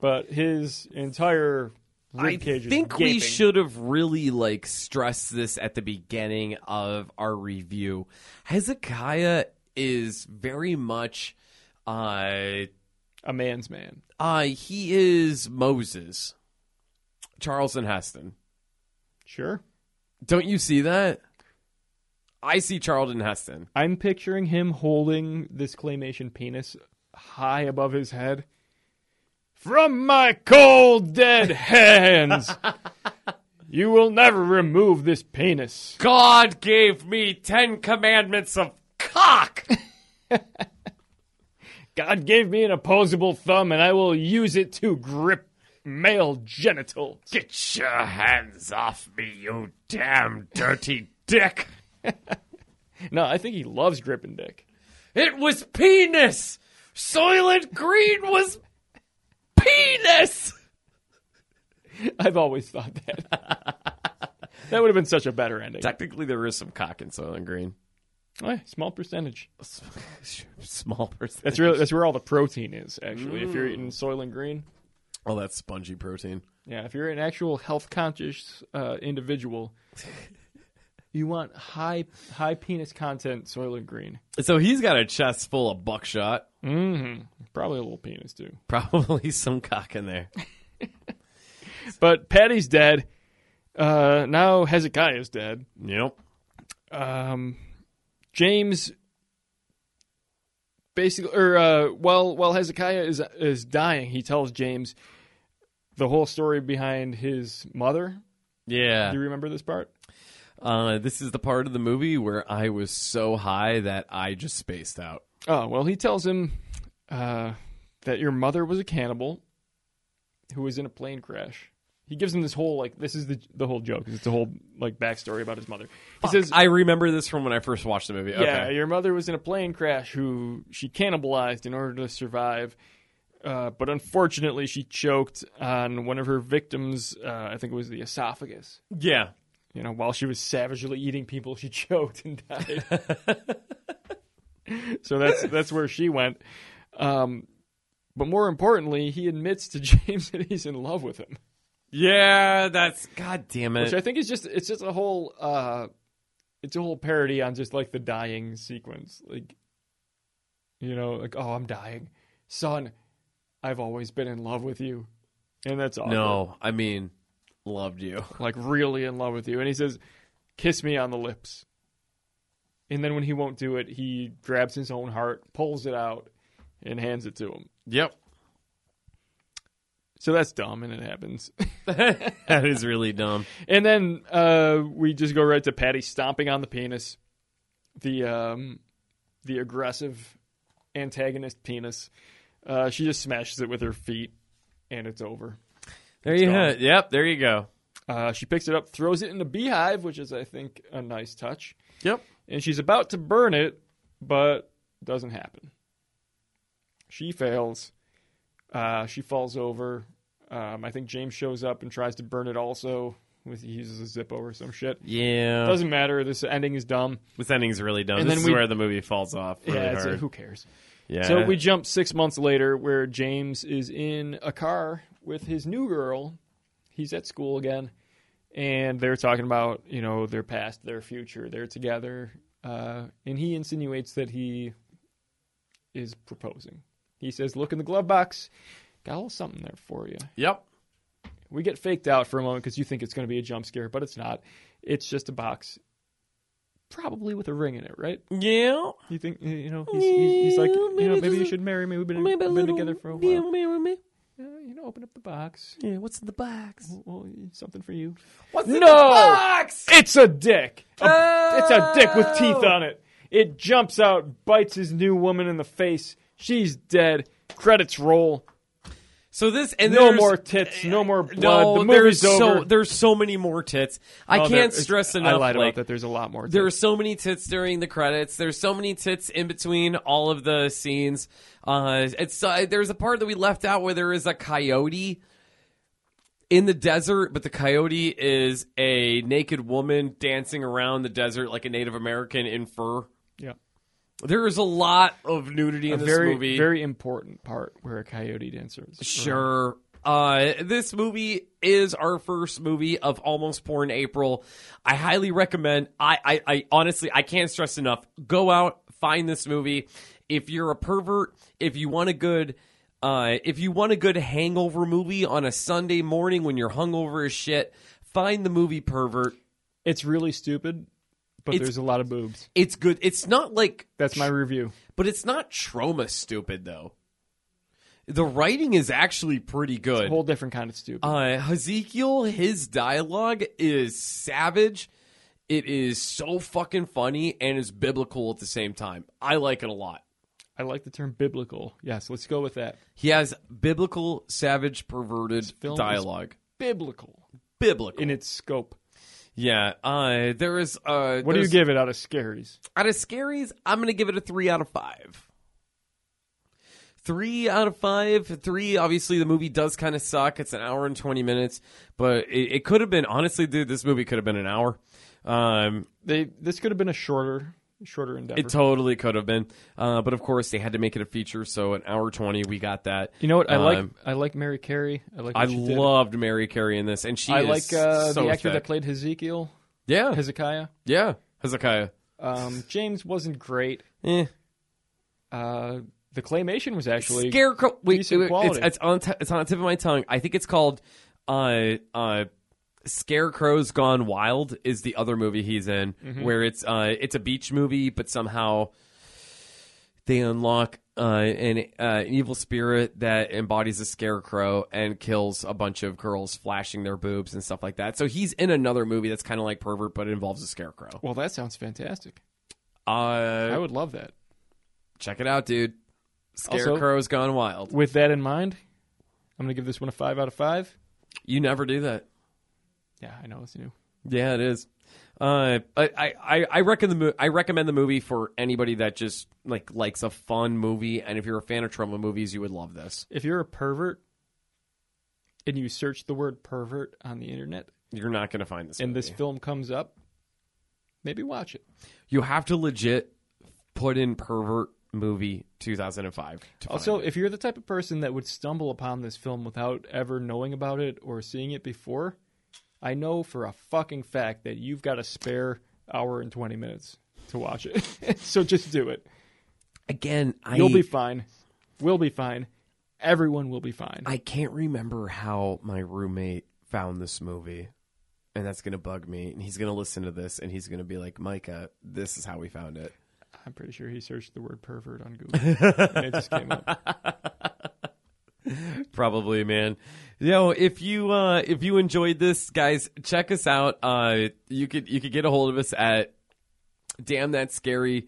but his entire
I
rib cage is
think we
gaping.
should have really like stressed this at the beginning of our review. Hezekiah is very much uh
a man's man.
uh he is Moses. Charles and Heston.
Sure,
Don't you see that? I see Charlton Heston.
I'm picturing him holding this claymation penis high above his head. From my cold dead hands, you will never remove this penis.
God gave me ten commandments of cock.
God gave me an opposable thumb, and I will use it to grip male genitals.
Get your hands off me, you damn dirty dick.
No, I think he loves gripping dick.
It was penis. Soylent Green was penis.
I've always thought that. that would have been such a better ending.
Technically, there is some cock in Soylent Green.
Eh, small percentage.
Small percent.
That's really that's where all the protein is. Actually, if you're eating soil and green,
Oh, that's spongy protein.
yeah. If you're an actual health conscious uh, individual, you want high high penis content soil and green.
So he's got a chest full of buckshot.
Probably a little penis too.
Probably some cock in there.
But Patty's dead. Uh, now Hezekiah's dead.
Yep.
um, James basically or uh, while while Hezekiah is is dying, he tells James the whole story behind his mother. Do
Yeah.
you remember this part?
Uh, this is the part of the movie where I was so high that I just spaced out.
Oh well, he tells him uh, that your mother was a cannibal who was in a plane crash. He gives him this whole like this is the the whole joke. It's the whole like backstory about his mother. He says
I remember this from when I first watched the movie. Okay.
Yeah, your mother was in a plane crash who she cannibalized in order to survive. Uh, but unfortunately, she choked on one of her victims. Uh, I think it was the esophagus.
yeah.
You know, while she was savagely eating people, she choked and died. so that's that's where she went. Um, but more importantly, he admits to James that he's in love with him.
Yeah, that's god damn it.
which I think is just it's just a whole uh it's a whole parody on just like the dying sequence. Like you know, like oh, I'm dying. Son, I've always been in love with you. And that's all.
no, I mean, loved you.
Like really in love with you. And he says, "Kiss me on the lips." And then when he won't do it, he grabs his own heart, pulls it out, and hands it to him.
Yep.
So that's dumb and it happens.
that is really dumb.
And then uh, we just go right to Patty stomping on the penis, the um, the aggressive antagonist penis. Uh, she just smashes it with her feet, and it's over.
There you
gone.
have. Yep, there you go.
Uh, she picks it up, throws it in the beehive, which is, I think, a nice touch.
Yep.
And she's about to burn it, but doesn't happen. She fails. Uh, she falls over. Um, I think James shows up and tries to burn it also. With, he uses a Zippo or some shit.
Yeah.
Doesn't matter. This ending is dumb.
this ending's really dumb.
And
this
then
is
we-
where the movie falls off really
yeah, it's-
hard.
who cares?
yeah.
So we jump six months later, where James is in a car with his new girl. He's at school again, and they're talking about you know their past, their future. They're together, uh, and he insinuates that he is proposing. He says, "Look in the glove box, got a little something there for you."
Yep.
We get faked out for a moment because you think it's going to be a jump scare, but it's not. It's just a box, probably with a ring in it, right?
Yeah.
You think you know? He's, he's, he's like,
Yeah,
you know,
maybe
maybe you
just-
should marry me. We've been,
Maybe a
been
little-
together for a while.
Yeah, maybe, maybe.
Uh, you know, open up the box.
Yeah, what's in the box?
Well, something for you.
What's
No!
in the box?
It's a dick. A- It's a dick with teeth
No!
on it. It jumps out, bites his new woman in the face. She's dead. Credits roll.
So this and
No
there's-
more tits. No more blood.
No,
the movie's
there's
over.
So, there's so many more tits. I
Oh, there-
can't stress enough.
I lied
like,
about that. There's a lot more.
There are so many tits during the credits. There's so many tits in between all of the scenes. Uh, it's uh, there's a part that we left out where there is a coyote in the desert, but the coyote is a naked woman dancing around the desert like a Native American in fur.
yeah.
There is a lot of nudity
A
in this
very,
movie.
very important part where a coyote dances.
Sure. Uh, this movie is our first movie of Almost Porn April. I highly recommend. I, I, I honestly, I can't stress enough. Go out, find this movie. If you're a pervert, if you want a good, uh, if you want a good hangover movie on a Sunday morning when you're hungover as shit, find the movie Pervert.
It's really stupid, but
It's-
there's a lot of boobs.
It's good. It's not like
That's my review.
But it's not trauma stupid though. The writing is actually pretty
A
good.
whole different kind of stupid.
Uh, Ezekiel, his dialogue is savage. It is so fucking funny and it's biblical at the same time. I like it a lot.
I like the term biblical. Yes, let's go with that.
He has biblical, savage, perverted
film is-
dialogue.
Biblical
Biblical.
in its scope.
yeah. Uh, there is. Uh,
What do you
there's-
give it out of scaries?
Out of scaries, I'm going to give it a three out of five. Three out of five. Three, obviously, the movie does kind of suck. It's an hour and 20 minutes, but it, it could have been, honestly, dude, this movie could have been an hour. Um,
They this could have been a shorter, shorter endeavor.
It totally could have been, uh, but of course they had to make it a feature. So an hour twenty, we got that.
you know what? I like
Um,
I like Mary Carey. I like.
I
What she did.
loved Mary Carey in this, and she.
I
is
like uh,
so
the actor that
thick.
played Ezekiel
Yeah,
Hezekiah.
yeah, Hezekiah.
Um, James wasn't great.
Eh.
Uh, the claymation was actually
Scarecrow. Wait,
decent
wait, it's,
quality.
it's on. T- it's on the tip of my tongue. I think it's called. Uh, uh, Scarecrow's Gone Wild is the other movie he's in,
Mm-hmm.
where it's uh, it's a beach movie, but somehow they unlock uh, an, uh, an evil spirit that embodies a scarecrow and kills a bunch of girls flashing their boobs and stuff like that. So he's in another movie that's kind of like pervert, but it involves a scarecrow.
Well, that sounds fantastic. I
Uh,
would love that.
check it out, dude. Scarecrow's Gone Wild.
With that in mind, I'm gonna give this one a five out of five.
You never do that.
Yeah, I know it's new.
Yeah, it is. Uh, I, I- I, I recommend the mo- I recommend the movie for anybody that just like likes a fun movie, and if you're a fan of trauma movies, you would love this.
If you're a pervert and you search the word pervert on the internet,
You're not gonna find this.
and
movie.
this film comes up, maybe watch it.
you have to legit put in pervert movie 2005. to find.
Also, if you're the type of person that would stumble upon this film without ever knowing about it or seeing it before, I know for a fucking fact that you've got a spare hour and 20 minutes to watch it. so just do it.
again, I
You'll be fine. We'll be fine. Everyone will be fine.
I can't remember how my roommate found this movie, and that's gonna bug me. And he's gonna listen to this, and he's gonna be like, "Micah, this is how we found it."
I'm pretty sure he searched the word pervert on Google. and it just came up.
Probably, man. Yo, if you uh if you enjoyed this, guys, check us out. Uh you could you could get a hold of us at damn that scary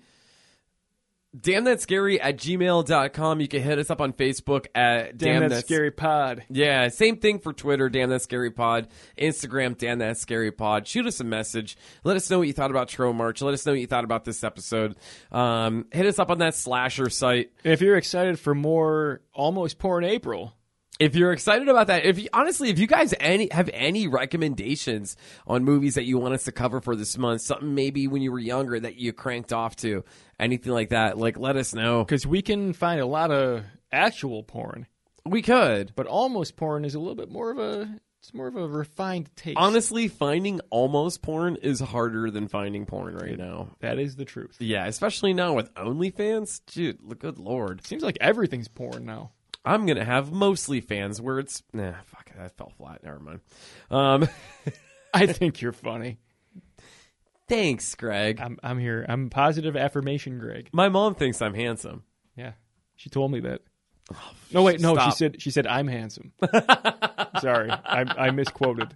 damn that scary at gmail.com. You can hit us up on Facebook at
Damn, that
That's-
scary pod.
Yeah, same thing for Twitter, damn that scary pod, Instagram, damn that scary pod. Shoot us a message. Let us know what you thought about Tro March. Let us know what you thought about this episode. Um, hit us up on that slasher site.
And if you're excited for more almost porn April,
If you're excited about that, if you, honestly, if you guys any have any recommendations on movies that you want us to cover for this month, something maybe when you were younger that you cranked off to, anything like that, like let us know.
because we can find a lot of actual porn,
We could.
but almost porn is a little bit more of a it's more of a refined taste.
Honestly, finding almost porn is harder than finding porn right now.
that is the truth.
Yeah, especially now with OnlyFans, dude. l- Good lord,
Seems like everything's porn now.
I'm gonna have mostly fans where it's nah, fuck, it, that fell flat. Never mind. Um,
I think you're funny.
thanks, Greg.
I'm I'm here. I'm positive affirmation, Greg.
My mom thinks I'm handsome.
Yeah, she told me that. no, wait, no.
stop.
She said she said I'm handsome. Sorry, I, I misquoted.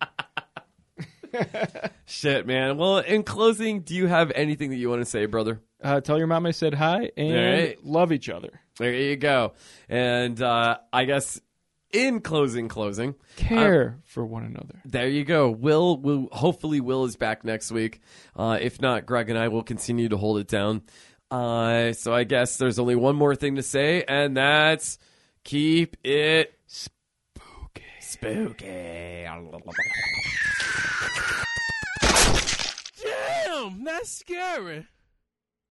Shit, man. Well, in closing, do you have anything that you want to say, brother?
Uh, tell your mom I said hi and
All right.
love each other.
There you go. And uh, I guess in closing, closing,
Care for one another.
there you go. Will will hopefully Will is back next week. Uh, if not, Greg and I will continue to hold it down. Uh, so I guess there's only one more thing to say, and that's keep it spooky. Spooky.
Damn, that's scary.